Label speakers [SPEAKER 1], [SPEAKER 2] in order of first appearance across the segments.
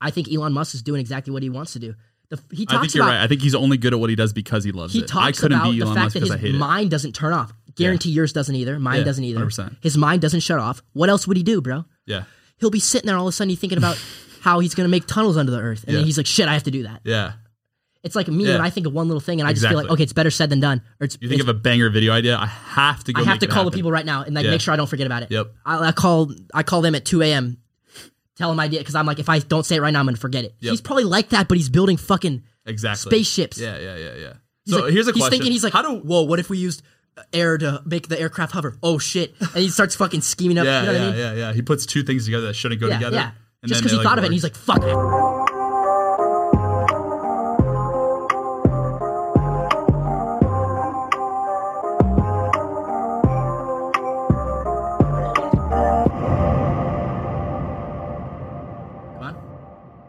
[SPEAKER 1] I think Elon Musk is doing exactly what he wants to do. The, he
[SPEAKER 2] I
[SPEAKER 1] talks about
[SPEAKER 2] think you're right. I think he's only good at what he does because he loves
[SPEAKER 1] he
[SPEAKER 2] it. I
[SPEAKER 1] talks
[SPEAKER 2] couldn't
[SPEAKER 1] about
[SPEAKER 2] be
[SPEAKER 1] the
[SPEAKER 2] Elon
[SPEAKER 1] fact
[SPEAKER 2] Musk
[SPEAKER 1] that
[SPEAKER 2] because I
[SPEAKER 1] his
[SPEAKER 2] hate
[SPEAKER 1] mind doesn't turn off. Guarantee yours doesn't either. Mine
[SPEAKER 2] Yeah,
[SPEAKER 1] doesn't either.
[SPEAKER 2] 100%.
[SPEAKER 1] His mind doesn't shut off. What else would he do, bro?
[SPEAKER 2] it. Yeah.
[SPEAKER 1] He'll be sitting there all of a sudden he's thinking about how he's gonna make tunnels under the earth, and then
[SPEAKER 2] Yeah.
[SPEAKER 1] he's like, "Shit, I have to do that."
[SPEAKER 2] Yeah.
[SPEAKER 1] It's like me
[SPEAKER 2] Yeah.
[SPEAKER 1] when I think of one little thing, and I just feel like,
[SPEAKER 2] Exactly.
[SPEAKER 1] okay, it's better said than done. Or it's,
[SPEAKER 2] You think
[SPEAKER 1] it's-
[SPEAKER 2] of a banger video idea, I have to go
[SPEAKER 1] I have
[SPEAKER 2] make
[SPEAKER 1] to
[SPEAKER 2] it
[SPEAKER 1] call the
[SPEAKER 2] happen.
[SPEAKER 1] people right now and like
[SPEAKER 2] Yeah.
[SPEAKER 1] make sure I don't forget about it.
[SPEAKER 2] Yep.
[SPEAKER 1] I, I call I call them at 2 a.m. Tell them I did because I'm like, if I don't say it right now, I'm gonna forget it.
[SPEAKER 2] Yep.
[SPEAKER 1] He's probably like that, but he's building fucking
[SPEAKER 2] Exactly.
[SPEAKER 1] spaceships.
[SPEAKER 2] Yeah, yeah, yeah, yeah. so
[SPEAKER 1] like-
[SPEAKER 2] here's a
[SPEAKER 1] he's
[SPEAKER 2] question.
[SPEAKER 1] thinking- he's like,
[SPEAKER 2] how do
[SPEAKER 1] whoa, what if we used air to make the aircraft hover? Oh shit! And he starts fucking scheming up.
[SPEAKER 2] yeah,
[SPEAKER 1] you know
[SPEAKER 2] yeah,
[SPEAKER 1] what I mean?
[SPEAKER 2] yeah, yeah. He puts two things together that shouldn't go
[SPEAKER 1] Yeah,
[SPEAKER 2] together.
[SPEAKER 1] yeah.
[SPEAKER 2] and
[SPEAKER 1] Just
[SPEAKER 2] then
[SPEAKER 1] because
[SPEAKER 2] they,
[SPEAKER 1] he
[SPEAKER 2] like,
[SPEAKER 1] thought of it,
[SPEAKER 2] work.
[SPEAKER 1] and he's like, "Fuck." it." Come on,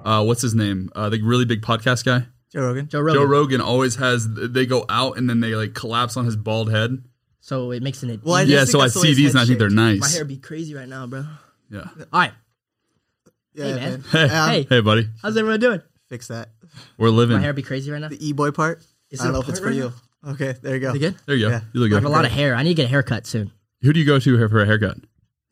[SPEAKER 2] uh, what's his name? Uh, the really big podcast guy.
[SPEAKER 3] Joe Rogan.
[SPEAKER 1] Joe Rogan.
[SPEAKER 2] Joe Rogan always has. They go out and then they like collapse on his bald head.
[SPEAKER 1] so it makes an.
[SPEAKER 3] Well, I
[SPEAKER 2] Yeah,
[SPEAKER 3] just
[SPEAKER 2] so
[SPEAKER 3] think
[SPEAKER 2] I
[SPEAKER 3] that's the way
[SPEAKER 2] see
[SPEAKER 3] his
[SPEAKER 2] these and
[SPEAKER 3] head
[SPEAKER 2] I think they're
[SPEAKER 3] shaped.
[SPEAKER 2] nice.
[SPEAKER 1] my hair be crazy right now, bro.
[SPEAKER 2] Yeah.
[SPEAKER 1] All right,
[SPEAKER 3] Yeah,
[SPEAKER 1] Hey, man.
[SPEAKER 3] man.
[SPEAKER 2] Hey,
[SPEAKER 3] Um,
[SPEAKER 1] Hey.
[SPEAKER 2] hey, buddy.
[SPEAKER 1] how's everyone doing?
[SPEAKER 3] Fix that.
[SPEAKER 2] We're
[SPEAKER 1] My
[SPEAKER 2] living.
[SPEAKER 1] hair be crazy right now.
[SPEAKER 3] The e boy part.
[SPEAKER 1] Is
[SPEAKER 3] I
[SPEAKER 1] there
[SPEAKER 3] don't know
[SPEAKER 1] a
[SPEAKER 3] if it's for
[SPEAKER 1] part right
[SPEAKER 3] you. Okay, there you go.
[SPEAKER 1] You good?
[SPEAKER 2] There you go.
[SPEAKER 3] Yeah.
[SPEAKER 2] You look
[SPEAKER 1] I have a
[SPEAKER 2] good.
[SPEAKER 1] lot of hair. I need to get a haircut soon.
[SPEAKER 2] Who do you go to for a haircut?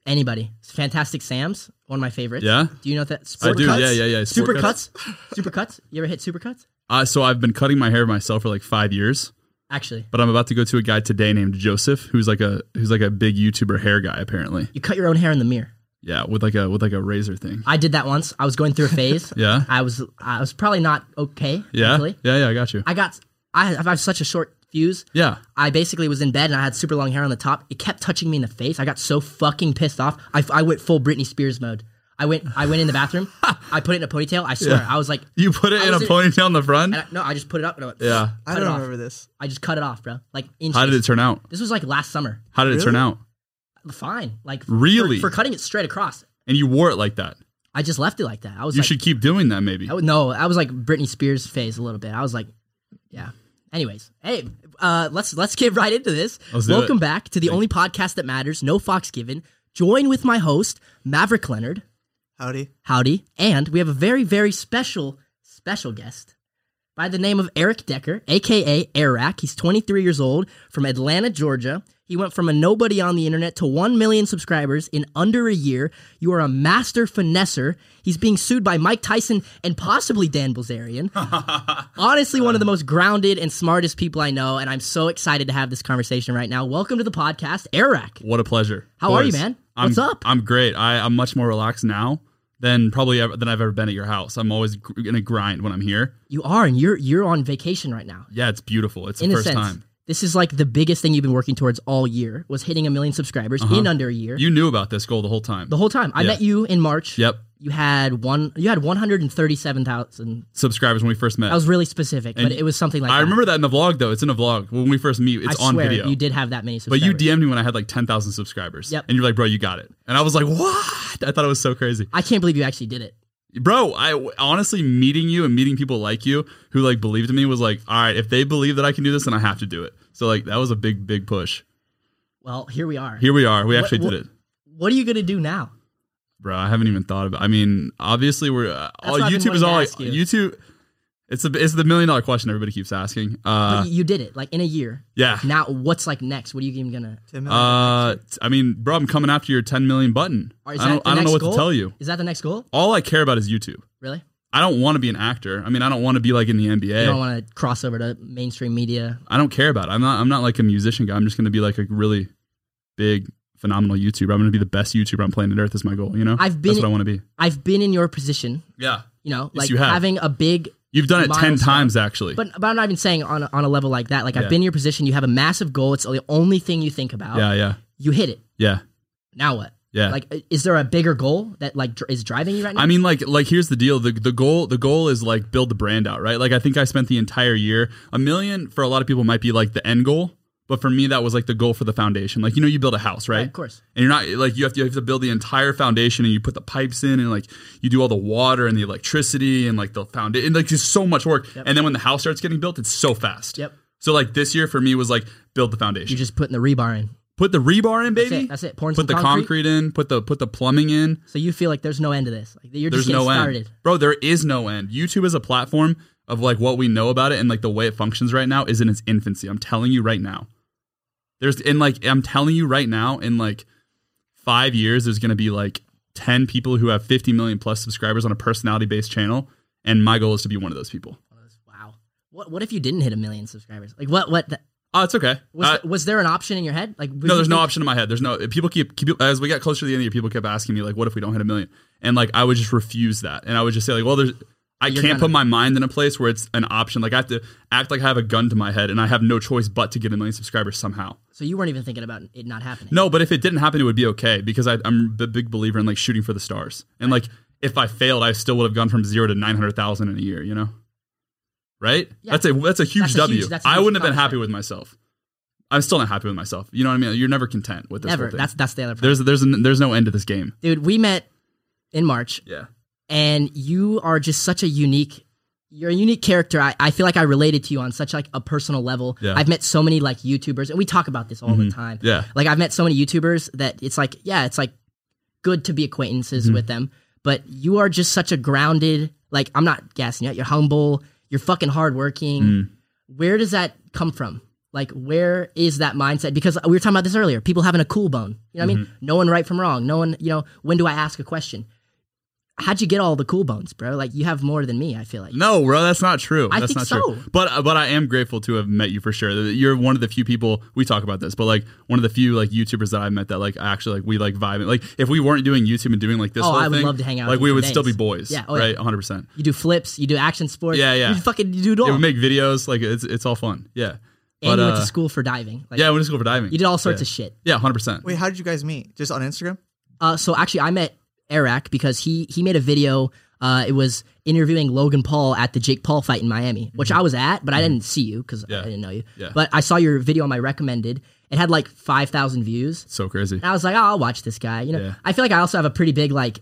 [SPEAKER 1] Anybody? It's Fantastic Sam's, one of my favorites.
[SPEAKER 2] Yeah?
[SPEAKER 1] Do you know that?
[SPEAKER 2] I do.
[SPEAKER 1] Supercuts?
[SPEAKER 2] Yeah, yeah, yeah. Sport
[SPEAKER 1] Supercuts? Supercuts? You ever hit Supercuts?
[SPEAKER 2] Uh, so I've been cutting my hair myself for like five years,
[SPEAKER 1] Actually,
[SPEAKER 2] but I'm about to go to a guy today named Joseph, who's like a who's like a big YouTuber hair guy apparently.
[SPEAKER 1] you cut your own hair in the mirror.
[SPEAKER 2] Yeah, with like a with like a razor thing.
[SPEAKER 1] I did that once. I was going through a phase.
[SPEAKER 2] Yeah.
[SPEAKER 1] I was I was probably not okay.
[SPEAKER 2] Yeah,
[SPEAKER 1] mentally.
[SPEAKER 2] yeah, yeah. I got you.
[SPEAKER 1] I got I I have such a short fuse.
[SPEAKER 2] yeah,
[SPEAKER 1] I basically was in bed and I had super long hair on the top. It kept touching me in the face. I got so fucking pissed off. I, I went full Britney Spears mode. I went I went in the bathroom. I put it in a ponytail. I swear. I was like,
[SPEAKER 2] you put it
[SPEAKER 1] I
[SPEAKER 2] in a
[SPEAKER 1] was in-
[SPEAKER 2] ponytail in the front.
[SPEAKER 1] and I- no, I just put it up and I went,
[SPEAKER 2] yeah.
[SPEAKER 3] I
[SPEAKER 1] Cut it
[SPEAKER 3] don't
[SPEAKER 1] off.
[SPEAKER 3] remember this.
[SPEAKER 1] I just cut it off, bro. Like inches.
[SPEAKER 2] How did it turn out?
[SPEAKER 1] This was like last summer.
[SPEAKER 2] How did it turn
[SPEAKER 3] Really?
[SPEAKER 2] out?
[SPEAKER 1] Fine. Like
[SPEAKER 2] Really?
[SPEAKER 1] for, for cutting it straight across.
[SPEAKER 2] And you wore it like that.
[SPEAKER 1] I just left it like that. I was
[SPEAKER 2] You
[SPEAKER 1] like,
[SPEAKER 2] should keep doing that, maybe.
[SPEAKER 1] I was- no, I was like Britney Spears phase a little bit. I was like, yeah. Anyways, hey, uh, let's let's get right into this.
[SPEAKER 2] Let's do
[SPEAKER 1] Welcome
[SPEAKER 2] it.
[SPEAKER 1] back to the only podcast that matters. No Fox given. Join with my host Maverick Leonard.
[SPEAKER 3] Howdy.
[SPEAKER 1] Howdy, and we have a very very special special guest by the name of Eric Decker, aka Eric. He's 23 years old from Atlanta, Georgia. He went from a nobody on the internet to 1 million subscribers in under a year. You are a master finesser. He's being sued by Mike Tyson and possibly Dan Bilzerian. Honestly, one of the most grounded and smartest people I know, and I'm so excited to have this conversation right now. Welcome to the podcast, Eric.
[SPEAKER 2] What a pleasure.
[SPEAKER 1] How are you, man?
[SPEAKER 2] I'm,
[SPEAKER 1] What's up?
[SPEAKER 2] I'm great. I, I'm much more relaxed now than probably ever, than I've ever been at your house. I'm always gr- in a grind when I'm here.
[SPEAKER 1] You are, and you're you're on vacation right now.
[SPEAKER 2] Yeah, it's beautiful. It's the
[SPEAKER 1] in a
[SPEAKER 2] first
[SPEAKER 1] sense,
[SPEAKER 2] time.
[SPEAKER 1] this is like the biggest thing you've been working towards all year was hitting a million subscribers in under a year.
[SPEAKER 2] Uh-huh. You knew about this goal the whole time.
[SPEAKER 1] the whole time. I
[SPEAKER 2] Yeah.
[SPEAKER 1] met you in March.
[SPEAKER 2] yep.
[SPEAKER 1] You had one. You had one hundred and thirty-seven thousand.
[SPEAKER 2] Subscribers when we first met.
[SPEAKER 1] That was really specific, but
[SPEAKER 2] And
[SPEAKER 1] it was something like
[SPEAKER 2] I
[SPEAKER 1] that.
[SPEAKER 2] remember that in the vlog though. It's in a vlog when we first meet. It's
[SPEAKER 1] I
[SPEAKER 2] on
[SPEAKER 1] swear
[SPEAKER 2] video.
[SPEAKER 1] you did have that many
[SPEAKER 2] but
[SPEAKER 1] subscribers.
[SPEAKER 2] you DM'd me when I had like 10,000 subscribers.
[SPEAKER 1] Yep.
[SPEAKER 2] And you're like, bro, you got it. And I was like, what? I thought it was so crazy.
[SPEAKER 1] I can't believe you actually did it.
[SPEAKER 2] Bro, I honestly meeting you and meeting people like you who like believed in me was like, all right, if they believe that I can do this, then I have to do it. So like that was a big, big push.
[SPEAKER 1] Well, here we are.
[SPEAKER 2] Here we are. We actually
[SPEAKER 1] what-
[SPEAKER 2] did it.
[SPEAKER 1] What are you gonna do now?
[SPEAKER 2] Bro, I haven't even thought about. I mean, obviously we're uh, all,
[SPEAKER 1] what I've been
[SPEAKER 2] YouTube is all
[SPEAKER 1] wanting
[SPEAKER 2] like,
[SPEAKER 1] to ask
[SPEAKER 2] YouTube. It's the it's the million dollar question everybody keeps asking.
[SPEAKER 1] But
[SPEAKER 2] Uh,
[SPEAKER 1] you you did it like in a year.
[SPEAKER 2] yeah.
[SPEAKER 1] Now, what's like next? What are you even gonna?
[SPEAKER 3] Tim Miller.
[SPEAKER 2] Uh, t- I mean, bro, I'm coming after your 10 million button.
[SPEAKER 1] Or is
[SPEAKER 2] I don't,
[SPEAKER 1] that the
[SPEAKER 2] I don't know
[SPEAKER 1] next
[SPEAKER 2] what
[SPEAKER 1] goal?
[SPEAKER 2] to tell you.
[SPEAKER 1] Is that the next goal?
[SPEAKER 2] All I care about is YouTube.
[SPEAKER 1] Really?
[SPEAKER 2] I don't want to be an actor. I mean, I don't want to be like in the NBA.
[SPEAKER 1] You don't want to cross over to mainstream media.
[SPEAKER 2] I don't care about it. I'm not. I'm not like a musician guy. I'm just going to be like a really big, phenomenal YouTuber. I'm going to be the best YouTuber on planet Earth. Is my goal. You know,
[SPEAKER 1] I've been-
[SPEAKER 2] That's what I want to be.
[SPEAKER 1] I've been in your position.
[SPEAKER 2] Yeah,
[SPEAKER 1] You know,
[SPEAKER 2] Yes,
[SPEAKER 1] like
[SPEAKER 2] you have.
[SPEAKER 1] having a big
[SPEAKER 2] you've done it ten
[SPEAKER 1] Milestone.
[SPEAKER 2] times actually.
[SPEAKER 1] But but I'm not even saying on a, on a level like that. Like I've
[SPEAKER 2] Yeah.
[SPEAKER 1] been in your position. You have a massive goal. It's the only thing you think about.
[SPEAKER 2] yeah, yeah,
[SPEAKER 1] You hit it.
[SPEAKER 2] yeah,
[SPEAKER 1] Now what?
[SPEAKER 2] yeah.
[SPEAKER 1] Like, is there a bigger goal that like dr- is driving you right now?
[SPEAKER 2] I mean, like, like here's the deal. The, the goal, the goal is like build the brand out, right? Like, I think I spent the entire year. A million for a lot of people might be like the end goal, but for me, that was like the goal for the foundation. Like, you know, you build a house, right?
[SPEAKER 1] of course.
[SPEAKER 2] And you're not like you have to you have to build the entire foundation, and you put the pipes in, and like you do all the water and the electricity, and like the foundation, like just so much work. And then when the house starts getting built, it's so fast.
[SPEAKER 1] Yep.
[SPEAKER 2] So like this year for me was like build the foundation.
[SPEAKER 1] You're just putting the rebar in.
[SPEAKER 2] Put the rebar in,
[SPEAKER 1] That's
[SPEAKER 2] baby.
[SPEAKER 1] it. That's it. Pouring
[SPEAKER 2] Put
[SPEAKER 1] some
[SPEAKER 2] the concrete. in. Put the put the plumbing in.
[SPEAKER 1] So you feel like there's no end to this. Like you're just
[SPEAKER 2] There's
[SPEAKER 1] getting
[SPEAKER 2] no
[SPEAKER 1] started.
[SPEAKER 2] end, bro. There is no end. YouTube is a platform of like what we know about it and like the way it functions right now is in its infancy. I'm telling you right now. There's in like I'm telling you right now in like five years there's gonna be like ten people who have 50 million plus subscribers on a personality based channel, and my goal is to be one of those people.
[SPEAKER 1] Wow. What what if you didn't hit a million subscribers? Like what what the,
[SPEAKER 2] Oh, it's okay.
[SPEAKER 1] was
[SPEAKER 2] Uh,
[SPEAKER 1] was there an option in your head? Like
[SPEAKER 2] No, there's no option in my head. There's no people keep, keep as we got closer to the end of the year, people kept asking me like, "What if we don't hit a million? And like, I would just refuse that, and I would just say like, "Well, there's." I
[SPEAKER 1] You're
[SPEAKER 2] can't
[SPEAKER 1] gonna-
[SPEAKER 2] put my mind in a place where it's an option. Like I have to act like I have a gun to my head, and I have no choice but to get a million subscribers somehow.
[SPEAKER 1] So you weren't even thinking about it not happening.
[SPEAKER 2] No, but if it didn't happen, it would be okay because I, I'm a big believer in like shooting for the stars. And like, if I failed, I still would have gone from zero to nine hundred thousand in a year. You know, right?
[SPEAKER 1] Yeah.
[SPEAKER 2] That's a that's a huge
[SPEAKER 1] That's a
[SPEAKER 2] W.
[SPEAKER 1] huge- that's a
[SPEAKER 2] I
[SPEAKER 1] huge
[SPEAKER 2] wouldn't have been happy
[SPEAKER 1] accomplishment.
[SPEAKER 2] with myself. I'm still not happy with myself. You know what I mean? You're never content with this.
[SPEAKER 1] never.
[SPEAKER 2] whole thing.
[SPEAKER 1] That's that's the other problem.
[SPEAKER 2] There's there's an, there's no end to this game.
[SPEAKER 1] Dude, we met in March
[SPEAKER 2] Yeah.
[SPEAKER 1] and you are just such a unique you're a unique character. I, I feel like I related to you on such like a personal level.
[SPEAKER 2] Yeah.
[SPEAKER 1] I've met so many like YouTubers and we talk about this all the time.
[SPEAKER 2] Yeah.
[SPEAKER 1] Like I've met so many YouTubers that it's like, yeah, it's like good to be acquaintances
[SPEAKER 2] Mm-hmm.
[SPEAKER 1] with them, but you are just such a grounded, like I'm not gassing you out. You're humble, you're fucking hardworking.
[SPEAKER 2] Mm.
[SPEAKER 1] Where does that come from? Like where is that mindset? Because we were talking about this earlier. People having a cool bone. You know what I mean?
[SPEAKER 2] Mm-hmm.
[SPEAKER 1] Knowing right from wrong. Knowing, you know, when do I ask a question? How'd you get all the cool bones, bro? Like you have more than me, I feel like.
[SPEAKER 2] No, bro, that's not true.
[SPEAKER 1] I
[SPEAKER 2] that's
[SPEAKER 1] think
[SPEAKER 2] not
[SPEAKER 1] so.
[SPEAKER 2] true. But but I am grateful to have met you for sure. You're one of the few people we talk about this, but like one of the few like YouTubers that I met that like actually like we like vibe. Like if we weren't doing YouTube and doing like this
[SPEAKER 1] Oh,
[SPEAKER 2] whole
[SPEAKER 1] I would
[SPEAKER 2] thing,
[SPEAKER 1] love to hang out with
[SPEAKER 2] Like
[SPEAKER 1] you
[SPEAKER 2] we
[SPEAKER 1] for
[SPEAKER 2] would still be
[SPEAKER 1] days.
[SPEAKER 2] boys.
[SPEAKER 1] Yeah,
[SPEAKER 2] Yeah.
[SPEAKER 1] oh, yeah.
[SPEAKER 2] right. 100. percent
[SPEAKER 1] You do flips, you do action sports.
[SPEAKER 2] Yeah, yeah.
[SPEAKER 1] You fucking you do it all.
[SPEAKER 2] Yeah, we make videos. Like it's it's all fun. Yeah.
[SPEAKER 1] and
[SPEAKER 2] But,
[SPEAKER 1] you went to
[SPEAKER 2] uh,
[SPEAKER 1] school for diving. Like,
[SPEAKER 2] Yeah, I went to school for diving.
[SPEAKER 1] You did all sorts
[SPEAKER 2] yeah.
[SPEAKER 1] of shit.
[SPEAKER 2] Yeah, 100. percent
[SPEAKER 3] Wait, how did you guys meet? Just on Instagram?
[SPEAKER 1] Uh, so actually, I met Eric because he he made a video. Uh, it was interviewing Logan Paul at the Jake Paul fight in Miami, which I was at, but I didn't see you because
[SPEAKER 2] Mm-hmm. Yeah.
[SPEAKER 1] I didn't know you.
[SPEAKER 2] Yeah.
[SPEAKER 1] But I saw your video on my recommended. It had like five thousand views.
[SPEAKER 2] So crazy.
[SPEAKER 1] And I was like, oh, I'll watch this guy. You know,
[SPEAKER 2] Yeah.
[SPEAKER 1] I feel like I also have a pretty big like.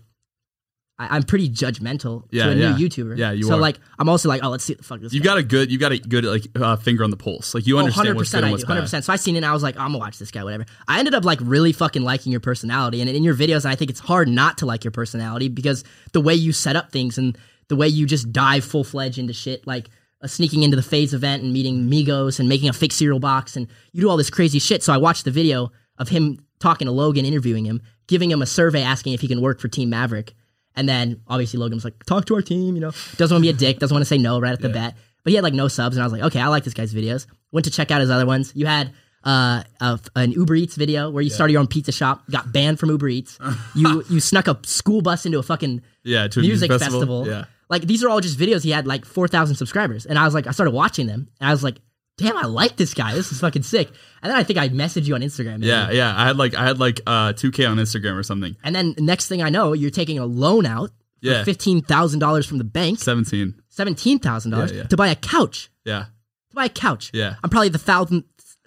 [SPEAKER 1] I, I'm pretty judgmental
[SPEAKER 2] Yeah,
[SPEAKER 1] to a
[SPEAKER 2] yeah.
[SPEAKER 1] new YouTuber.
[SPEAKER 2] Yeah, you
[SPEAKER 1] so
[SPEAKER 2] are.
[SPEAKER 1] like, I'm also like, oh, let's see what the fuck this.
[SPEAKER 2] You
[SPEAKER 1] guy.
[SPEAKER 2] got a good you got a good like uh, finger on the pulse. Like you
[SPEAKER 1] Oh,
[SPEAKER 2] understand
[SPEAKER 1] 100
[SPEAKER 2] what's good
[SPEAKER 1] percent.
[SPEAKER 2] and
[SPEAKER 1] I
[SPEAKER 2] what's
[SPEAKER 1] do.
[SPEAKER 2] bad.
[SPEAKER 1] 100. percent So I seen it. and I was like, I'm gonna watch this guy, whatever. I ended up like really fucking liking your personality and in your videos. And I think it's hard not to like your personality because the way you set up things and the way you just dive full fledged into shit, like uh, sneaking into the phase event and meeting Migos and making a fake cereal box and you do all this crazy shit. So I watched the video of him talking to Logan, interviewing him, giving him a survey asking if he can work for Team Maverick. And then obviously Logan's like, talk to our team, you know, doesn't want to be a dick, doesn't want to say no right at the bat. But he had like no subs, and I was like, okay, I like this guy's videos. Went to check out his other ones. You had uh, a, an Uber Eats video where you started your own pizza shop, got banned from Uber Eats. you you snuck a school bus into a fucking
[SPEAKER 2] Yeah, to a
[SPEAKER 1] music
[SPEAKER 2] music
[SPEAKER 1] festival.
[SPEAKER 2] festival. Yeah.
[SPEAKER 1] Like these are all just videos. He had like four thousand subscribers, and I was like, I started watching them, and I was like, damn, I like this guy. This is fucking sick. And then I think I messaged you on Instagram. maybe.
[SPEAKER 2] Yeah, yeah. I had like I had like uh 2K on Instagram or something.
[SPEAKER 1] And then next thing I know, you're taking a loan out. for
[SPEAKER 2] Yeah.
[SPEAKER 1] fifteen thousand dollars from the bank.
[SPEAKER 2] 17.
[SPEAKER 1] seventeen thousand dollars
[SPEAKER 2] Yeah, yeah.
[SPEAKER 1] to buy a couch.
[SPEAKER 2] Yeah.
[SPEAKER 1] To buy a couch.
[SPEAKER 2] Yeah.
[SPEAKER 1] I'm probably the thousandth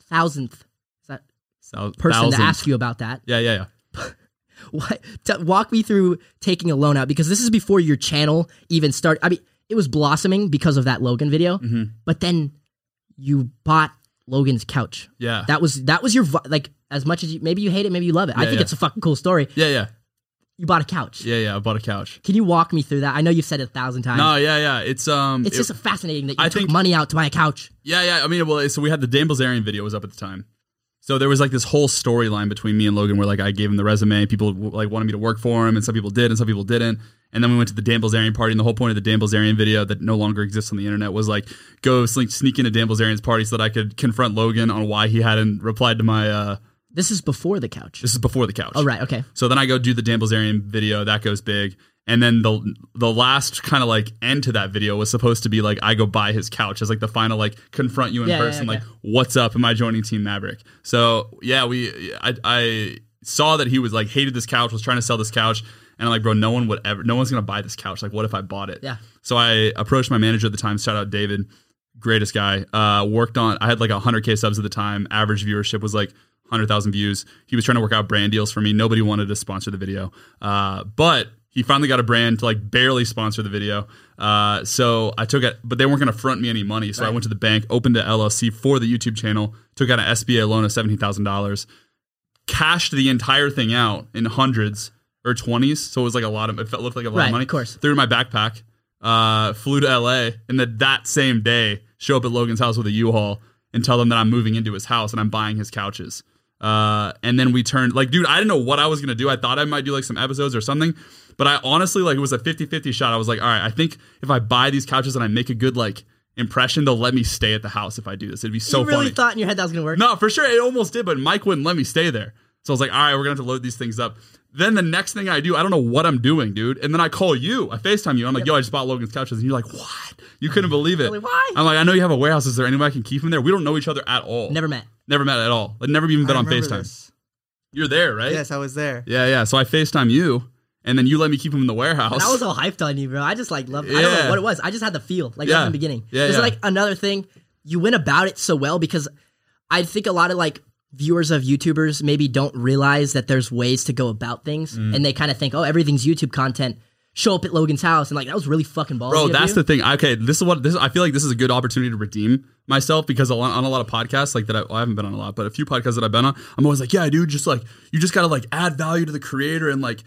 [SPEAKER 1] thousandth is that
[SPEAKER 2] Thou-
[SPEAKER 1] person
[SPEAKER 2] thousand.
[SPEAKER 1] to ask you about that.
[SPEAKER 2] Yeah, yeah, yeah.
[SPEAKER 1] What? To walk me through taking a loan out because this is before your channel even started. I mean, it was blossoming because of that Logan video,
[SPEAKER 2] Mm-hmm.
[SPEAKER 1] but then you bought Logan's couch.
[SPEAKER 2] Yeah.
[SPEAKER 1] That was that was your vi- like as much as you maybe you hate it, maybe you love it. I
[SPEAKER 2] Yeah,
[SPEAKER 1] think
[SPEAKER 2] yeah.
[SPEAKER 1] it's a fucking cool story.
[SPEAKER 2] yeah, yeah.
[SPEAKER 1] You bought a couch.
[SPEAKER 2] Yeah, yeah. I bought a couch.
[SPEAKER 1] Can you walk me through that? I know you've said it a thousand times.
[SPEAKER 2] No, yeah, yeah. It's um
[SPEAKER 1] it's
[SPEAKER 2] it-
[SPEAKER 1] just fascinating that you
[SPEAKER 2] I
[SPEAKER 1] took
[SPEAKER 2] think-
[SPEAKER 1] money out to buy a couch.
[SPEAKER 2] Yeah, yeah. I mean, well, so we had the Dan Bilzerian video was up at the time. So there was like this whole storyline between me and Logan where like I gave him the resume, people like wanted me to work for him, and some people did, and some people didn't. And then we went to the Dan Bilzerian party, and the whole point of the Dan Bilzerian video that no longer exists on the internet was like go sneak, sneak into Dan Bilzerian's party so that I could confront Logan on why he hadn't replied to my. uh
[SPEAKER 1] This is before the couch.
[SPEAKER 2] This is before the couch.
[SPEAKER 1] Oh right, okay.
[SPEAKER 2] So then I go do the Dan Bilzerian video that goes big, and then the the last kind of like end to that video was supposed to be like I go buy his couch as like the final like confront you in
[SPEAKER 1] Yeah, yeah,
[SPEAKER 2] person
[SPEAKER 1] yeah,
[SPEAKER 2] like
[SPEAKER 1] yeah.
[SPEAKER 2] what's up am I joining Team Maverick? So yeah, we I, I saw that he was like hated this couch was trying to sell this couch. And I'm like, bro, no one would ever, no one's gonna buy this couch. Like, what if I bought it?
[SPEAKER 1] Yeah.
[SPEAKER 2] So I approached my manager at the time. Shout out David, greatest guy. Uh, worked on. I had like 100k subs at the time. Average viewership was like 100,000 views. He was trying to work out brand deals for me. Nobody wanted to sponsor the video, uh, but he finally got a brand to like barely sponsor the video. Uh, so I took it, but they weren't going to front me any money. So I went to the bank, opened the LLC for the YouTube channel, took out an SBA loan of seventeen thousand dollars cashed the entire thing out in hundreds or 20s. So it was like a lot of, it felt, looked like a lot
[SPEAKER 1] Right,
[SPEAKER 2] of money.
[SPEAKER 1] of course.
[SPEAKER 2] Threw it in my backpack, uh, flew to LA, and then that same day, show up at Logan's house with a U-Haul and tell them that I'm moving into his house and I'm buying his couches. Uh, and then we turned, like, dude, I didn't know what I was going to do. I thought I might do like some episodes or something. But I honestly, like, it was a 50 50 shot. I was like, all right, I think if I buy these couches and I make a good, like, impression, they'll let me stay at the house if I do this. It'd be so
[SPEAKER 1] you really
[SPEAKER 2] funny.
[SPEAKER 1] thought in your head that was gonna work?
[SPEAKER 2] No, for sure. It almost did, but Mike wouldn't let me stay there. So I was like, all right, we're going to have to load these things up. Then the next thing I do, I don't know what I'm doing, dude. And then I call you. I FaceTime you. I'm like, yo, I just bought Logan's couches. And you're like, what? You couldn't believe it.
[SPEAKER 1] like, why?
[SPEAKER 2] I'm like, I know you have a warehouse. Is there any way I can keep them there? We don't know each other at all.
[SPEAKER 1] Never met.
[SPEAKER 2] Never met at all. I'd never even been
[SPEAKER 3] I
[SPEAKER 2] on
[SPEAKER 3] remember
[SPEAKER 2] FaceTime.
[SPEAKER 3] this.
[SPEAKER 2] You're there, right?
[SPEAKER 3] Yes, I was there.
[SPEAKER 2] Yeah, yeah. So I FaceTime you, and then you let me keep them in the warehouse.
[SPEAKER 1] And I was all hyped on you, bro. I just like loved. I don't know
[SPEAKER 2] Yeah.
[SPEAKER 1] what it was. I just had the feel like
[SPEAKER 2] Yeah.
[SPEAKER 1] from the beginning.
[SPEAKER 2] Yeah,
[SPEAKER 1] This
[SPEAKER 2] yeah.
[SPEAKER 1] is like another thing. You went about it so well because I think a lot of like viewers of YouTubers maybe don't realize that there's ways to go about things,
[SPEAKER 2] Mm.
[SPEAKER 1] and they kind of think, oh, everything's YouTube content. Show up at Logan's house and like that was really fucking ballsy.
[SPEAKER 2] Bro,
[SPEAKER 1] of
[SPEAKER 2] that's
[SPEAKER 1] you.
[SPEAKER 2] the thing. Okay, this is what this. I feel like this is a good opportunity to redeem myself because a lot, on a lot of podcasts like that, I, I haven't been on a lot, but a few podcasts that I've been on, I'm always like, yeah, dude, just like you just gotta like add value to the creator and like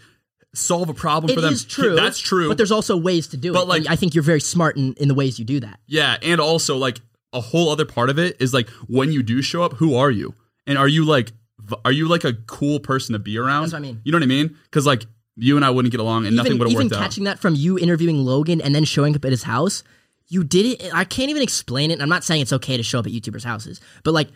[SPEAKER 2] solve a problem
[SPEAKER 1] It
[SPEAKER 2] for them.
[SPEAKER 1] is true.
[SPEAKER 2] That's true.
[SPEAKER 1] But there's also ways to do it.
[SPEAKER 2] But,
[SPEAKER 1] Like
[SPEAKER 2] like-
[SPEAKER 1] I think you're very smart in, in the ways you do that.
[SPEAKER 2] Yeah, and also like a whole other part of it is like when you do show up, who are you? And are you like v- are you like a cool person to be around?
[SPEAKER 1] That's what I mean.
[SPEAKER 2] You know what I mean? Cuz like you and I wouldn't get along and nothing
[SPEAKER 1] even,
[SPEAKER 2] would have
[SPEAKER 1] even
[SPEAKER 2] worked out.
[SPEAKER 1] catching that from you interviewing Logan and then showing up at his house, you did it. I can't even explain it. and I'm not saying it's okay to show up at YouTubers' houses, but like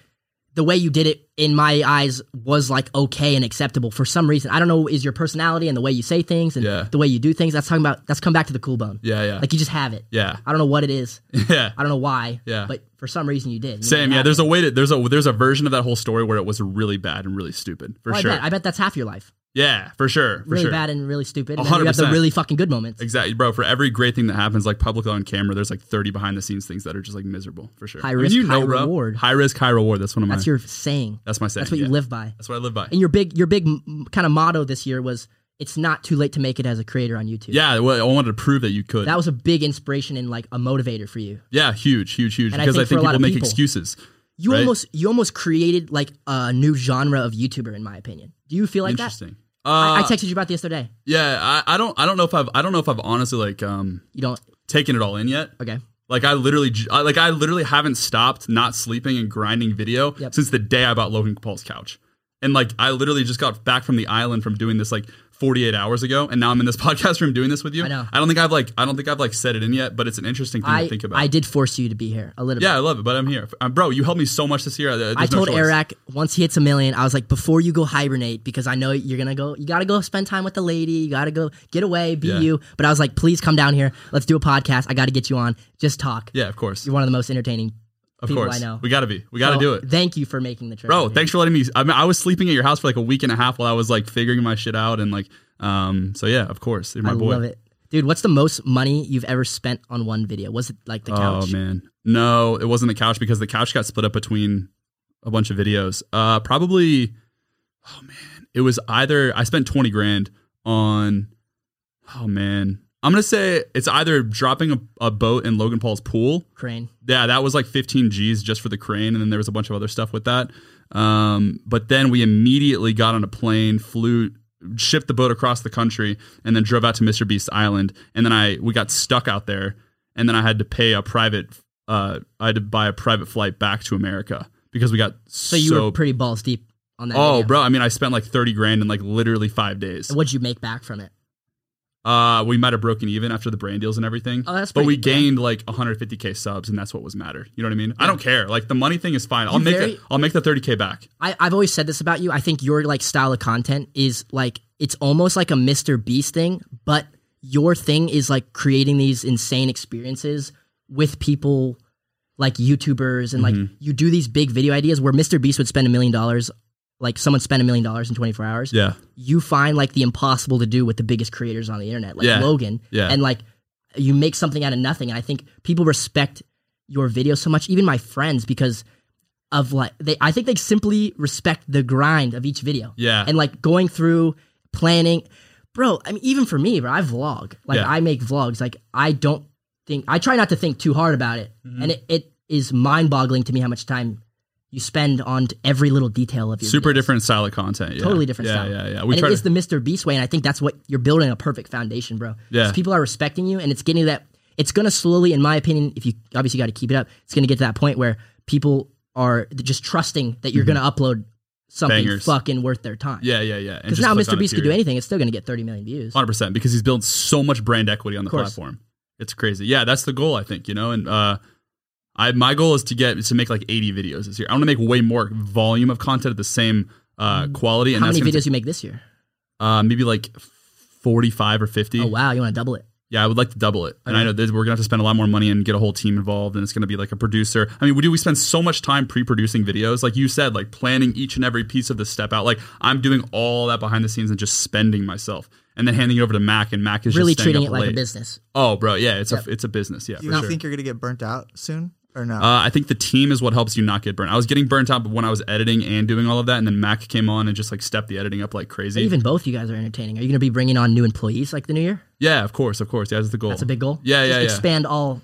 [SPEAKER 1] the way you did it in my eyes was like okay and acceptable for some reason. I don't know is your personality and the way you say things and
[SPEAKER 2] Yeah.
[SPEAKER 1] the way you do things. That's talking about that's come back to the cool bone.
[SPEAKER 2] Yeah, yeah.
[SPEAKER 1] Like you just have it.
[SPEAKER 2] yeah.
[SPEAKER 1] I don't know what it is.
[SPEAKER 2] Yeah.
[SPEAKER 1] I don't know why.
[SPEAKER 2] Yeah.
[SPEAKER 1] But for some reason you did. You
[SPEAKER 2] Same,
[SPEAKER 1] made it
[SPEAKER 2] yeah.
[SPEAKER 1] happen.
[SPEAKER 2] There's a way to there's a there's a version of that whole story where it was really bad and really stupid for
[SPEAKER 1] Well,
[SPEAKER 2] sure.
[SPEAKER 1] I bet, I bet that's half your life.
[SPEAKER 2] yeah, for sure, for
[SPEAKER 1] Really
[SPEAKER 2] sure.
[SPEAKER 1] bad and really stupid. And then you have the
[SPEAKER 2] 100%.
[SPEAKER 1] really fucking good moments.
[SPEAKER 2] Exactly, bro. For every great thing that happens, like publicly on camera, there's like 30 behind the scenes things that are just like miserable for sure.
[SPEAKER 1] High
[SPEAKER 2] I mean,
[SPEAKER 1] risk,
[SPEAKER 2] you know,
[SPEAKER 1] high
[SPEAKER 2] bro.
[SPEAKER 1] reward.
[SPEAKER 2] High risk, high reward. That's one of my.
[SPEAKER 1] That's your saying.
[SPEAKER 2] that's my saying.
[SPEAKER 1] That's what
[SPEAKER 2] yeah.
[SPEAKER 1] you live by.
[SPEAKER 2] That's what I live by.
[SPEAKER 1] And your big your big kind of motto this year was it's not too late to make it as a creator on YouTube.
[SPEAKER 2] Yeah, well, I wanted to prove that you could.
[SPEAKER 1] That was a big inspiration and like a motivator for you.
[SPEAKER 2] yeah, huge, huge, huge.
[SPEAKER 1] And I
[SPEAKER 2] because
[SPEAKER 1] think
[SPEAKER 2] I
[SPEAKER 1] for a
[SPEAKER 2] think
[SPEAKER 1] lot
[SPEAKER 2] people
[SPEAKER 1] of
[SPEAKER 2] make
[SPEAKER 1] people-
[SPEAKER 2] excuses.
[SPEAKER 1] You
[SPEAKER 2] Right.
[SPEAKER 1] almost you almost created like a new genre of YouTuber in my opinion. Do you feel like that?
[SPEAKER 2] Interesting.
[SPEAKER 1] I, I
[SPEAKER 2] Uh,
[SPEAKER 1] texted you about this the other day.
[SPEAKER 2] yeah, I, I don't, I don't know if I've, I don't know if I've honestly like um
[SPEAKER 1] You don't
[SPEAKER 2] taken it all in yet.
[SPEAKER 1] okay.
[SPEAKER 2] Like I literally, j- I- like I literally haven't stopped not sleeping and grinding video
[SPEAKER 1] Yep.
[SPEAKER 2] since the day I bought Logan Paul's couch, and like I literally just got back from the island from doing this like 48 hours ago, and now I'm in this podcast room doing this with you.
[SPEAKER 1] I know.
[SPEAKER 2] don't think I've like, I don't think I've like set it in yet, but it's an interesting thing
[SPEAKER 1] I
[SPEAKER 2] to think about.
[SPEAKER 1] I did force you to be here a little
[SPEAKER 2] yeah, I
[SPEAKER 1] bit.
[SPEAKER 2] love it, but I'm here, um, bro. You helped me so much this year. Uh, There's
[SPEAKER 1] I told
[SPEAKER 2] no choice.
[SPEAKER 1] Eric once he hits a million, I was like, before you go hibernate, because I know you're gonna go, you gotta go spend time with the lady, you gotta go get away, be
[SPEAKER 2] Yeah.
[SPEAKER 1] you. But I was like, please come down here, let's do a podcast. I gotta get you on, just talk.
[SPEAKER 2] Yeah, of course.
[SPEAKER 1] You're one of the most entertaining
[SPEAKER 2] Of
[SPEAKER 1] people
[SPEAKER 2] course.
[SPEAKER 1] I know.
[SPEAKER 2] We got to be. We got to
[SPEAKER 1] So,
[SPEAKER 2] do it.
[SPEAKER 1] Thank you for making the trip.
[SPEAKER 2] Bro,
[SPEAKER 1] dude.
[SPEAKER 2] thanks for letting me. I mean, I was sleeping at your house for like a week and a half while I was like figuring my shit out and like, um. So yeah, of course, you're my
[SPEAKER 1] I
[SPEAKER 2] boy.
[SPEAKER 1] love it, dude. What's the most money you've ever spent on one video? Was it like the couch?
[SPEAKER 2] Oh man, no, it wasn't the couch because the couch got split up between a bunch of videos. Uh, probably. Oh man, it was either I spent twenty grand on. Oh man, I'm gonna say it's either dropping a, a boat in Logan Paul's pool.
[SPEAKER 1] Crane.
[SPEAKER 2] Yeah, that was like 15 G's just for the crane, and then there was a bunch of other stuff with that. Um, but then we immediately got on a plane, flew, shipped the boat across the country, and then drove out to Mr. Beast Island. And then I we got stuck out there, and then I had to pay a private. Uh, I had to buy a private flight back to America because we got
[SPEAKER 1] So you were pretty balls deep on that.
[SPEAKER 2] oh,
[SPEAKER 1] video.
[SPEAKER 2] bro! I mean, I spent like 30 grand in like literally five days.
[SPEAKER 1] And What'd you make back from it?
[SPEAKER 2] Uh, we might have broken even after the brand deals and everything.
[SPEAKER 1] Oh, that's
[SPEAKER 2] but
[SPEAKER 1] pretty
[SPEAKER 2] we
[SPEAKER 1] good.
[SPEAKER 2] gained like 150k subs, and that's what was mattered. You know what I mean? I don't care. Like the money thing is fine.
[SPEAKER 1] You
[SPEAKER 2] I'll make
[SPEAKER 1] very-
[SPEAKER 2] it. I'll make the 30k back.
[SPEAKER 1] I, I've always said this about you. I think your like style of content is like it's almost like a Mr. Beast thing, but your thing is like creating these insane experiences with people like YouTubers and like
[SPEAKER 2] Mm-hmm.
[SPEAKER 1] you do these big video ideas where Mr. Beast would spend a million dollars, like someone spent a million dollars in twenty four hours.
[SPEAKER 2] Yeah,
[SPEAKER 1] you find like the impossible to do with the biggest creators on the internet, like
[SPEAKER 2] Yeah.
[SPEAKER 1] Logan.
[SPEAKER 2] Yeah.
[SPEAKER 1] And like you make something out of nothing. And I think people respect your video so much, even my friends, because of like they I think they simply respect the grind of each video.
[SPEAKER 2] Yeah.
[SPEAKER 1] And like going through planning. Bro, I mean even for me, bro, I vlog. Like
[SPEAKER 2] Yeah.
[SPEAKER 1] I make vlogs. Like I don't
[SPEAKER 2] Mm-hmm.
[SPEAKER 1] think I try not to think too hard about it. And it, it is mind boggling to me how much time you spend on t- every little detail of your
[SPEAKER 2] Super
[SPEAKER 1] videos.
[SPEAKER 2] different style of content. Yeah.
[SPEAKER 1] Totally different
[SPEAKER 2] yeah,
[SPEAKER 1] style.
[SPEAKER 2] Yeah, yeah,
[SPEAKER 1] and
[SPEAKER 2] We try
[SPEAKER 1] it is
[SPEAKER 2] to,
[SPEAKER 1] the Mr. Beast way, and I think that's what you're building a perfect foundation, bro. 'Cause
[SPEAKER 2] Yeah.
[SPEAKER 1] people are respecting you, and it's getting to that. It's gonna slowly, in my opinion, if you obviously got to keep it up, it's gonna get to that point where people are just trusting that you're gonna upload something
[SPEAKER 2] Mm-hmm. Bangers.
[SPEAKER 1] fucking worth their time.
[SPEAKER 2] yeah, yeah, yeah.
[SPEAKER 1] Because now Mr. Beast could do anything; it's still gonna get 30 million views.
[SPEAKER 2] Hundred percent, because he's built so much brand equity on the
[SPEAKER 1] course.
[SPEAKER 2] platform. It's crazy. Yeah, that's the goal. I think you know, and uh, I my goal is to get is to make like eighty videos this year. I want to make way more volume of content at the same uh, quality. And
[SPEAKER 1] Mm. How
[SPEAKER 2] that's
[SPEAKER 1] many
[SPEAKER 2] gonna
[SPEAKER 1] videos
[SPEAKER 2] take-
[SPEAKER 1] you make this year?
[SPEAKER 2] uh, maybe like forty five or fifty.
[SPEAKER 1] Oh wow, you want to double it?
[SPEAKER 2] Yeah, I would like to double it. And I know that we're gonna have to spend a lot more money and get a whole team involved, and it's gonna be like a producer. I mean, we do we spend so much time pre-producing videos, like you said, like planning each and every piece of the step out. Like I'm doing all that behind the scenes and just spending myf and then handing it over to Mac, and Mac is
[SPEAKER 1] Really
[SPEAKER 2] just staying
[SPEAKER 1] treating it
[SPEAKER 2] up
[SPEAKER 1] like
[SPEAKER 2] late.
[SPEAKER 1] a business.
[SPEAKER 2] Oh, bro, yeah, it's
[SPEAKER 1] Yep.
[SPEAKER 2] a it's a business, yeah,
[SPEAKER 3] Do you
[SPEAKER 2] for sure.
[SPEAKER 3] think you're gonna get burnt out soon or no?
[SPEAKER 2] uh, I think the team is what helps you not get burnt. I was getting burnt out when I was editing and doing all of that, and then Mac came on and just like stepped the editing up like crazy.
[SPEAKER 1] Even both you guys are entertaining. Are you gonna be bringing on new employees like the new year?
[SPEAKER 2] yeah, of course, of course, yeah, that's the goal.
[SPEAKER 1] That's a big goal.
[SPEAKER 2] Yeah,
[SPEAKER 1] Just
[SPEAKER 2] yeah, yeah.
[SPEAKER 1] Expand all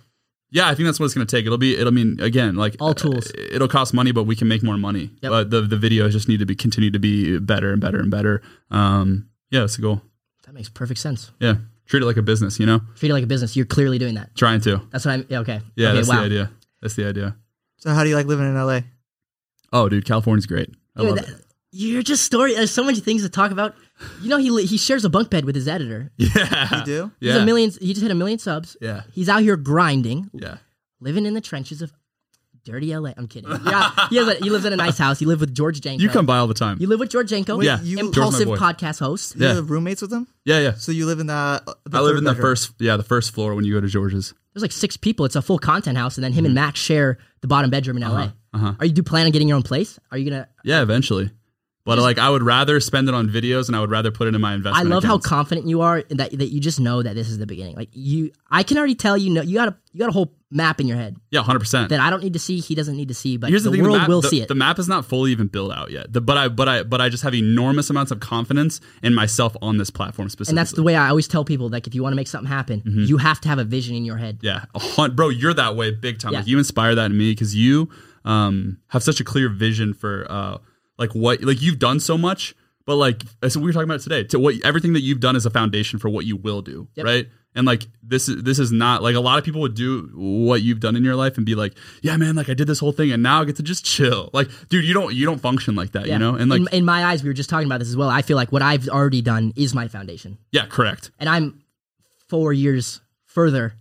[SPEAKER 2] Yeah, I think that's what it's going to take. It'll be, it'll mean again, like
[SPEAKER 1] All
[SPEAKER 2] uh,
[SPEAKER 1] tools.
[SPEAKER 2] it'll cost money, but we can make more money.
[SPEAKER 1] Yep.
[SPEAKER 2] But the the videos just need to be continue to be better and better and better. Um, yeah, that's the goal.
[SPEAKER 1] That makes perfect sense.
[SPEAKER 2] Yeah, treat it like a business. You know,
[SPEAKER 1] Treat it like a business. You're clearly doing that.
[SPEAKER 2] trying to.
[SPEAKER 1] That's what I'm. Yeah, okay.
[SPEAKER 2] Yeah,
[SPEAKER 1] Okay,
[SPEAKER 2] that's
[SPEAKER 1] wow.
[SPEAKER 2] the idea. That's the idea.
[SPEAKER 3] so how do you like living in LA?
[SPEAKER 2] Oh, dude, California's great. I
[SPEAKER 1] Dude,
[SPEAKER 2] love
[SPEAKER 1] that-
[SPEAKER 2] it.
[SPEAKER 1] You're just story. There's so many things to talk about. You know, he li- he shares a bunk bed with his editor.
[SPEAKER 2] Yeah,
[SPEAKER 3] You do?
[SPEAKER 1] He's
[SPEAKER 2] yeah,
[SPEAKER 1] a million. He just hit a million subs.
[SPEAKER 2] yeah,
[SPEAKER 1] He's out here grinding,
[SPEAKER 2] yeah.
[SPEAKER 1] living in the trenches of dirty LA. I'm kidding. You're out- he, has a, he lives in a nice house. He lives with George Janko.
[SPEAKER 2] You come by all the time.
[SPEAKER 1] You live with George Janko.
[SPEAKER 2] Yeah,
[SPEAKER 3] you-
[SPEAKER 1] impulsive
[SPEAKER 2] George's my
[SPEAKER 1] podcast host.
[SPEAKER 2] Yeah.
[SPEAKER 3] You're roommates with them?
[SPEAKER 2] Yeah, yeah.
[SPEAKER 3] So you live in the, uh, the
[SPEAKER 2] I live
[SPEAKER 3] third
[SPEAKER 2] in the
[SPEAKER 3] bedroom.
[SPEAKER 2] first, yeah, the first floor when you go to George's.
[SPEAKER 1] There's like six people. It's a full content house, and then him and Max share the bottom bedroom in LA.
[SPEAKER 2] Mm-hmm. uh-huh.
[SPEAKER 1] Are you do plan on getting your own place? Are you gonna?
[SPEAKER 2] Yeah, eventually. But like, I would rather spend it on videos, and I would rather put it in my
[SPEAKER 1] I
[SPEAKER 2] investment.
[SPEAKER 1] love how
[SPEAKER 2] accounts.
[SPEAKER 1] confident you are and that that you just know that this is the beginning. Like you, I can already tell you know you got a you got a whole map in your head
[SPEAKER 2] yeah, hundred percent.
[SPEAKER 1] that I don't need to see. He doesn't need to see, but
[SPEAKER 2] Here's the,
[SPEAKER 1] the,
[SPEAKER 2] thing:
[SPEAKER 1] world
[SPEAKER 2] the map,
[SPEAKER 1] will
[SPEAKER 2] the,
[SPEAKER 1] see it.
[SPEAKER 2] the map is not fully even built out yet. The- but I, but I, but I just have enormous amounts of confidence in myself on this platform specifically. Mm-hmm.
[SPEAKER 1] and that's the way I always tell people. Like if you want to make something happen, you have to have a vision in your head.
[SPEAKER 2] yeah, a hun- bro, you're that way big time.
[SPEAKER 1] Yeah.
[SPEAKER 2] Like you inspire that in me because you um have such a clear vision for uh like what like you've done so much, but like that's what we were talking about today. To what everything that you've done is a foundation for what you will do,
[SPEAKER 1] Yep.
[SPEAKER 2] right? And like this is this is not like a lot of people would do what you've done in your life and be like, yeah, man, like I did this whole thing and now I get to just chill. Like, dude, you don't you don't function like that,
[SPEAKER 1] Yeah.
[SPEAKER 2] you know? And like
[SPEAKER 1] in, in my eyes, we were just talking about this as well. I feel like what I've already done is my foundation,
[SPEAKER 2] Yeah, correct.
[SPEAKER 1] and I'm four years further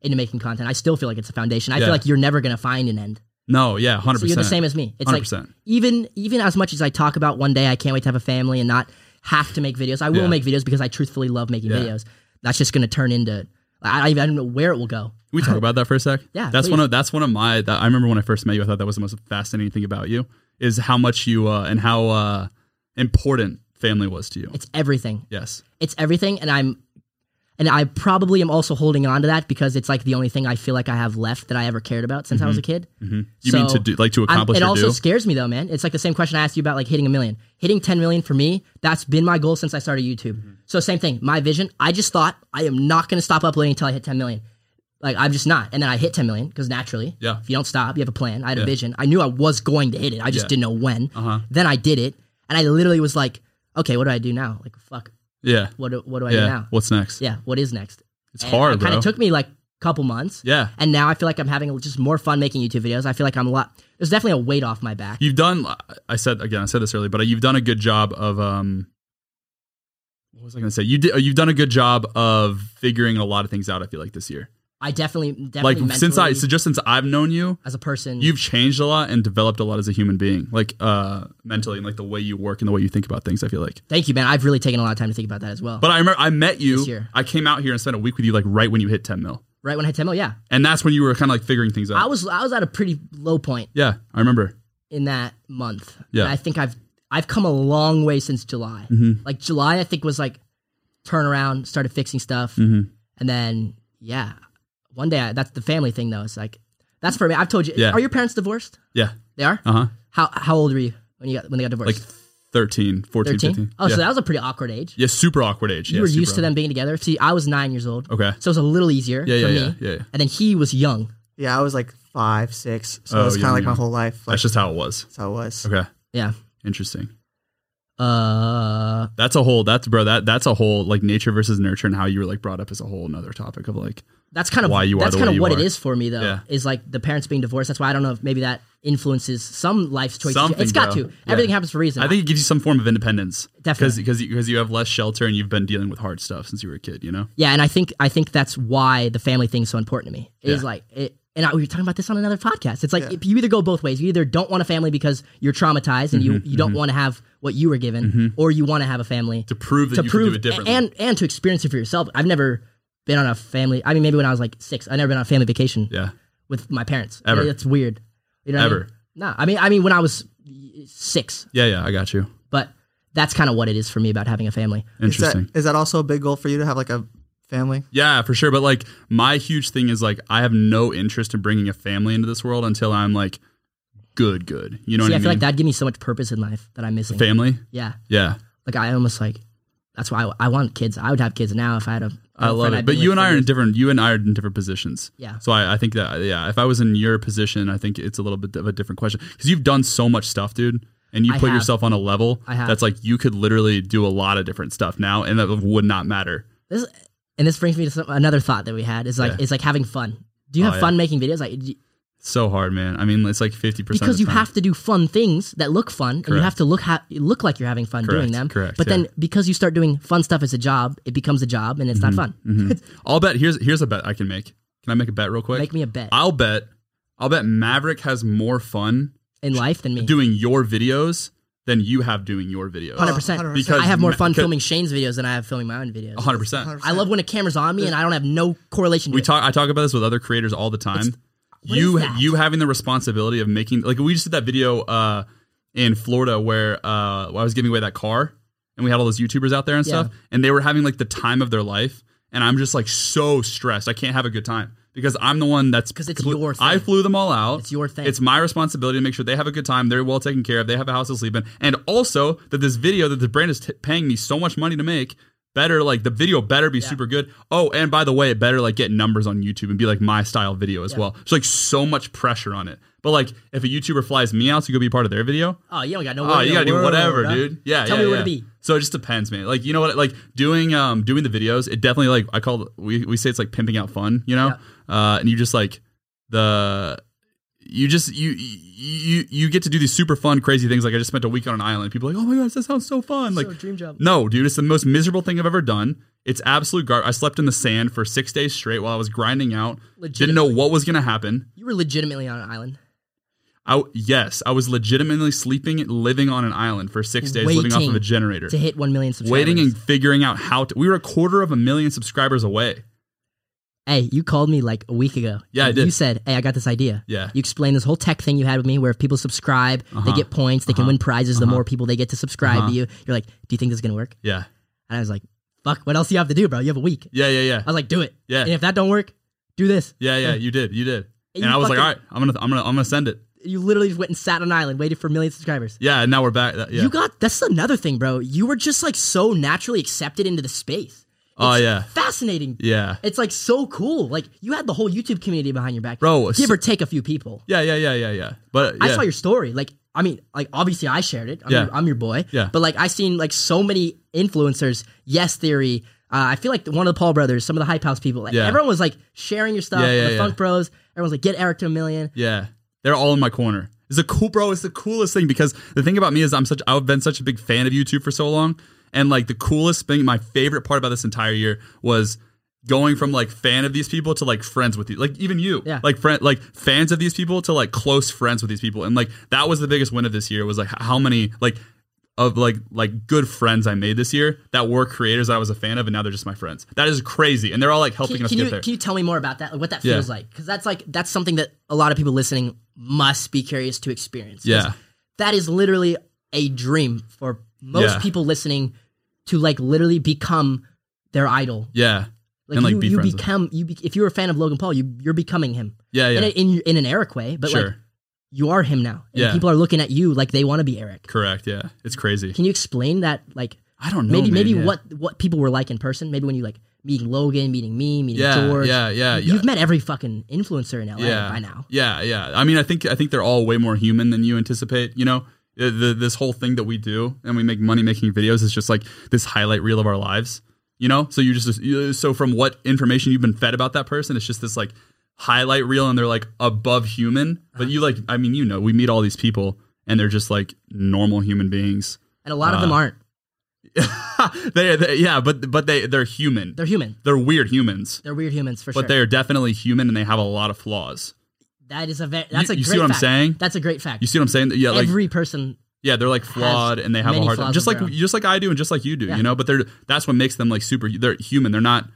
[SPEAKER 1] into making content. I still feel like it's a foundation. I
[SPEAKER 2] Yeah.
[SPEAKER 1] feel like you're never gonna find an end.
[SPEAKER 2] No, yeah, hundred
[SPEAKER 1] So
[SPEAKER 2] percent.
[SPEAKER 1] you're the same as me. It's like
[SPEAKER 2] 100%.
[SPEAKER 1] even even as much as I talk about one day I can't wait to have a family and not have to make videos. I will
[SPEAKER 2] Yeah.
[SPEAKER 1] make videos because I truthfully love making
[SPEAKER 2] Yeah.
[SPEAKER 1] videos. That's just going to turn into I, I don't know where it will go.
[SPEAKER 2] Can we talk about that for a sec?
[SPEAKER 1] Yeah,
[SPEAKER 2] that's
[SPEAKER 1] please.
[SPEAKER 2] one of that's one of my. That, I remember when I first met you, I thought that was the most fascinating thing about you is how much you uh, and how uh, important family was to you.
[SPEAKER 1] It's everything.
[SPEAKER 2] yes,
[SPEAKER 1] It's everything, and I'm and I probably am also holding on to that because it's like the only thing I feel like I have left that I ever cared about since I was a kid.
[SPEAKER 2] Mm-hmm. you
[SPEAKER 1] So,
[SPEAKER 2] mean to do like to
[SPEAKER 1] I'm-
[SPEAKER 2] accomplish
[SPEAKER 1] it
[SPEAKER 2] your
[SPEAKER 1] also
[SPEAKER 2] do?
[SPEAKER 1] scares me though, man. It's like the same question I asked you about like hitting a million. Hitting 10 million for me, that's been my goal since I started YouTube.
[SPEAKER 2] Mm-hmm.
[SPEAKER 1] So same thing. My vision, I just thought I am not going to stop uploading until I hit 10 million. Like I'm just not. And then I hit 10 million because naturally,
[SPEAKER 2] Yeah.
[SPEAKER 1] if you don't stop, you have a plan. I had a vision. I knew I was going to hit it. I just
[SPEAKER 2] Yeah.
[SPEAKER 1] didn't know when.
[SPEAKER 2] Uh-huh.
[SPEAKER 1] Then I did it, and I literally was like, okay, what do I do now? Like fuck,
[SPEAKER 2] Yeah,
[SPEAKER 1] what do, what do I do
[SPEAKER 2] yeah.
[SPEAKER 1] now?
[SPEAKER 2] What's next?
[SPEAKER 1] Yeah, what is next?
[SPEAKER 2] It's hard,
[SPEAKER 1] It kind
[SPEAKER 2] bro.
[SPEAKER 1] of took me like couple months.
[SPEAKER 2] yeah,
[SPEAKER 1] And now I feel like I'm having just more fun making YouTube videos. I feel like I'm a lot. There's definitely a weight off my back.
[SPEAKER 2] you've done. I said again, I said this earlier, but you've done a good job of um. What was I going to say? You did. You've done a good job of figuring a lot of things out. I feel like this year,
[SPEAKER 1] I definitely, definitely
[SPEAKER 2] like since I,
[SPEAKER 1] mentally,
[SPEAKER 2] so just since I've known you,
[SPEAKER 1] as a person,
[SPEAKER 2] you've changed a lot and developed a lot as a human being, like uh, mentally and like the way you work and the way you think about things. I feel like.
[SPEAKER 1] thank you, man. I've really taken a lot of time to think about that as well.
[SPEAKER 2] But I remember I met
[SPEAKER 1] This
[SPEAKER 2] you.
[SPEAKER 1] year.
[SPEAKER 2] I came out here and spent a week with you, like right when you hit 10 mil,
[SPEAKER 1] right when I had Temo, yeah,
[SPEAKER 2] and that's when you were kind of like figuring things out.
[SPEAKER 1] I was I was at a pretty low point
[SPEAKER 2] yeah, I remember.
[SPEAKER 1] in that month.
[SPEAKER 2] Yeah. Mm-hmm.
[SPEAKER 1] and I think I've I've come a long way since July. Like July, I think was like turnaround, started fixing stuff,
[SPEAKER 2] Mm-hmm.
[SPEAKER 1] and then yeah, one day I, that's the family thing though. It's like that's for me. I've told you.
[SPEAKER 2] Yeah.
[SPEAKER 1] Are your parents divorced?
[SPEAKER 2] Yeah.
[SPEAKER 1] They are.
[SPEAKER 2] Uh huh.
[SPEAKER 1] How how old were you when you got when they got
[SPEAKER 2] Like
[SPEAKER 1] divorced?
[SPEAKER 2] 13, 14, 15.
[SPEAKER 1] Oh,
[SPEAKER 2] yeah.
[SPEAKER 1] so that was a pretty awkward age.
[SPEAKER 2] yeah, super awkward age.
[SPEAKER 1] You
[SPEAKER 2] yeah,
[SPEAKER 1] were
[SPEAKER 2] super
[SPEAKER 1] used to
[SPEAKER 2] awkward.
[SPEAKER 1] them being together. See, I was nine years old.
[SPEAKER 2] Okay.
[SPEAKER 1] So it was a little easier
[SPEAKER 2] Yeah,
[SPEAKER 1] for
[SPEAKER 2] yeah,
[SPEAKER 1] me.
[SPEAKER 2] yeah, yeah, yeah.
[SPEAKER 1] And then he was young.
[SPEAKER 3] Yeah, I was like five, six. So
[SPEAKER 2] Oh,
[SPEAKER 3] it was kind
[SPEAKER 2] young,
[SPEAKER 3] of like my
[SPEAKER 2] young.
[SPEAKER 3] whole life. Like,
[SPEAKER 2] That's just how it was.
[SPEAKER 3] that's how it was.
[SPEAKER 2] Okay.
[SPEAKER 1] Yeah.
[SPEAKER 2] Interesting.
[SPEAKER 1] Uh,
[SPEAKER 2] That's a whole. That's bro. That that's a whole like nature versus nurture and how you were like brought up is a whole another topic of like
[SPEAKER 1] that's kind of
[SPEAKER 2] Why you are
[SPEAKER 1] that's
[SPEAKER 2] the
[SPEAKER 1] kind
[SPEAKER 2] way
[SPEAKER 1] of
[SPEAKER 2] you
[SPEAKER 1] what
[SPEAKER 2] are.
[SPEAKER 1] it is for me though.
[SPEAKER 2] Yeah.
[SPEAKER 1] Is like the parents being divorced. That's why I don't know if maybe that influences some life choices.
[SPEAKER 2] Something,
[SPEAKER 1] it's got
[SPEAKER 2] bro.
[SPEAKER 1] to.
[SPEAKER 2] Yeah.
[SPEAKER 1] Everything happens for a reason.
[SPEAKER 2] I think it gives you some form of independence.
[SPEAKER 1] Definitely.
[SPEAKER 2] Because you, 'cause you have less shelter and you've been dealing with hard stuff since you were a kid, you know?
[SPEAKER 1] Yeah, and I think I think that's why the family thing is so important to me. Is
[SPEAKER 2] Yeah.
[SPEAKER 1] like it, and I, we were talking about this on another podcast. It's like if you either go both ways. You either don't want a family because you're traumatized and you,
[SPEAKER 2] Mm-hmm,
[SPEAKER 1] you don't want to have what you were given, or you want to have a family
[SPEAKER 2] To prove that
[SPEAKER 1] to
[SPEAKER 2] you
[SPEAKER 1] prove
[SPEAKER 2] can do it differently.
[SPEAKER 1] and and to experience it for yourself. I've never been on a family. I mean, maybe when I was like six, I've never been on a family vacation
[SPEAKER 2] yeah.
[SPEAKER 1] with my parents.
[SPEAKER 2] Ever.
[SPEAKER 1] that's weird. You know what I
[SPEAKER 2] Ever.
[SPEAKER 1] mean? No, I mean I mean when I was six,
[SPEAKER 2] Yeah, yeah, I got you.
[SPEAKER 1] but that's kind of what it is for me about having a family.
[SPEAKER 3] Is that,
[SPEAKER 2] Interesting.
[SPEAKER 3] is that also a big goal for you to have like a family?
[SPEAKER 2] yeah, for sure. But like, my huge thing is like, I have no interest in bringing a family into this world until I'm like good, good. You know
[SPEAKER 1] See,
[SPEAKER 2] what
[SPEAKER 1] I,
[SPEAKER 2] I,
[SPEAKER 1] feel
[SPEAKER 2] mean?
[SPEAKER 1] like that gives me so much purpose in life that I'm missing.
[SPEAKER 2] family.
[SPEAKER 1] yeah.
[SPEAKER 2] Yeah.
[SPEAKER 1] like I almost like that's why I, I want kids. I would have kids now if I had a.
[SPEAKER 2] I love
[SPEAKER 1] girlfriend
[SPEAKER 2] it.
[SPEAKER 1] I'd
[SPEAKER 2] But
[SPEAKER 1] been
[SPEAKER 2] you
[SPEAKER 1] with
[SPEAKER 2] and I
[SPEAKER 1] for
[SPEAKER 2] are in
[SPEAKER 1] years.
[SPEAKER 2] different. You and I are in different positions.
[SPEAKER 1] Yeah.
[SPEAKER 2] So I, I think that yeah, if I was in your position, I think it's a little bit of a different question because you've done so much stuff, dude, and you
[SPEAKER 1] I
[SPEAKER 2] put
[SPEAKER 1] have.
[SPEAKER 2] yourself on a level
[SPEAKER 1] I have.
[SPEAKER 2] that's like you could literally do a lot of different stuff now, and that would not matter.
[SPEAKER 1] This, and this brings me to some, another thought that we had is like
[SPEAKER 2] Yeah.
[SPEAKER 1] it's like having fun. Do you
[SPEAKER 2] Oh,
[SPEAKER 1] have
[SPEAKER 2] yeah.
[SPEAKER 1] fun making videos? Like d-
[SPEAKER 2] It's so hard, man. I mean, it's like fifty percent
[SPEAKER 1] because you have to do fun things that look fun, and you
[SPEAKER 2] Correct.
[SPEAKER 1] have to look ha- look like you're having fun doing
[SPEAKER 2] Correct,
[SPEAKER 1] them.
[SPEAKER 2] correct,
[SPEAKER 1] But then
[SPEAKER 2] yeah.
[SPEAKER 1] because you start doing fun stuff as a job, it becomes a job, and it's
[SPEAKER 2] Mm-hmm.
[SPEAKER 1] not fun.
[SPEAKER 2] I'll bet here's here's a bet I can make. Can I make a bet real quick?
[SPEAKER 1] Make me a bet
[SPEAKER 2] I'll bet. I'll bet Maverick has more fun
[SPEAKER 1] in life than me.
[SPEAKER 2] doing your videos than you have doing your videos.
[SPEAKER 1] Hundred percent.
[SPEAKER 3] 100%.
[SPEAKER 2] Because
[SPEAKER 1] I have more
[SPEAKER 2] ma-
[SPEAKER 1] fun
[SPEAKER 2] because-
[SPEAKER 1] filming Shane's videos than I have filming my own videos.
[SPEAKER 2] hundred percent.
[SPEAKER 3] 100%.
[SPEAKER 1] I love when a camera's on me and I don't have no correlation. To
[SPEAKER 2] We
[SPEAKER 1] it.
[SPEAKER 2] talk. I talk about this with other creators all the time.
[SPEAKER 1] what
[SPEAKER 2] You
[SPEAKER 1] is that?
[SPEAKER 2] you having the responsibility of making like we just did that video uh, in Florida where uh, I was giving away that car and we had all those YouTubers out there and stuff and they were having like the time of their life and I'm just like so stressed. I can't have a good time because I'm the one that's
[SPEAKER 1] 'Cause it's
[SPEAKER 2] complete-
[SPEAKER 1] your thing.
[SPEAKER 2] I flew them all out.
[SPEAKER 1] It's your thing.
[SPEAKER 2] It's my responsibility to make sure they have a good time. They're well taken care of. They have a house to sleep in, and also that this video that the brand is t- paying me so much money to make better like the video better be super good oh and by the way it better like get numbers on youtube and be like my style video as well so like so much pressure on it but like if a youtuber flies me out to go be part of their video
[SPEAKER 1] Oh, you don't got no.
[SPEAKER 2] oh
[SPEAKER 1] worry in
[SPEAKER 2] you
[SPEAKER 1] the
[SPEAKER 2] gotta do
[SPEAKER 1] world,
[SPEAKER 2] whatever
[SPEAKER 1] huh?
[SPEAKER 2] dude yeah
[SPEAKER 1] Tell
[SPEAKER 2] yeah,
[SPEAKER 1] me what
[SPEAKER 2] yeah.
[SPEAKER 1] it be.
[SPEAKER 2] so it just depends man like you know what like doing um doing the videos it definitely like i call it- we, we say it's like pimping out fun you know uh and you just like the you just you you you get to do these super fun crazy things like i just spent a week on an island people are like oh my gosh that sounds so fun like
[SPEAKER 1] so dream job.
[SPEAKER 2] no, dude, it's the most miserable thing I've ever done. It's absolute garbage. I slept in the sand for six days straight while I was grinding out. Didn't know what was gonna happen.
[SPEAKER 1] You were legitimately on an island,
[SPEAKER 2] I w- yes, I was legitimately sleeping, living on an island for six days, living off of
[SPEAKER 1] Waiting
[SPEAKER 2] a generator,
[SPEAKER 1] to hit one million subscribers.
[SPEAKER 2] waiting and figuring out how to. We were a quarter of a million subscribers away.
[SPEAKER 1] hey, you called me like a week ago.
[SPEAKER 2] Yeah, I
[SPEAKER 1] And
[SPEAKER 2] did.
[SPEAKER 1] You said, "Hey, I got this idea."
[SPEAKER 2] Yeah.
[SPEAKER 1] You explained this whole tech thing you had with me, where if people subscribe,
[SPEAKER 2] Uh-huh.
[SPEAKER 1] they get points, they can win prizes. The more people they get to subscribe to you, you're like, "Do you think this is gonna work?"
[SPEAKER 2] Yeah,
[SPEAKER 1] And I was like, "Fuck, what else do you have to do, bro? You have a week."
[SPEAKER 2] yeah, yeah, yeah,
[SPEAKER 1] I was like, "Do it."
[SPEAKER 2] Yeah.
[SPEAKER 1] And if that don't work, do this.
[SPEAKER 2] yeah, yeah. You did, you did.
[SPEAKER 1] And
[SPEAKER 2] And,
[SPEAKER 1] you
[SPEAKER 2] I was like,
[SPEAKER 1] fucking-
[SPEAKER 2] all right, I'm gonna, I'm gonna, I'm gonna send it.
[SPEAKER 1] You literally just went and sat on an island, waited for a million subscribers.
[SPEAKER 2] Yeah, and now we're back. That- Yeah.
[SPEAKER 1] You got that's another thing, bro. You were just like so naturally accepted into the space.
[SPEAKER 2] oh
[SPEAKER 1] It's
[SPEAKER 2] yeah,
[SPEAKER 1] Fascinating.
[SPEAKER 2] yeah.
[SPEAKER 1] It's like so cool. Like you had the whole YouTube community behind your back,
[SPEAKER 2] Bro,
[SPEAKER 1] Give
[SPEAKER 2] so-
[SPEAKER 1] or take a few people.
[SPEAKER 2] Yeah, yeah, yeah, yeah, yeah. But
[SPEAKER 1] I
[SPEAKER 2] yeah.
[SPEAKER 1] saw your story. Like I mean, like obviously I shared it. I'm,
[SPEAKER 2] Yeah.
[SPEAKER 1] your, I'm your boy.
[SPEAKER 2] Yeah.
[SPEAKER 1] But like I seen like so many influencers. Yes Theory. Uh, I feel like one of the Paul brothers, some of the Hype House people. Like
[SPEAKER 2] Yeah.
[SPEAKER 1] everyone was like sharing your stuff.
[SPEAKER 2] Yeah, yeah,
[SPEAKER 1] the
[SPEAKER 2] yeah.
[SPEAKER 1] Funk Bros. Everyone's like, get Eric to a million.
[SPEAKER 2] Yeah, they're all in my corner. It's a cool, bro. It's the coolest thing because the thing about me is I'm such I've been such a big fan of YouTube for so long, and like the coolest thing, my favorite part about this entire year was going from like fan of these people to like friends with you, like even you,
[SPEAKER 1] Yeah.
[SPEAKER 2] like friend, like fans of these people to like close friends with these people, and like that was the biggest win of this year was like h- how many like of like like good friends I made this year that were creators that I was a fan of, and now they're just my friends. That is crazy, and they're all like helping
[SPEAKER 1] Can,
[SPEAKER 2] us
[SPEAKER 1] can
[SPEAKER 2] get
[SPEAKER 1] you
[SPEAKER 2] there.
[SPEAKER 1] can you tell me more about that? Like what that
[SPEAKER 2] Yeah.
[SPEAKER 1] feels like? Because that's like that's something that a lot of people listening must be curious to experience. 'Cause
[SPEAKER 2] Yeah.
[SPEAKER 1] that is literally a dream for most
[SPEAKER 2] Yeah.
[SPEAKER 1] people listening to like literally become their idol.
[SPEAKER 2] yeah,
[SPEAKER 1] Like,
[SPEAKER 2] And, like,
[SPEAKER 1] you,
[SPEAKER 2] be
[SPEAKER 1] you
[SPEAKER 2] friends with
[SPEAKER 1] become you be, if you're a fan of Logan Paul, you you're becoming him.
[SPEAKER 2] yeah, yeah.
[SPEAKER 1] In, a, in in an Eric way, but
[SPEAKER 2] sure,
[SPEAKER 1] like you are him now. And
[SPEAKER 2] Yeah.
[SPEAKER 1] people are looking at you like they want to be Eric.
[SPEAKER 2] correct. Yeah, it's crazy.
[SPEAKER 1] Can you explain that like
[SPEAKER 2] I don't know.
[SPEAKER 1] maybe
[SPEAKER 2] man,
[SPEAKER 1] maybe
[SPEAKER 2] yeah.
[SPEAKER 1] what what people were like in person, maybe when you like meeting Logan, meeting me, meeting
[SPEAKER 2] Yeah,
[SPEAKER 1] George.
[SPEAKER 2] yeah, yeah, yeah.
[SPEAKER 1] You've met every fucking influencer in LA
[SPEAKER 2] yeah.
[SPEAKER 1] by now.
[SPEAKER 2] Yeah, yeah. I mean, I think I think they're all way more human than you anticipate. You know, the, the, this whole thing that we do and we make money making videos is just like this highlight reel of our lives. You know, so you just you- so from what information you've been fed about that person, it's just this like highlight reel, and they're like above human.
[SPEAKER 1] Uh-huh.
[SPEAKER 2] But you like, I mean, you know, we meet all these people, and they're just like normal human beings.
[SPEAKER 1] And a lot of
[SPEAKER 2] Uh.
[SPEAKER 1] them aren't.
[SPEAKER 2] they, they, yeah, but but they they're human.
[SPEAKER 1] They're
[SPEAKER 2] They're,
[SPEAKER 1] human.
[SPEAKER 2] weird humans,
[SPEAKER 1] They're weird humans for
[SPEAKER 2] but
[SPEAKER 1] sure.
[SPEAKER 2] they are definitely human, and they have a lot of flaws.
[SPEAKER 1] That is a very, that's a
[SPEAKER 2] you
[SPEAKER 1] great
[SPEAKER 2] see what I'm
[SPEAKER 1] fact.
[SPEAKER 2] saying?
[SPEAKER 1] That's a great fact.
[SPEAKER 2] You see what I'm saying? Yeah, like
[SPEAKER 1] Every person
[SPEAKER 2] Yeah, they're like flawed and they have a
[SPEAKER 1] many
[SPEAKER 2] hard
[SPEAKER 1] flaws
[SPEAKER 2] time. Just
[SPEAKER 1] of
[SPEAKER 2] like
[SPEAKER 1] their own.
[SPEAKER 2] just like I do and just like you do,
[SPEAKER 1] Yeah.
[SPEAKER 2] you know, but they're that's what makes them like super they're human. They're not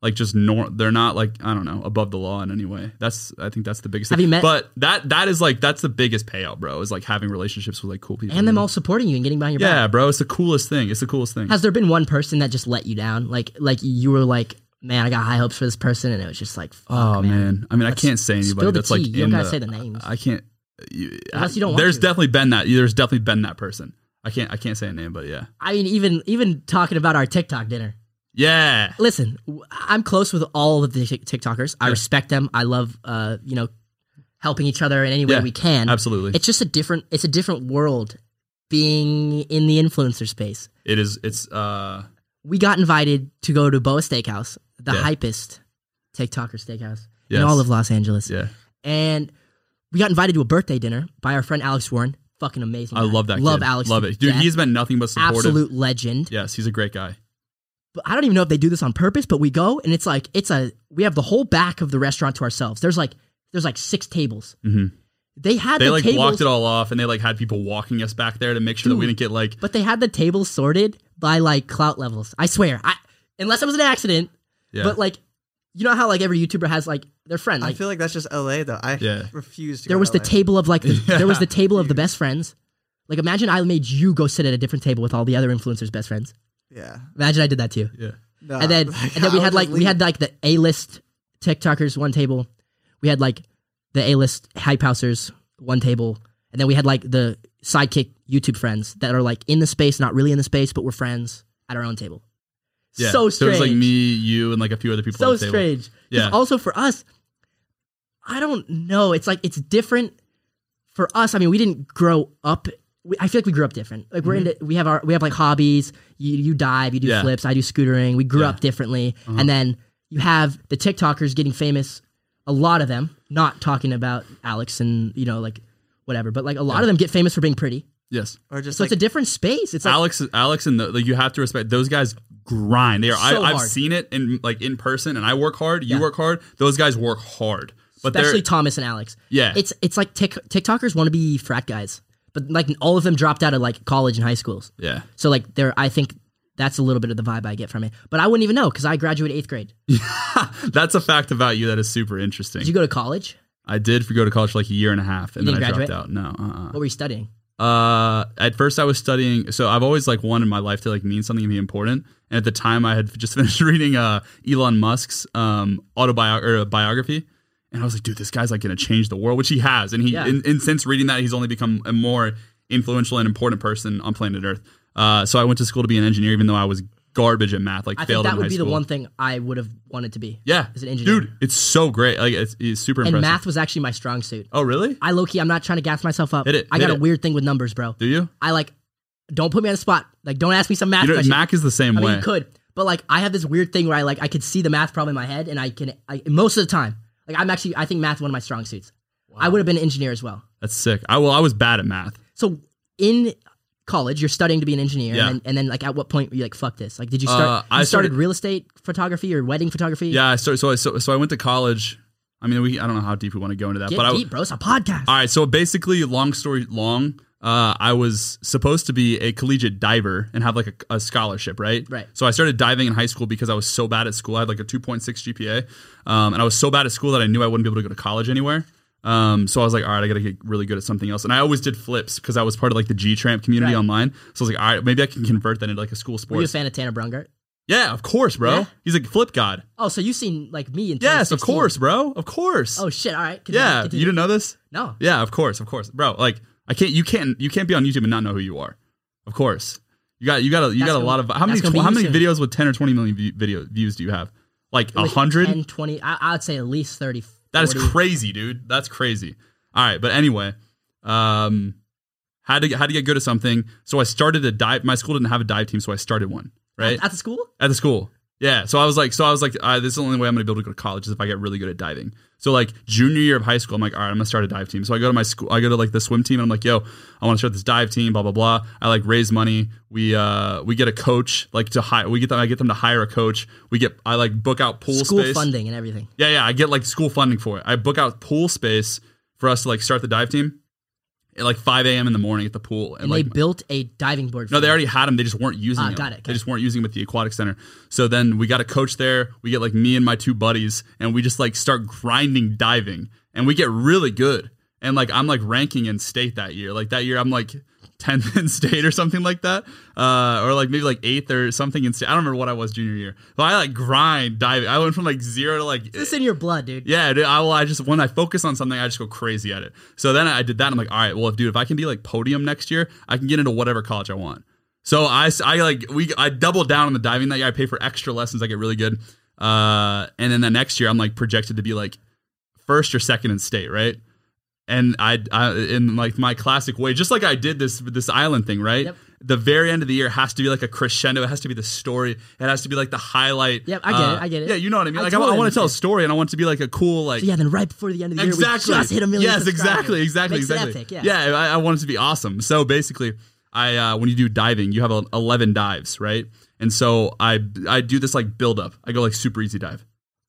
[SPEAKER 2] like just nor they're not like I don't know, above the law in any way. That's I think that's the biggest
[SPEAKER 1] Have
[SPEAKER 2] thing.
[SPEAKER 1] you met-
[SPEAKER 2] but that that is like that's the biggest payout, bro, is like having relationships with like cool people.
[SPEAKER 1] and
[SPEAKER 2] you
[SPEAKER 1] them
[SPEAKER 2] know?
[SPEAKER 1] all supporting you and getting behind your back.
[SPEAKER 2] Yeah, bro, it's the coolest thing. It's the coolest thing.
[SPEAKER 1] Has there been one person that just let you down? Like like you were like, man, I got high hopes for this person, and it was just like, fuck,
[SPEAKER 2] oh man. I mean,
[SPEAKER 1] Let's
[SPEAKER 2] I can't say anybody
[SPEAKER 1] spill the
[SPEAKER 2] that's like
[SPEAKER 1] tea. You
[SPEAKER 2] in
[SPEAKER 1] don't gotta
[SPEAKER 2] the-
[SPEAKER 1] say the names.
[SPEAKER 2] I can't you,
[SPEAKER 1] Unless you don't want
[SPEAKER 2] There's
[SPEAKER 1] to.
[SPEAKER 2] definitely been that. There's definitely been that person. I can't I can't say a name, but yeah.
[SPEAKER 1] I mean, even even talking about our TikTok dinner.
[SPEAKER 2] Yeah.
[SPEAKER 1] Listen, w- I'm close with all of the Tik- TikTokers. I respect them. I love, uh, you know, helping each other in any way
[SPEAKER 2] Yeah,
[SPEAKER 1] we can.
[SPEAKER 2] Absolutely.
[SPEAKER 1] It's just a different. It's a different world being in the influencer space.
[SPEAKER 2] It is it's uh
[SPEAKER 1] we got invited to go to Boa Steakhouse, the
[SPEAKER 2] Yeah.
[SPEAKER 1] hypest TikToker steakhouse in
[SPEAKER 2] Yes.
[SPEAKER 1] all of Los Angeles.
[SPEAKER 2] yeah.
[SPEAKER 1] And we got invited to a birthday dinner by our friend Alex Warren. Fucking amazing.
[SPEAKER 2] I
[SPEAKER 1] guy.
[SPEAKER 2] love that.
[SPEAKER 1] Love
[SPEAKER 2] kid.
[SPEAKER 1] Alex.
[SPEAKER 2] Love
[SPEAKER 1] to
[SPEAKER 2] it, dude.
[SPEAKER 1] death.
[SPEAKER 2] He's been nothing but supportive.
[SPEAKER 1] absolute legend.
[SPEAKER 2] Yes, he's a great guy.
[SPEAKER 1] But I don't even know if they do this on purpose, but we go and it's like it's a we have the whole back of the restaurant to ourselves. There's like there's like six tables.
[SPEAKER 2] Mhm.
[SPEAKER 1] They had
[SPEAKER 2] They
[SPEAKER 1] the
[SPEAKER 2] like
[SPEAKER 1] tables,
[SPEAKER 2] blocked it all off, and they like had people walking us back there to make sure that we didn't get like.
[SPEAKER 1] but they had the tables sorted by like clout levels. I swear, I unless it was an accident,
[SPEAKER 2] Yeah.
[SPEAKER 1] but like you know how like every YouTuber has like their friend.
[SPEAKER 3] I
[SPEAKER 1] Like
[SPEAKER 3] feel like that's just LA though. I
[SPEAKER 2] Yeah.
[SPEAKER 3] refuse to.
[SPEAKER 1] there
[SPEAKER 3] go
[SPEAKER 1] was
[SPEAKER 3] to
[SPEAKER 1] the
[SPEAKER 3] LA.
[SPEAKER 1] table of like the, there was
[SPEAKER 2] Yeah.
[SPEAKER 1] the table of the best friends. Like imagine I made you go sit at a different table with all the other influencers' best friends.
[SPEAKER 3] Yeah.
[SPEAKER 1] Imagine I did that to you.
[SPEAKER 2] yeah.
[SPEAKER 3] No,
[SPEAKER 1] and then
[SPEAKER 3] like,
[SPEAKER 1] and then
[SPEAKER 3] I
[SPEAKER 1] we
[SPEAKER 3] would
[SPEAKER 1] had like
[SPEAKER 3] just
[SPEAKER 1] we
[SPEAKER 3] leave.
[SPEAKER 1] had like the A list TikTokers one table. We had like the A list hype housers one table. And then we had like the sidekick YouTube friends that are like in the space, not really in the space, but we're friends at our own table.
[SPEAKER 2] Yeah.
[SPEAKER 1] So strange.
[SPEAKER 2] So it was like me, you, and like a few other people.
[SPEAKER 1] so
[SPEAKER 2] at the table.
[SPEAKER 1] strange. 'Cause
[SPEAKER 2] Yeah.
[SPEAKER 1] Also for us, I don't know. It's like it's different for us. I mean, we didn't grow up. We, I feel like we grew up different. Like we're into we have our we have like hobbies. You you dive, you do
[SPEAKER 2] Mm-hmm. Yeah.
[SPEAKER 1] flips. I do scootering. We grew
[SPEAKER 2] Yeah. Uh-huh.
[SPEAKER 1] up differently, and then you have the TikTokers getting famous. A lot of them, not talking about Alex and you know like whatever, but like a lot of them get famous for being pretty.
[SPEAKER 2] Yes.
[SPEAKER 3] or just
[SPEAKER 1] So
[SPEAKER 3] like
[SPEAKER 1] it's a different space. It's like
[SPEAKER 2] Alex, Alex, and the, like you have to respect those guys. Grind. They are.
[SPEAKER 1] So
[SPEAKER 2] I, I've
[SPEAKER 1] hard.
[SPEAKER 2] seen it in like in person, and I work hard. You
[SPEAKER 1] Yeah.
[SPEAKER 2] work hard. Those guys work hard. But
[SPEAKER 1] especially
[SPEAKER 2] they're
[SPEAKER 1] Thomas and Alex.
[SPEAKER 2] Yeah.
[SPEAKER 1] it's it's like Tik TikTokers want to be frat guys, but like all of them dropped out of like college and high schools.
[SPEAKER 2] yeah.
[SPEAKER 1] So like they're I think that's a little bit of the vibe I get from it. But I wouldn't even know because I graduated eighth grade.
[SPEAKER 2] That's a fact about you that is super interesting.
[SPEAKER 1] Did you go to college?
[SPEAKER 2] I did go to college for like a year and a half, and
[SPEAKER 1] You
[SPEAKER 2] then I
[SPEAKER 1] didn't graduate?
[SPEAKER 2] dropped out. No. Uh-uh.
[SPEAKER 1] What were you studying?
[SPEAKER 2] Uh, at first I was studying. So I've always like wanted my life to like mean something and be important. And at the time, I had just finished reading uh Elon Musk's um autobiography, biography, and I was like, dude, this guy's like gonna change the world, which he has. And he,
[SPEAKER 1] Yeah.
[SPEAKER 2] in, in since reading that, he's only become a more influential and important person on planet Earth. Uh, so I went to school to be an engineer, even though I was garbage at math, like
[SPEAKER 1] I think
[SPEAKER 2] failed
[SPEAKER 1] that
[SPEAKER 2] in
[SPEAKER 1] would
[SPEAKER 2] high
[SPEAKER 1] be
[SPEAKER 2] school.
[SPEAKER 1] the one thing I would have wanted to be.
[SPEAKER 2] yeah,
[SPEAKER 1] as an engineer.
[SPEAKER 2] dude, it's so great. Like it's, it's super
[SPEAKER 1] and
[SPEAKER 2] impressive.
[SPEAKER 1] math was actually my strong suit.
[SPEAKER 2] Oh, really?
[SPEAKER 1] I low key, I'm not trying to gas myself up.
[SPEAKER 2] Hit it,
[SPEAKER 1] I
[SPEAKER 2] hit
[SPEAKER 1] got a
[SPEAKER 2] it.
[SPEAKER 1] weird thing with numbers, bro.
[SPEAKER 2] Do you?
[SPEAKER 1] I like, don't put me on the spot. Like, don't ask me some math
[SPEAKER 2] You know,
[SPEAKER 1] questions.
[SPEAKER 2] Mac is the same
[SPEAKER 1] I
[SPEAKER 2] way.
[SPEAKER 1] mean, you could, but like I have this weird thing where I like I could see the math problem in my head, and I can I, most of the time. Like I'm actually I think math is one of my strong suits. I would have been an engineer as well.
[SPEAKER 2] That's sick. I well, I was bad at math.
[SPEAKER 1] So in college, you're studying to be an engineer,
[SPEAKER 2] Yeah.
[SPEAKER 1] and, then, and then like at what point were you like fuck this? Like did you start?
[SPEAKER 2] Uh, I
[SPEAKER 1] you started,
[SPEAKER 2] started-
[SPEAKER 1] real estate photography or wedding photography.
[SPEAKER 2] Yeah, so so I so, so I went to college. I mean, we I don't know how deep we want to go into that,
[SPEAKER 1] Get
[SPEAKER 2] but I
[SPEAKER 1] deep, bro. It's a podcast.
[SPEAKER 2] all right. So basically, long story long, uh, I was supposed to be a collegiate diver and have like a, a scholarship, right?
[SPEAKER 1] Right.
[SPEAKER 2] So I started diving in high school because I was so bad at school. I had like a 2.6 GPA, um, and I was so bad at school that I knew I wouldn't be able to go to college anywhere. Um, so I was like, all right, I got to get really good at something else. And I always did flips because I was part of like the G Tramp community
[SPEAKER 1] Right.
[SPEAKER 2] online. So I was like, all right, maybe I can convert that into like a school
[SPEAKER 1] were you a
[SPEAKER 2] sports.
[SPEAKER 1] fan of Tanner Brungart?
[SPEAKER 2] Yeah, of course, bro.
[SPEAKER 1] Yeah?
[SPEAKER 2] He's a flip god.
[SPEAKER 1] Oh, so you seen like me in
[SPEAKER 2] Yes, of
[SPEAKER 1] 2016.
[SPEAKER 2] course, bro. Of course.
[SPEAKER 1] Oh shit! All right. Continue,
[SPEAKER 2] yeah.
[SPEAKER 1] continue.
[SPEAKER 2] You didn't know this?
[SPEAKER 1] No.
[SPEAKER 2] Yeah, of course, of course, bro. Like I can't. You can't. You can't be on YouTube and not know who you are. Of course. You got you got a,
[SPEAKER 1] That's
[SPEAKER 2] you got a
[SPEAKER 1] gonna-
[SPEAKER 2] lot of how many
[SPEAKER 1] that's gonna be
[SPEAKER 2] tw- how
[SPEAKER 1] you
[SPEAKER 2] many
[SPEAKER 1] soon.
[SPEAKER 2] videos with ten or twenty million view, video views do you have? Like a
[SPEAKER 1] Like
[SPEAKER 2] hundred.
[SPEAKER 1] 10, 20, I, I would say at least 30.
[SPEAKER 2] That is
[SPEAKER 1] 40.
[SPEAKER 2] crazy, dude. That's crazy. All right, but anyway, um, had to had to get good at something. So I started a dive. My school didn't have a dive team, so I started one. Right
[SPEAKER 1] At, at the school?
[SPEAKER 2] at the school. Yeah. So I was like, so I was like, uh, this is the only way I'm going to be able to go to college is if I get really good at diving. So like junior year of high school, I'm like, all right, I'm going to start a dive team. So I go to my school, I go to like the swim team, and I'm like, yo, I want to start this dive team, blah blah blah. I like raise money. We uh we get a coach, like to hire. We get them. I get them to hire a coach. We get I like book out pool
[SPEAKER 1] School
[SPEAKER 2] space.
[SPEAKER 1] funding and everything.
[SPEAKER 2] Yeah, yeah. I get like school funding for it. I book out pool space for us to like start the dive team at like 5 a.m. in the morning at the pool.
[SPEAKER 1] And
[SPEAKER 2] like,
[SPEAKER 1] they built a diving board. For
[SPEAKER 2] no, they
[SPEAKER 1] them.
[SPEAKER 2] already had them. They just weren't using
[SPEAKER 1] Ah,
[SPEAKER 2] them.
[SPEAKER 1] got it,
[SPEAKER 2] They
[SPEAKER 1] got
[SPEAKER 2] just weren't using them at the aquatic center. So then we got a coach there. We get like me and my two buddies, and we just like start grinding diving, and we get really good. And like I'm like ranking in state that year. Like that year, I'm like tenth in state or something like that, uh, or like maybe like eighth or something in state. I don't remember what I was junior year, but I like grind diving. I went from like zero to like
[SPEAKER 1] It's in your blood, dude.
[SPEAKER 2] yeah, dude, I, well, I just when I focus on something, I just go crazy at it. So then I did that. I'm like, all right, well, if dude, if I can be like podium next year, I can get into whatever college I want. So I, s- I, like we I doubled down on the diving that year. I pay for extra lessons. I get really good. Uh, and then the next year, I'm like projected to be like first or second in state, right? And I, I in like my classic way, just like I did this this island thing, right?
[SPEAKER 1] Yep.
[SPEAKER 2] The very end of the year has to be like a crescendo. It has to be the story. It has to be like the highlight. Uh,
[SPEAKER 1] Yep, I get it, I get it.
[SPEAKER 2] Yeah, you know what I mean.
[SPEAKER 1] I
[SPEAKER 2] like I,
[SPEAKER 1] totally
[SPEAKER 2] want to tell a
[SPEAKER 1] understand.
[SPEAKER 2] story, and I want it to be like a cool like
[SPEAKER 1] So yeah, then right before the end of the year,
[SPEAKER 2] exactly.
[SPEAKER 1] we just hit a million.
[SPEAKER 2] Yes,
[SPEAKER 1] subscribers.
[SPEAKER 2] exactly, exactly,
[SPEAKER 1] Makes it
[SPEAKER 2] exactly.
[SPEAKER 1] epic, yeah.
[SPEAKER 2] I, I want it to be awesome. So basically, I uh, when you do diving, you have uh, eleven dives, right? And so I I do this like build up. I go like super easy dive, a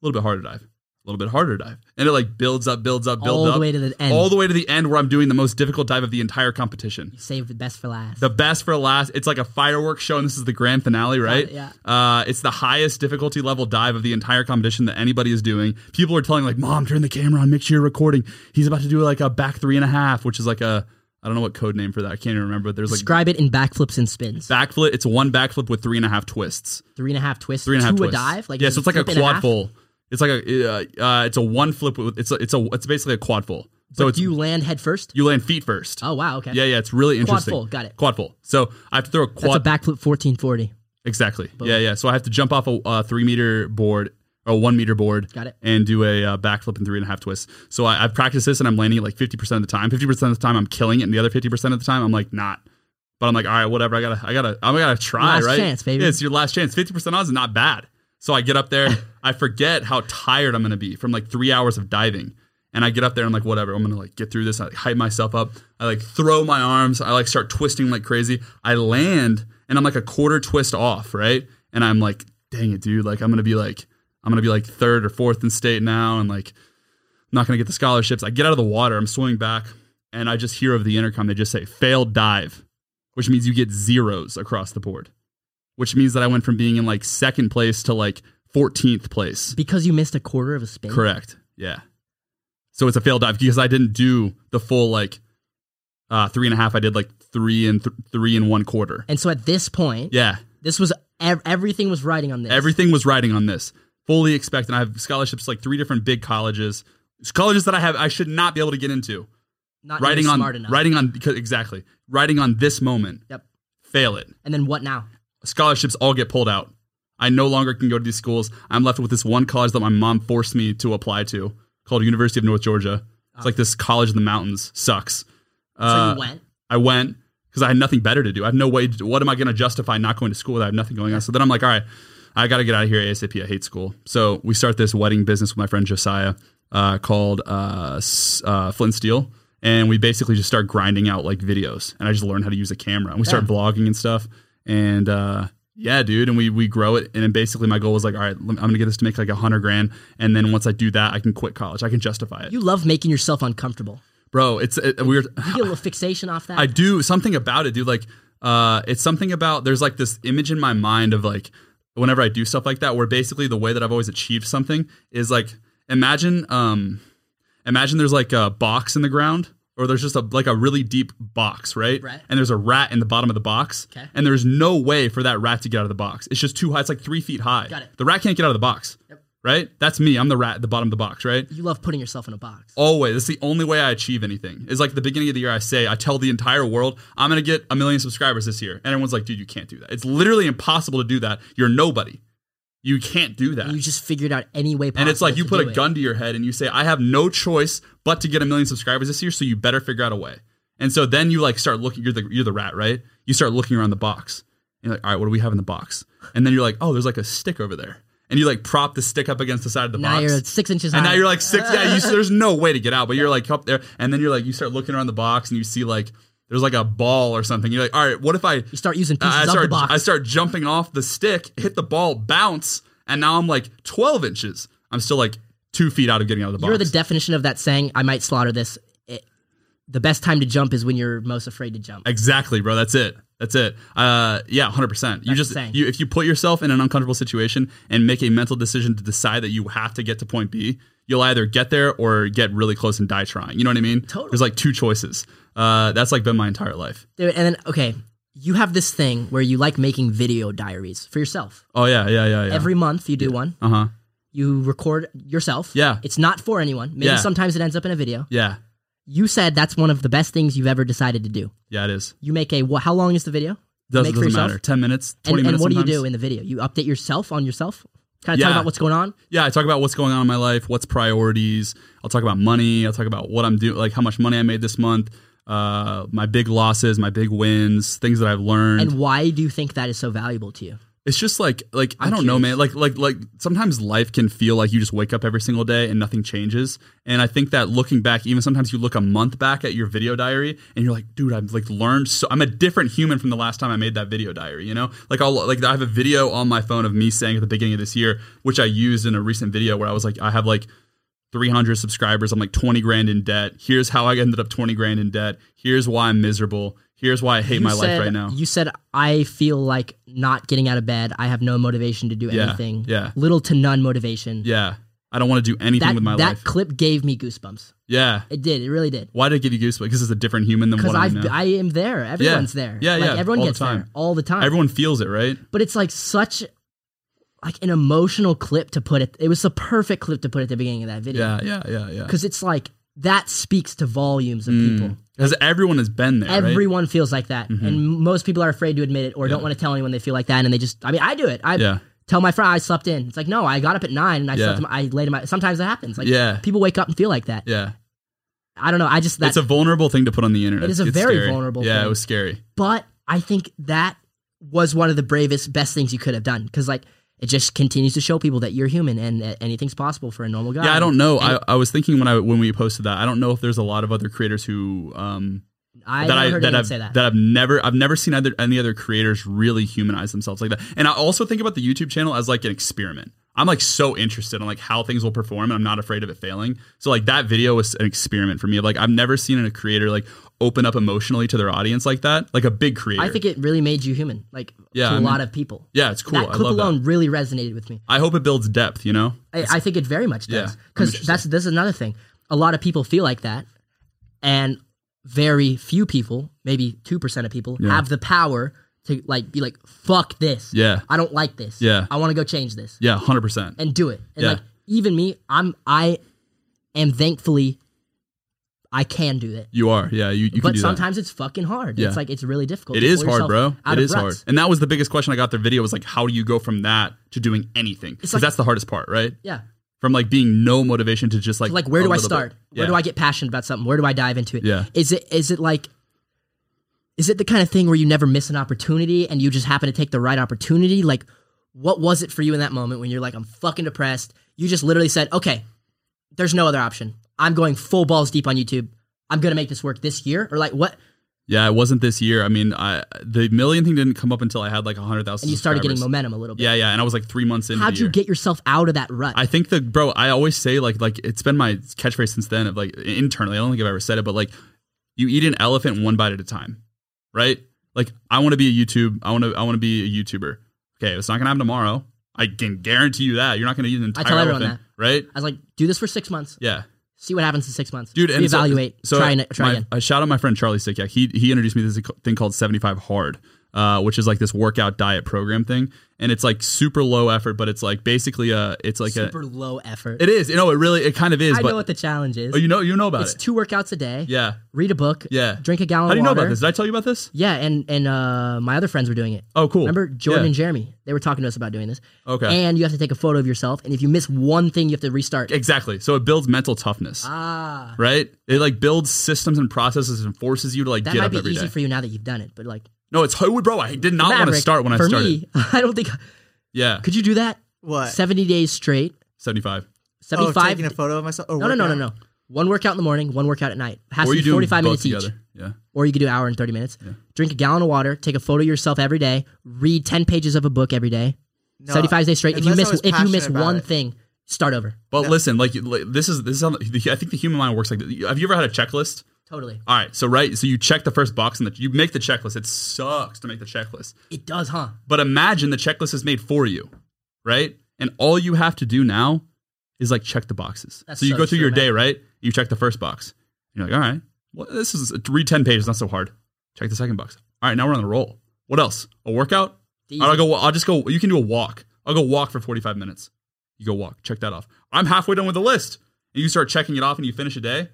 [SPEAKER 2] little bit harder dive, a little bit harder dive, and it like builds up, builds up, builds
[SPEAKER 1] All
[SPEAKER 2] up,
[SPEAKER 1] the way to the end.
[SPEAKER 2] all the way to the end where I'm doing the most difficult dive of the entire competition.
[SPEAKER 1] Save the best for last.
[SPEAKER 2] The best for last. It's like a fireworks show, and this is the grand finale, right?
[SPEAKER 1] yeah.
[SPEAKER 2] Uh, it's the highest difficulty level dive of the entire competition that anybody is doing. People are telling like, "Mom, turn the camera on. Make sure you're recording." He's about to do like a back three and a half, which is like a I don't know what code name for that. I can't even remember. But there's like
[SPEAKER 1] Describe it in backflips and spins.
[SPEAKER 2] backflip. It's one backflip with three and a half twists.
[SPEAKER 1] three and a half twists.
[SPEAKER 2] Three and a half
[SPEAKER 1] to
[SPEAKER 2] twists.
[SPEAKER 1] a dive. Like
[SPEAKER 2] yeah,
[SPEAKER 1] is
[SPEAKER 2] so
[SPEAKER 1] it
[SPEAKER 2] it's like a
[SPEAKER 1] flip and
[SPEAKER 2] quad
[SPEAKER 1] half?
[SPEAKER 2] full. It's like a uh, uh, it's a one flip. With, it's a, it's a it's basically a quad full. So it's
[SPEAKER 1] You land head first.
[SPEAKER 2] you land feet first.
[SPEAKER 1] Oh wow. Okay.
[SPEAKER 2] Yeah, yeah, it's really interesting.
[SPEAKER 1] full, got it.
[SPEAKER 2] Quad full. So I have to throw a
[SPEAKER 1] That's
[SPEAKER 2] quad
[SPEAKER 1] a backflip fourteen forty.
[SPEAKER 2] Exactly. Yeah, yeah. So I have to jump off a uh, three meter board or a one meter board.
[SPEAKER 1] Got it.
[SPEAKER 2] And do a uh, backflip and three and a half twists. So I, I've practiced this and I'm landing it like 50% of the time. 50% of the time I'm killing it. And the other 50% of the time I'm like not. But I'm like, all right, whatever. I gotta, I gotta, I gotta try,
[SPEAKER 1] Last
[SPEAKER 2] right?
[SPEAKER 1] chance, baby.
[SPEAKER 2] Yeah, it's your last chance. 50% odds is not bad. So I get up there. I forget how tired I'm gonna be from like three hours of diving. And I get up there and I'm like, whatever, I'm gonna like get through this. I like, hype myself up. I like throw my arms. I like start twisting like crazy. I land and I'm like a quarter twist off, right? And I'm like, dang it, dude. Like I'm gonna be like, I'm gonna be like third or fourth in state now, and like I'm not gonna get the scholarships. I get out of the water. I'm swimming back, and I just hear over the intercom they just say failed dive, which means you get zeros across the board, which means that I went from being in like second place to like 14th place.
[SPEAKER 1] Because you missed a quarter of a spin.
[SPEAKER 2] Correct. Yeah. So it's a failed dive because I didn't do the full like uh three and a half. I did like three and th- three and one quarter.
[SPEAKER 1] And so at this point,
[SPEAKER 2] Yeah.
[SPEAKER 1] this was ev- everything was riding on this.
[SPEAKER 2] Everything was riding on this. Fully expecting. I have scholarships to, like three different big colleges, colleges that I have I should not be able to get into.
[SPEAKER 1] not
[SPEAKER 2] Writing
[SPEAKER 1] even
[SPEAKER 2] on
[SPEAKER 1] smart enough.
[SPEAKER 2] writing on because- exactly writing on this moment.
[SPEAKER 1] Yep.
[SPEAKER 2] Fail it.
[SPEAKER 1] And then what now?
[SPEAKER 2] scholarships all get pulled out. I no longer can go to these schools. I'm left with this one college that my mom forced me to apply to called University of North Georgia. It's like this college in the mountains. Sucks.
[SPEAKER 1] Ah. So
[SPEAKER 2] Uh,
[SPEAKER 1] you went.
[SPEAKER 2] I went because I had nothing better to do. I have no way. To, what am I going to justify not going to school? That I have nothing going on. So then I'm like, all right, I got to get out of here ASAP. I hate school. So we start this wedding business with my friend Josiah uh, called uh, S- uh, Flint Steel. And we basically just start grinding out like videos. And I just learned how to use a camera. And we start vlogging and stuff. And uh, yeah, dude. And we, we grow it. And then basically my goal was like, all right, lem- I'm going to get this to make like a hundred grand. And then once I do that, I can quit college. I can justify it.
[SPEAKER 1] You love making yourself uncomfortable.
[SPEAKER 2] Bro, it's it, weird.
[SPEAKER 1] You get a little
[SPEAKER 2] uh,
[SPEAKER 1] fixation off that.
[SPEAKER 2] I do something about it, dude. Like, uh, it's something about there's like this image in my mind of like whenever I do stuff like that, where basically the way that I've always achieved something is like imagine, um, imagine there's like a box in the ground, or there's just a like a really deep box, right?
[SPEAKER 1] Right.
[SPEAKER 2] And there's a rat in the bottom of the box,
[SPEAKER 1] Okay.
[SPEAKER 2] and there's no way for that rat to get out of the box. It's just too high. It's like three feet high.
[SPEAKER 1] Got it.
[SPEAKER 2] The rat can't get out of the box. right? That's me. I'm the rat at the bottom of the box, right?
[SPEAKER 1] You love putting yourself in a box.
[SPEAKER 2] Always. That's the only way I achieve anything. Is like the beginning of the year, I say, I tell the entire world, I'm going to get a million subscribers this year. And everyone's like, dude, you can't do that. It's literally impossible to do that. You're nobody. You can't do that.
[SPEAKER 1] You just figured out any way possible.
[SPEAKER 2] and it's like you
[SPEAKER 1] to
[SPEAKER 2] put
[SPEAKER 1] do
[SPEAKER 2] a
[SPEAKER 1] it.
[SPEAKER 2] gun to your head and you say, I have no choice but to get a million subscribers this year. So you better figure out a way. And so then you like start looking, you're the, you're the rat, right? You start looking around the box. And you're like, all right, what do we have in the box? And then you're like, oh, there's like a stick over there. And you like prop the stick up against the side of the
[SPEAKER 1] Now
[SPEAKER 2] box.
[SPEAKER 1] you're six inches
[SPEAKER 2] And
[SPEAKER 1] high.
[SPEAKER 2] now you're like six. Yeah, you, there's no way to get out, but you're like up there, and then you're like you start looking around the box, and you see like there's like a ball or something. You're like, all right, what if I
[SPEAKER 1] You start using pieces
[SPEAKER 2] I
[SPEAKER 1] of
[SPEAKER 2] start
[SPEAKER 1] the box.
[SPEAKER 2] I start jumping off the stick, hit the ball, bounce, and now I'm like 12 inches. I'm still like two feet out of getting out of the box.
[SPEAKER 1] You're the definition of that saying. I might slaughter this. It, the best time to jump is when you're most afraid to jump.
[SPEAKER 2] Exactly, bro. That's it. That's it. Uh, yeah, hundred percent. You just
[SPEAKER 1] insane.
[SPEAKER 2] you if you put yourself in an uncomfortable situation and make a mental decision to decide that you have to get to point B, you'll either get there or get really close and die trying. You know what I mean?
[SPEAKER 1] Totally.
[SPEAKER 2] There's like two choices. Uh, that's like been my entire life.
[SPEAKER 1] Dude, and then okay, you have this thing where you like making video diaries for yourself.
[SPEAKER 2] Oh yeah, yeah, yeah, yeah.
[SPEAKER 1] Every month you do one.
[SPEAKER 2] uh huh.
[SPEAKER 1] You record yourself.
[SPEAKER 2] Yeah.
[SPEAKER 1] It's not for anyone. Maybe
[SPEAKER 2] Yeah.
[SPEAKER 1] sometimes it ends up in a video.
[SPEAKER 2] Yeah,
[SPEAKER 1] You said that's one of the best things you've ever decided to do.
[SPEAKER 2] yeah. It is.
[SPEAKER 1] You make a wh- how long is the video?
[SPEAKER 2] Does,
[SPEAKER 1] Make
[SPEAKER 2] not
[SPEAKER 1] for
[SPEAKER 2] doesn't
[SPEAKER 1] yourself?
[SPEAKER 2] matter. Ten minutes,
[SPEAKER 1] And,
[SPEAKER 2] twenty
[SPEAKER 1] and
[SPEAKER 2] minutes.
[SPEAKER 1] what do you
[SPEAKER 2] sometimes.
[SPEAKER 1] do in the video? You update yourself on yourself? Kind of
[SPEAKER 2] Yeah.
[SPEAKER 1] talk about what's going on?
[SPEAKER 2] Yeah, I talk about what's going on in my life, what's priorities. I'll talk about money. I'll talk about what I'm doing, like how much money I made this month, uh, my big losses, my big wins, things that I've learned.
[SPEAKER 1] And why do you think that is so valuable to you?
[SPEAKER 2] it's just like, like I don't know, man. Like, like, like sometimes life can feel like you just wake up every single day and nothing changes. And I think that looking back, even sometimes you look a month back at your video diary and you're like, dude, I've like learned so. I'm a different human from the last time I made that video diary. You know, like I'll like I have a video on my phone of me saying at the beginning of this year, which I used in a recent video where I was like, I have like 300 subscribers. I'm like 20 grand in debt. Here's how I ended up 20 grand in debt. Here's why I'm miserable. Here's why I hate
[SPEAKER 1] You
[SPEAKER 2] my
[SPEAKER 1] said-
[SPEAKER 2] life right now.
[SPEAKER 1] You said I feel like not getting out of bed. I have no motivation to do
[SPEAKER 2] Yeah,
[SPEAKER 1] anything.
[SPEAKER 2] yeah.
[SPEAKER 1] Little to none motivation.
[SPEAKER 2] yeah. I don't want to do anything
[SPEAKER 1] that
[SPEAKER 2] with my
[SPEAKER 1] that
[SPEAKER 2] life.
[SPEAKER 1] clip gave me goosebumps.
[SPEAKER 2] yeah.
[SPEAKER 1] It did. It really did.
[SPEAKER 2] Why did it give you goosebumps? Because it's a different human than
[SPEAKER 1] Because
[SPEAKER 2] what I
[SPEAKER 1] I've
[SPEAKER 2] know.
[SPEAKER 1] I am there. Everyone's there.
[SPEAKER 2] Yeah,
[SPEAKER 1] like,
[SPEAKER 2] yeah,
[SPEAKER 1] Everyone
[SPEAKER 2] all the
[SPEAKER 1] gets
[SPEAKER 2] time.
[SPEAKER 1] there all the time.
[SPEAKER 2] Everyone feels it, right?
[SPEAKER 1] but it's like such like an emotional clip to put it. It was the perfect clip to put at the beginning of that video.
[SPEAKER 2] Yeah, yeah, yeah, yeah.
[SPEAKER 1] Because it's like that speaks to volumes
[SPEAKER 2] Mm.
[SPEAKER 1] of people.
[SPEAKER 2] Because everyone has been there, right? Mm-hmm.
[SPEAKER 1] Everyone feels like that, and most people are afraid to admit it or don't want to tell anyone they feel like that, and they just. I mean, I do it. I
[SPEAKER 2] Yeah.
[SPEAKER 1] tell my friend I slept in. It's like no, I got up at nine and I
[SPEAKER 2] Yeah.
[SPEAKER 1] slept. In, I laid in my. Sometimes that happens. Like
[SPEAKER 2] Yeah.
[SPEAKER 1] people wake up and feel like that.
[SPEAKER 2] Yeah.
[SPEAKER 1] I don't know. I just that.
[SPEAKER 2] it's a vulnerable thing to put on the internet.
[SPEAKER 1] It is a
[SPEAKER 2] It's
[SPEAKER 1] very
[SPEAKER 2] scary.
[SPEAKER 1] vulnerable
[SPEAKER 2] Yeah,
[SPEAKER 1] thing.
[SPEAKER 2] it was scary.
[SPEAKER 1] but I think that was one of the bravest, best things you could have done because like it just continues to show people that you're human and that anything's possible for a normal guy.
[SPEAKER 2] Yeah, I don't know. I, I was thinking when I when we posted that, I don't know if there's a lot of other creators who um
[SPEAKER 1] I
[SPEAKER 2] that
[SPEAKER 1] never
[SPEAKER 2] I
[SPEAKER 1] heard
[SPEAKER 2] that
[SPEAKER 1] anyone
[SPEAKER 2] I've,
[SPEAKER 1] say that.
[SPEAKER 2] I've never I've never seen other, any other creators really humanize themselves like that. And I also think about the YouTube channel as like an experiment. I'm like so interested on like how things will perform, and I'm not afraid of it failing. So like that video was an experiment for me. Like I've never seen a creator like open up emotionally to their audience like that, like a big creator.
[SPEAKER 1] I think it really made you human, like
[SPEAKER 2] Yeah,
[SPEAKER 1] to a
[SPEAKER 2] I
[SPEAKER 1] lot of people.
[SPEAKER 2] yeah, it's cool.
[SPEAKER 1] That
[SPEAKER 2] I
[SPEAKER 1] clip
[SPEAKER 2] love that.
[SPEAKER 1] alone really resonated with me.
[SPEAKER 2] I hope it builds depth. You know,
[SPEAKER 1] I, I think it very much
[SPEAKER 2] Yeah,
[SPEAKER 1] does
[SPEAKER 2] I'm
[SPEAKER 1] because
[SPEAKER 2] interested.
[SPEAKER 1] that's that's another thing. A lot of people feel like that, and very few people, maybe two percent of people, have the power to like be like, "Fuck this!
[SPEAKER 2] Yeah.
[SPEAKER 1] I don't like this.
[SPEAKER 2] Yeah.
[SPEAKER 1] I want to go change this
[SPEAKER 2] yeah, hundred percent.
[SPEAKER 1] and do it." And
[SPEAKER 2] Yeah.
[SPEAKER 1] like even me, I'm I am thankfully I can do it,
[SPEAKER 2] You are, yeah. You, you can
[SPEAKER 1] but
[SPEAKER 2] do that.
[SPEAKER 1] sometimes it's fucking hard. It's like it's really difficult.
[SPEAKER 2] It
[SPEAKER 1] to
[SPEAKER 2] is
[SPEAKER 1] pull
[SPEAKER 2] hard,
[SPEAKER 1] yourself
[SPEAKER 2] bro.
[SPEAKER 1] out
[SPEAKER 2] It
[SPEAKER 1] of
[SPEAKER 2] is hard.
[SPEAKER 1] ruts.
[SPEAKER 2] And that was the biggest question I got their video was like, how do you go from that to doing anything? Because
[SPEAKER 1] like-
[SPEAKER 2] that's the hardest part, right?
[SPEAKER 1] Yeah.
[SPEAKER 2] From like being no motivation to just like
[SPEAKER 1] like where
[SPEAKER 2] a
[SPEAKER 1] do I
[SPEAKER 2] little bit.
[SPEAKER 1] start? Where
[SPEAKER 2] Yeah.
[SPEAKER 1] do I get passionate about something? Where do I dive into it?
[SPEAKER 2] Yeah.
[SPEAKER 1] Is it is it like is it the kind of thing where you never miss an opportunity and you just happen to take the right opportunity? Like what was it for you in that moment when you're like I'm fucking depressed? You just literally said, "Okay, there's no other option. I'm going full balls deep on YouTube. I'm going to make this work this year." Or like what?
[SPEAKER 2] Yeah, it wasn't this year. I mean, I the million thing didn't come up until I had like hundred thousand.
[SPEAKER 1] And you started getting
[SPEAKER 2] subscribers.
[SPEAKER 1] momentum a little bit.
[SPEAKER 2] Yeah, yeah, and I was like three months in.
[SPEAKER 1] How'd you get yourself out of that rut?
[SPEAKER 2] I think the bro. I always say like like it's been my catchphrase since then of like internally. I don't think I've ever said it, but like you eat an elephant one bite at a time, right? Like I want to be a YouTube. I want to I want to be a YouTuber. Okay, it's not gonna happen tomorrow. I can guarantee you that you're not gonna eat an entire
[SPEAKER 1] tell everyone
[SPEAKER 2] elephant, right?
[SPEAKER 1] I was like, "Do this for 6 months.
[SPEAKER 2] Yeah
[SPEAKER 1] See what happens in 6 months.
[SPEAKER 2] dude. And so-
[SPEAKER 1] evaluate.
[SPEAKER 2] So,
[SPEAKER 1] try and try
[SPEAKER 2] my-
[SPEAKER 1] again."
[SPEAKER 2] uh, shout out my friend Charlie Sikiak. He he introduced me to this thing called seventy five hard. uh, which is like this workout diet program thing, and it's like super low effort, but it's like basically a it's like
[SPEAKER 1] Super low effort.
[SPEAKER 2] a it is you know it really it kind of is
[SPEAKER 1] I
[SPEAKER 2] but
[SPEAKER 1] know what the challenge is.
[SPEAKER 2] oh, you know you know about
[SPEAKER 1] it's
[SPEAKER 2] it
[SPEAKER 1] two workouts a day.
[SPEAKER 2] yeah
[SPEAKER 1] Read a book.
[SPEAKER 2] yeah
[SPEAKER 1] Drink a gallon.
[SPEAKER 2] how do you
[SPEAKER 1] of
[SPEAKER 2] know
[SPEAKER 1] water.
[SPEAKER 2] about this did I tell you about this
[SPEAKER 1] Yeah, and and uh, my other friends were doing it.
[SPEAKER 2] oh cool
[SPEAKER 1] Remember Jordan
[SPEAKER 2] Yeah.
[SPEAKER 1] and Jeremy? They were talking to us about doing this.
[SPEAKER 2] okay
[SPEAKER 1] And you have to take a photo of yourself, and if you miss one thing, you have to restart.
[SPEAKER 2] exactly so it builds mental toughness
[SPEAKER 1] Ah,
[SPEAKER 2] right it like builds systems and processes and forces you to like
[SPEAKER 1] that
[SPEAKER 2] get
[SPEAKER 1] might
[SPEAKER 2] up
[SPEAKER 1] be
[SPEAKER 2] every day.
[SPEAKER 1] easy for you now that you've done it. But like,
[SPEAKER 2] no it's Hollywood bro I did not want to
[SPEAKER 1] Maverick,
[SPEAKER 2] start when I
[SPEAKER 1] for
[SPEAKER 2] started
[SPEAKER 1] me, I don't think.
[SPEAKER 2] yeah
[SPEAKER 1] Could you do that?
[SPEAKER 3] What?
[SPEAKER 1] Seventy days straight,
[SPEAKER 2] seventy five
[SPEAKER 1] seventy-five.
[SPEAKER 3] Oh, taking a photo of myself. or
[SPEAKER 1] no, no, no, no,
[SPEAKER 3] working
[SPEAKER 1] no. One workout in the morning, one workout at night. Has
[SPEAKER 2] or
[SPEAKER 1] to
[SPEAKER 2] you
[SPEAKER 1] be
[SPEAKER 2] do
[SPEAKER 1] forty-five minutes
[SPEAKER 2] both together
[SPEAKER 1] each,
[SPEAKER 2] yeah
[SPEAKER 1] or you could do an hour and thirty minutes. Drink a gallon of water, take a photo of yourself every day, read ten pages of a book every day.
[SPEAKER 3] out? No,
[SPEAKER 1] Seventy-five days straight. If you
[SPEAKER 3] unless I
[SPEAKER 1] miss,
[SPEAKER 3] was
[SPEAKER 1] if you miss
[SPEAKER 3] passionate about
[SPEAKER 1] one
[SPEAKER 3] it.
[SPEAKER 1] thing, start over.
[SPEAKER 2] But listen, like, you- like, this is this is how the, I think the human mind works like. This. Have you ever had a checklist?
[SPEAKER 1] Totally,
[SPEAKER 2] All right, so right, so you check the first box and the, you make the checklist. It sucks to make the checklist,
[SPEAKER 1] it does, huh?
[SPEAKER 2] but imagine the checklist is made for you, right? And all you have to do now is like check the boxes.
[SPEAKER 1] That's
[SPEAKER 2] so you
[SPEAKER 1] so
[SPEAKER 2] go through
[SPEAKER 1] true,
[SPEAKER 2] your
[SPEAKER 1] man.
[SPEAKER 2] day, right? You check the first box. You're like, all right, well, this is read ten pages, not so hard. Check the second box. All right, now we're on the roll. What else? A workout?
[SPEAKER 1] These-
[SPEAKER 2] All right, I'll go. I'll just go. You can do a walk. I'll go walk for forty-five minutes. You go walk. Check that off. I'm halfway done with the list, and you start checking it off, and you finish a day,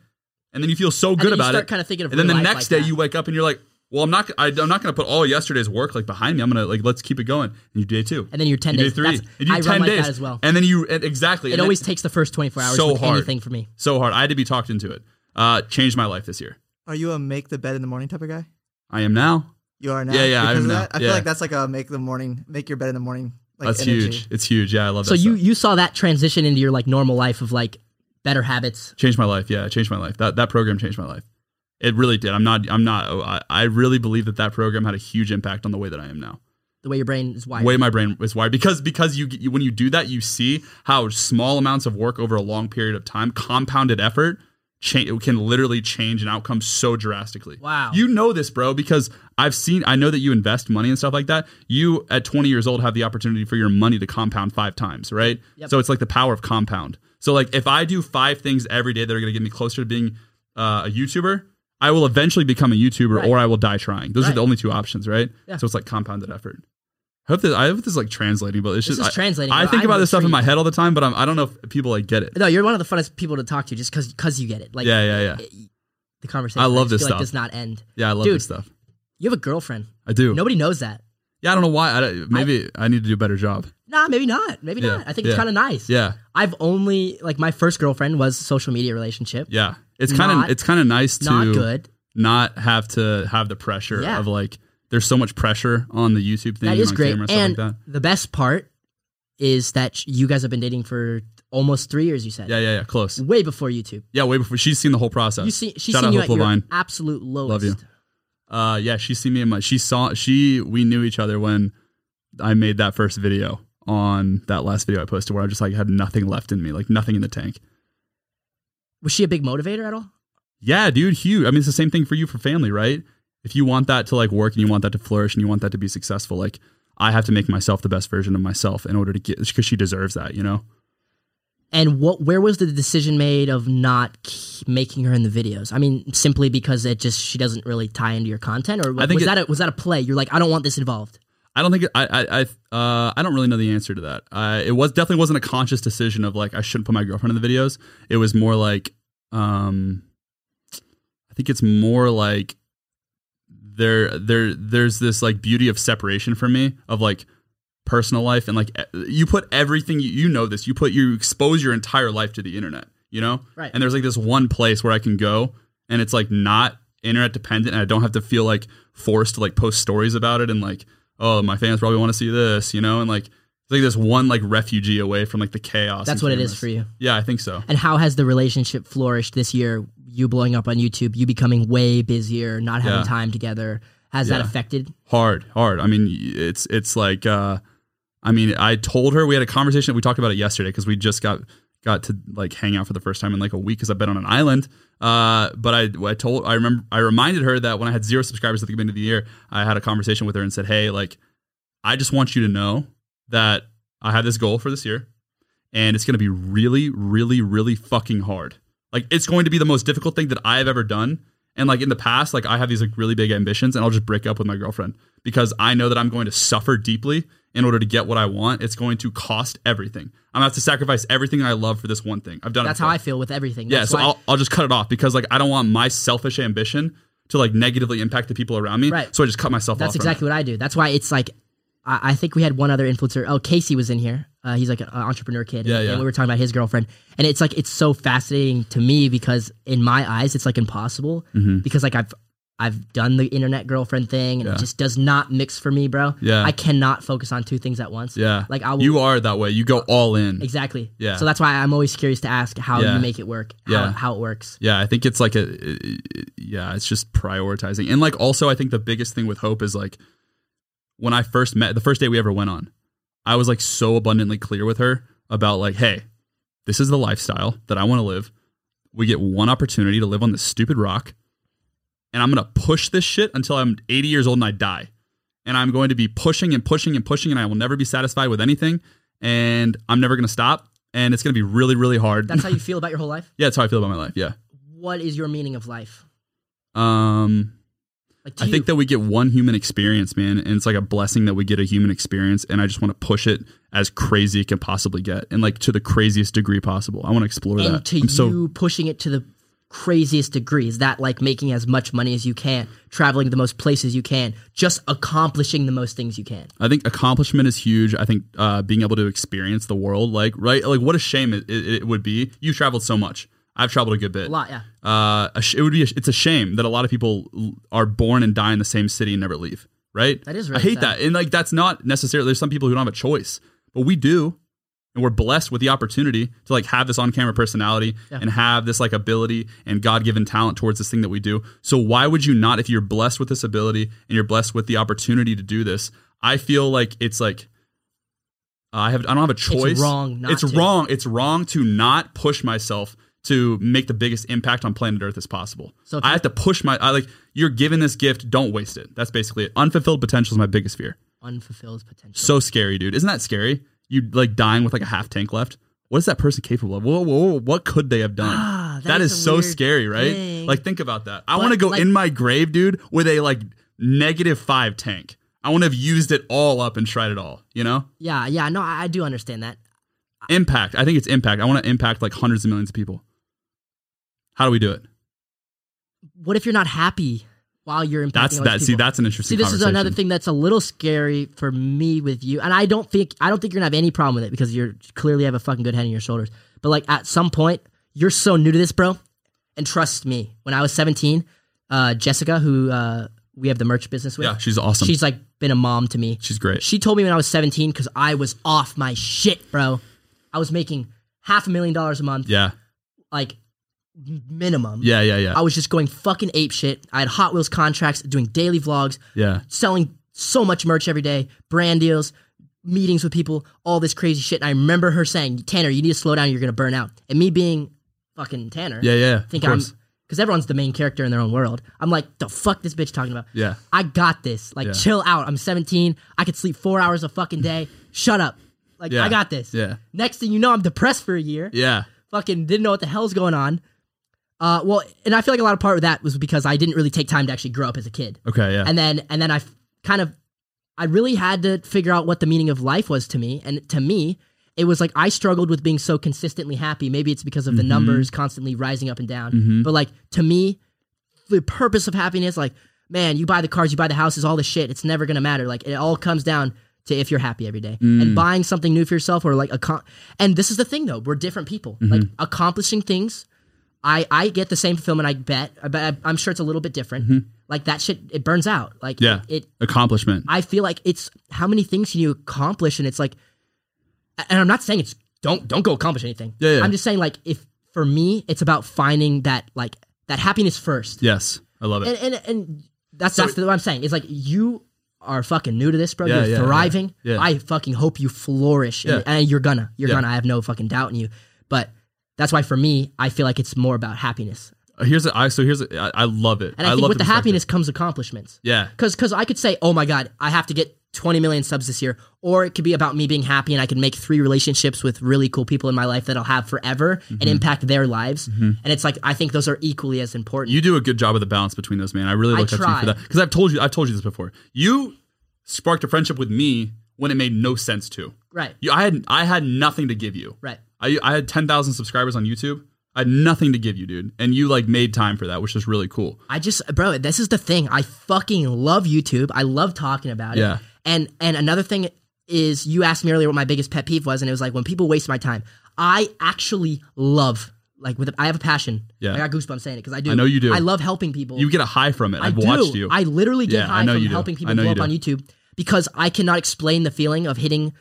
[SPEAKER 2] and then you feel so
[SPEAKER 1] And
[SPEAKER 2] good
[SPEAKER 1] then you
[SPEAKER 2] about
[SPEAKER 1] start
[SPEAKER 2] it.
[SPEAKER 1] Kind of thinking of
[SPEAKER 2] and then
[SPEAKER 1] real
[SPEAKER 2] the
[SPEAKER 1] life
[SPEAKER 2] next
[SPEAKER 1] like
[SPEAKER 2] day,
[SPEAKER 1] that.
[SPEAKER 2] you wake up and you're like, "Well, I'm not. I, I'm not going to put all yesterday's work like behind me. I'm going to like let's keep it going." And you do day two,
[SPEAKER 1] and then you're ten
[SPEAKER 2] you do
[SPEAKER 1] days.
[SPEAKER 2] three,
[SPEAKER 1] That's,
[SPEAKER 2] you do
[SPEAKER 1] I
[SPEAKER 2] ten
[SPEAKER 1] run
[SPEAKER 2] days
[SPEAKER 1] like that as well.
[SPEAKER 2] And then you and exactly.
[SPEAKER 1] It
[SPEAKER 2] and then-
[SPEAKER 1] always takes the first 24 hours
[SPEAKER 2] So
[SPEAKER 1] with
[SPEAKER 2] hard.
[SPEAKER 1] anything for me.
[SPEAKER 2] so hard. I had to be talked into it. Uh, changed my life this year.
[SPEAKER 3] Are you a make the bed in the morning type of guy?
[SPEAKER 2] I am now.
[SPEAKER 3] You are now.
[SPEAKER 2] Yeah, yeah, I
[SPEAKER 3] Because
[SPEAKER 2] am
[SPEAKER 3] of
[SPEAKER 2] now.
[SPEAKER 3] that? I
[SPEAKER 2] Yeah.
[SPEAKER 3] feel like that's like a make the morning, make your bed in the morning. Like
[SPEAKER 2] That's
[SPEAKER 3] energy.
[SPEAKER 2] huge. It's huge. Yeah, I love
[SPEAKER 1] So
[SPEAKER 2] that.
[SPEAKER 1] you
[SPEAKER 2] stuff.
[SPEAKER 1] you saw that transition into your like normal life of like better habits.
[SPEAKER 2] changed my life. Yeah, it changed my life. That that program changed my life. It really did. I'm not. I'm not. I, I really believe that that program had a huge impact on the way that I am now.
[SPEAKER 1] The way your brain is wired.
[SPEAKER 2] The way my brain is wired because because you, you when you do that, you see how small amounts of work over a long period of time, compounded effort, cha- it can literally change an outcome so drastically.
[SPEAKER 1] Wow.
[SPEAKER 2] You know this, bro, because I've seen. I know that you invest money and stuff like that. You at 20 years old have the opportunity for your money to compound five times, right?
[SPEAKER 1] Yep.
[SPEAKER 2] So it's like the power of compound. So like if I do five things every day that are going to get me closer to being uh, a YouTuber, I will eventually become a YouTuber
[SPEAKER 1] Right.
[SPEAKER 2] or I will die trying. Those are the
[SPEAKER 1] Right.
[SPEAKER 2] only two options, right?
[SPEAKER 1] Yeah.
[SPEAKER 2] So it's like compounded effort. I hope that I hope this is like translating, but it's
[SPEAKER 1] This
[SPEAKER 2] just
[SPEAKER 1] is
[SPEAKER 2] I-
[SPEAKER 1] translating,
[SPEAKER 2] I,
[SPEAKER 1] bro.
[SPEAKER 2] think
[SPEAKER 1] I'm
[SPEAKER 2] about this stuff in my
[SPEAKER 1] intrigued.
[SPEAKER 2] head all the time, but I'm, I don't know if people like get it.
[SPEAKER 1] no, you're one of the funnest people to talk to just cuz cuz you get it. Like
[SPEAKER 2] Yeah, yeah, yeah,
[SPEAKER 1] it- the conversation
[SPEAKER 2] I love
[SPEAKER 1] just
[SPEAKER 2] this
[SPEAKER 1] feel
[SPEAKER 2] stuff.
[SPEAKER 1] like does not end.
[SPEAKER 2] yeah. I love
[SPEAKER 1] Dude.
[SPEAKER 2] this stuff.
[SPEAKER 1] You have a girlfriend.
[SPEAKER 2] I do.
[SPEAKER 1] Nobody knows that.
[SPEAKER 2] Yeah, I don't know why. I, don't- maybe I, need to do a better job.
[SPEAKER 1] Nah, maybe not. Maybe
[SPEAKER 2] Yeah,
[SPEAKER 1] not. I think
[SPEAKER 2] yeah.
[SPEAKER 1] it's kind of nice.
[SPEAKER 2] Yeah,
[SPEAKER 1] I've only like my first girlfriend was social media relationship.
[SPEAKER 2] yeah. It's kind of
[SPEAKER 1] Not-
[SPEAKER 2] it's kind of nice to
[SPEAKER 1] Not good.
[SPEAKER 2] not have to have the pressure
[SPEAKER 1] Yeah.
[SPEAKER 2] of like there's so much pressure on the YouTube thing.
[SPEAKER 1] That
[SPEAKER 2] and
[SPEAKER 1] is
[SPEAKER 2] on
[SPEAKER 1] great.
[SPEAKER 2] Camera, and stuff
[SPEAKER 1] And
[SPEAKER 2] like
[SPEAKER 1] the best part is that you guys have been dating for almost 3 years you said.
[SPEAKER 2] that. Yeah, yeah, yeah. Close.
[SPEAKER 1] Way before YouTube.
[SPEAKER 2] Yeah, way before she's seen the whole process.
[SPEAKER 1] You see, she's
[SPEAKER 2] Shout
[SPEAKER 1] seen
[SPEAKER 2] out
[SPEAKER 1] you
[SPEAKER 2] Hope
[SPEAKER 1] at your
[SPEAKER 2] Levine.
[SPEAKER 1] absolute lowest.
[SPEAKER 2] Love you. Uh, yeah, she seen me in my. She saw she. We knew each other when I made that first video on that last video I posted, where I just like had nothing left in me, like nothing in the tank.
[SPEAKER 1] Was she a big motivator at all?
[SPEAKER 2] Yeah, dude, huge. I mean, it's the same thing for you for family, right? If you want that to like work and you want that to flourish and you want that to be successful, like I have to make myself the best version of myself in order to get because she deserves that, you know.
[SPEAKER 1] And what? Where was the decision made of not k- making her in the videos? I mean, simply because it just she doesn't really tie into your content, or
[SPEAKER 2] I think
[SPEAKER 1] was
[SPEAKER 2] it-
[SPEAKER 1] that a, was that a play? You're like, I don't want this involved.
[SPEAKER 2] I don't think I I I, uh, I don't really know the answer to that. I, it was definitely wasn't a conscious decision of like I shouldn't put my girlfriend in the videos. It was more like um, I think it's more like there there there's this like beauty of separation for me of like personal life and like e- you put everything you, you know this you put you expose your entire life to the internet you know
[SPEAKER 1] Right.
[SPEAKER 2] and there's like this one place where I can go and it's like not internet dependent and I don't have to feel like forced to like post stories about it and like oh my fans probably want to see this you know and like it's like this one like refugee away from like the chaos
[SPEAKER 1] That's
[SPEAKER 2] and
[SPEAKER 1] what it
[SPEAKER 2] cameras.
[SPEAKER 1] is for you.
[SPEAKER 2] yeah I think so
[SPEAKER 1] And how has the relationship flourished this year? You blowing up on YouTube, you becoming way busier, not having
[SPEAKER 2] Yeah.
[SPEAKER 1] time together. Has that
[SPEAKER 2] Yeah.
[SPEAKER 1] affected?
[SPEAKER 2] hard hard i mean it's it's like uh i mean i told her we had a conversation we talked about it yesterday because we just got got to like hang out for the first time in like a week because i've been on an island uh but i i told i remember i reminded her that when i had zero subscribers at the beginning of the year i had a conversation with her and said hey like i just want you to know that i have this goal for this year and it's going to be really really really fucking hard like it's going to be the most difficult thing that i've ever done And like in the past, like I have these like really big ambitions and I'll just break up with my girlfriend because I know that I'm going to suffer deeply in order to get what I want. It's going to cost everything. I'm gonna have to sacrifice everything I love for this one thing. I've done
[SPEAKER 1] That's
[SPEAKER 2] it. before.
[SPEAKER 1] how I feel with everything.
[SPEAKER 2] Yeah,
[SPEAKER 1] That's
[SPEAKER 2] so
[SPEAKER 1] why-
[SPEAKER 2] I'll, I'll just cut it off because like I don't want my selfish ambition to like negatively impact the people around me.
[SPEAKER 1] Right.
[SPEAKER 2] So I just cut myself
[SPEAKER 1] That's
[SPEAKER 2] off. from it.
[SPEAKER 1] exactly what I do. That's why it's like, I, I think we had one other influencer. Oh, Casey was in here. Uh, he's like an entrepreneur kid. and-
[SPEAKER 2] Yeah,
[SPEAKER 1] and
[SPEAKER 2] yeah.
[SPEAKER 1] we were talking about his girlfriend, and it's like it's so fascinating to me because in my eyes, it's like impossible because like I've I've done the internet girlfriend thing, and
[SPEAKER 2] Mm-hmm. Yeah.
[SPEAKER 1] it just does not mix for me, bro.
[SPEAKER 2] Yeah.
[SPEAKER 1] I cannot focus on two things at once.
[SPEAKER 2] Yeah.
[SPEAKER 1] like I will.
[SPEAKER 2] you are that way. You go all in.
[SPEAKER 1] Exactly.
[SPEAKER 2] Yeah.
[SPEAKER 1] So that's why I'm always curious to ask how
[SPEAKER 2] Yeah.
[SPEAKER 1] you make it work. How,
[SPEAKER 2] Yeah.
[SPEAKER 1] How it works.
[SPEAKER 2] Yeah, I think it's like a yeah, it's just prioritizing. And like also I think the biggest thing with hope is like when I first met the first day we ever went on, I was like so abundantly clear with her about like, hey, this is the lifestyle that I want to live. We get one opportunity to live on this stupid rock, and I'm gonna push this shit until I'm 80 years old and I die. And I'm going to be pushing and pushing and pushing, and I will never be satisfied with anything, and I'm never gonna stop. And it's gonna be really, really hard.
[SPEAKER 1] That's how you feel about your whole life.
[SPEAKER 2] yeah, that's how I feel about my life. Yeah.
[SPEAKER 1] What is your meaning of life?
[SPEAKER 2] Um,
[SPEAKER 1] Like to
[SPEAKER 2] I
[SPEAKER 1] you,
[SPEAKER 2] think that we get one human experience, man, and it's like a blessing that we get a human experience, and I just want to push it as crazy it can possibly get, and like to the craziest degree possible. I want to explore
[SPEAKER 1] and
[SPEAKER 2] that.
[SPEAKER 1] to
[SPEAKER 2] I'm
[SPEAKER 1] you
[SPEAKER 2] so
[SPEAKER 1] pushing it to the craziest degree is that like making as much money as you can traveling the most places you can just accomplishing the most things you can
[SPEAKER 2] I think accomplishment is huge. I think uh, being able to experience the world, like right, like what a shame it, it, it would be. You've traveled so much. I've traveled a good bit.
[SPEAKER 1] a lot yeah
[SPEAKER 2] Uh, a sh- it would be. A, sh- it's a shame that a lot of people l- are born and die in the same city and never leave. Right.
[SPEAKER 1] That is
[SPEAKER 2] I
[SPEAKER 1] really
[SPEAKER 2] hate
[SPEAKER 1] sad.
[SPEAKER 2] that, and like that's not necessarily. There's some people who don't have a choice, but we do, and we're blessed with the opportunity to like have this on-camera personality
[SPEAKER 1] Yeah.
[SPEAKER 2] and have this like ability and God-given talent towards this thing that we do. So why would you not, if you're blessed with this ability and you're blessed with the opportunity to do this? I feel like it's like. I have. I don't have a choice.
[SPEAKER 1] wrong not
[SPEAKER 2] it's
[SPEAKER 1] to.
[SPEAKER 2] wrong. It's wrong to not push myself to make the biggest impact on planet Earth as possible.
[SPEAKER 1] So
[SPEAKER 2] So
[SPEAKER 1] if
[SPEAKER 2] I
[SPEAKER 1] you-
[SPEAKER 2] have to push my. I like you're given this gift. Don't waste it. That's basically it. Unfulfilled potential is my biggest fear.
[SPEAKER 1] unfulfilled potential
[SPEAKER 2] So scary, dude. Isn't that scary? You like dying with like a half tank left. What is that person capable of? Whoa, whoa, whoa. what could they have done?
[SPEAKER 1] Ah, that
[SPEAKER 2] that
[SPEAKER 1] is
[SPEAKER 2] is,
[SPEAKER 1] a
[SPEAKER 2] so
[SPEAKER 1] weird
[SPEAKER 2] scary, right?
[SPEAKER 1] thing.
[SPEAKER 2] Like think about that. I
[SPEAKER 1] But,
[SPEAKER 2] want to go
[SPEAKER 1] like-
[SPEAKER 2] in my grave, dude, with a like negative five tank. I want to have used it all up and tried it all. You know,
[SPEAKER 1] yeah yeah no I, I do understand that
[SPEAKER 2] impact. I think it's impact. I want to impact like hundreds of millions of people. How do we do it?
[SPEAKER 1] what if you're not happy while you're impacting
[SPEAKER 2] That's
[SPEAKER 1] all
[SPEAKER 2] that.
[SPEAKER 1] these
[SPEAKER 2] See,
[SPEAKER 1] people?
[SPEAKER 2] that's an
[SPEAKER 1] See,
[SPEAKER 2] interesting.
[SPEAKER 1] this is
[SPEAKER 2] conversation.
[SPEAKER 1] another thing that's a little scary for me with you, and I don't think I don't think you're gonna have any problem with it because you're clearly have a fucking good head on your shoulders. But like at some point, you're so new to this, bro. And trust me, when I was 17, uh, Jessica, who uh, we have the merch business with,
[SPEAKER 2] Yeah, she's awesome. She's,
[SPEAKER 1] she's like been a mom to me.
[SPEAKER 2] great.
[SPEAKER 1] She told me when I was 17 because I was off my shit, bro. I was making half a million dollars a month,
[SPEAKER 2] yeah,
[SPEAKER 1] like m- minimum.
[SPEAKER 2] yeah, yeah, yeah,
[SPEAKER 1] I was just going fucking ape shit. I had Hot Wheels contracts, doing daily vlogs,
[SPEAKER 2] yeah.
[SPEAKER 1] selling so much merch every day, brand deals, meetings with people, all this crazy shit. And I remember her saying, Tanner, you need to slow down, you're gonna burn out. And me being fucking Tanner,
[SPEAKER 2] Yeah, yeah.
[SPEAKER 1] I think
[SPEAKER 2] of
[SPEAKER 1] I'm
[SPEAKER 2] course.
[SPEAKER 1] because everyone's the main character in their own world. I'm like, the fuck this bitch talking about?
[SPEAKER 2] Yeah.
[SPEAKER 1] I got this. Like,
[SPEAKER 2] Yeah.
[SPEAKER 1] chill out. I'm 17. I could sleep four hours a fucking day. Shut up. Like,
[SPEAKER 2] Yeah.
[SPEAKER 1] I got this.
[SPEAKER 2] Yeah.
[SPEAKER 1] Next thing you know, I'm depressed for a year
[SPEAKER 2] Yeah.
[SPEAKER 1] fucking didn't know what the hell's going on. Uh, well, and I feel like a lot of part of that was because I didn't really take time to actually grow up as a kid,
[SPEAKER 2] Okay. Yeah.
[SPEAKER 1] and then and then I f- kind of, I really had to figure out what the meaning of life was to me, and to me, it was like I struggled with being so consistently happy. Maybe it's because of the numbers constantly rising up and down, but like to me, the purpose of happiness, like man, you buy the cars, you buy the houses, all the shit, it's never gonna matter. Like it all comes down to if you're happy every day
[SPEAKER 2] Mm.
[SPEAKER 1] and buying something new for yourself or like a con- and this is the thing though, we're different people.
[SPEAKER 2] Mm-hmm.
[SPEAKER 1] Like accomplishing things, I I get the same fulfillment. I bet, but I'm sure it's a little bit different. Like that shit, it burns out. Like
[SPEAKER 2] Mm-hmm. yeah.
[SPEAKER 1] it
[SPEAKER 2] Accomplishment.
[SPEAKER 1] I feel like it's how many things can you accomplish, and it's like, and I'm not saying it's don't don't go accomplish anything.
[SPEAKER 2] Yeah, yeah.
[SPEAKER 1] I'm just saying like if for me, it's about finding that like that happiness first,
[SPEAKER 2] yes. I love it.
[SPEAKER 1] and and and that's that's what I'm saying. It's like you are fucking new to this, bro.
[SPEAKER 2] Yeah,
[SPEAKER 1] you're
[SPEAKER 2] yeah,
[SPEAKER 1] thriving.
[SPEAKER 2] yeah, yeah.
[SPEAKER 1] I fucking hope you flourish, and,
[SPEAKER 2] Yeah.
[SPEAKER 1] and you're gonna, you're
[SPEAKER 2] Yeah.
[SPEAKER 1] gonna. I have no fucking doubt in you, but that's why for me, I feel like it's more about happiness.
[SPEAKER 2] Uh, Here's a, I so here's a, I, I love it.
[SPEAKER 1] And I,
[SPEAKER 2] I
[SPEAKER 1] think
[SPEAKER 2] love
[SPEAKER 1] with the
[SPEAKER 2] perspective.
[SPEAKER 1] happiness comes accomplishments.
[SPEAKER 2] Yeah,
[SPEAKER 1] Because because I could say, oh my god, I have to get 20 million subs this year, or it could be about me being happy and I can make three relationships with really cool people in my life that I'll have forever
[SPEAKER 2] Mm-hmm.
[SPEAKER 1] and impact their lives. And it's like I think those are equally as important.
[SPEAKER 2] you do a good job of the balance between those, man. I really
[SPEAKER 1] I
[SPEAKER 2] look up to you
[SPEAKER 1] try.
[SPEAKER 2] for that because I've told you I've told you this before. You sparked a friendship with me when it made no sense to.
[SPEAKER 1] right,
[SPEAKER 2] You, I had I had nothing to give you.
[SPEAKER 1] right.
[SPEAKER 2] I I had ten thousand subscribers on YouTube. I had nothing to give you, dude, and you like made time for that, which is really cool.
[SPEAKER 1] I just, bro, this is the thing. I fucking love YouTube. I love talking about
[SPEAKER 2] Yeah.
[SPEAKER 1] it. And and another thing is, you asked me earlier what my biggest pet peeve was, and it was like when people waste my time. I actually love, like, with I have a passion.
[SPEAKER 2] Yeah.
[SPEAKER 1] I got goosebumps saying it because I do.
[SPEAKER 2] I know you do.
[SPEAKER 1] I love helping people.
[SPEAKER 2] You get a high from it.
[SPEAKER 1] I
[SPEAKER 2] I've
[SPEAKER 1] do.
[SPEAKER 2] watched you.
[SPEAKER 1] I literally get
[SPEAKER 2] Yeah, I
[SPEAKER 1] high
[SPEAKER 2] know
[SPEAKER 1] from
[SPEAKER 2] you do.
[SPEAKER 1] helping
[SPEAKER 2] I
[SPEAKER 1] people
[SPEAKER 2] know
[SPEAKER 1] blow
[SPEAKER 2] you
[SPEAKER 1] up
[SPEAKER 2] do.
[SPEAKER 1] on YouTube because I cannot explain the feeling of hitting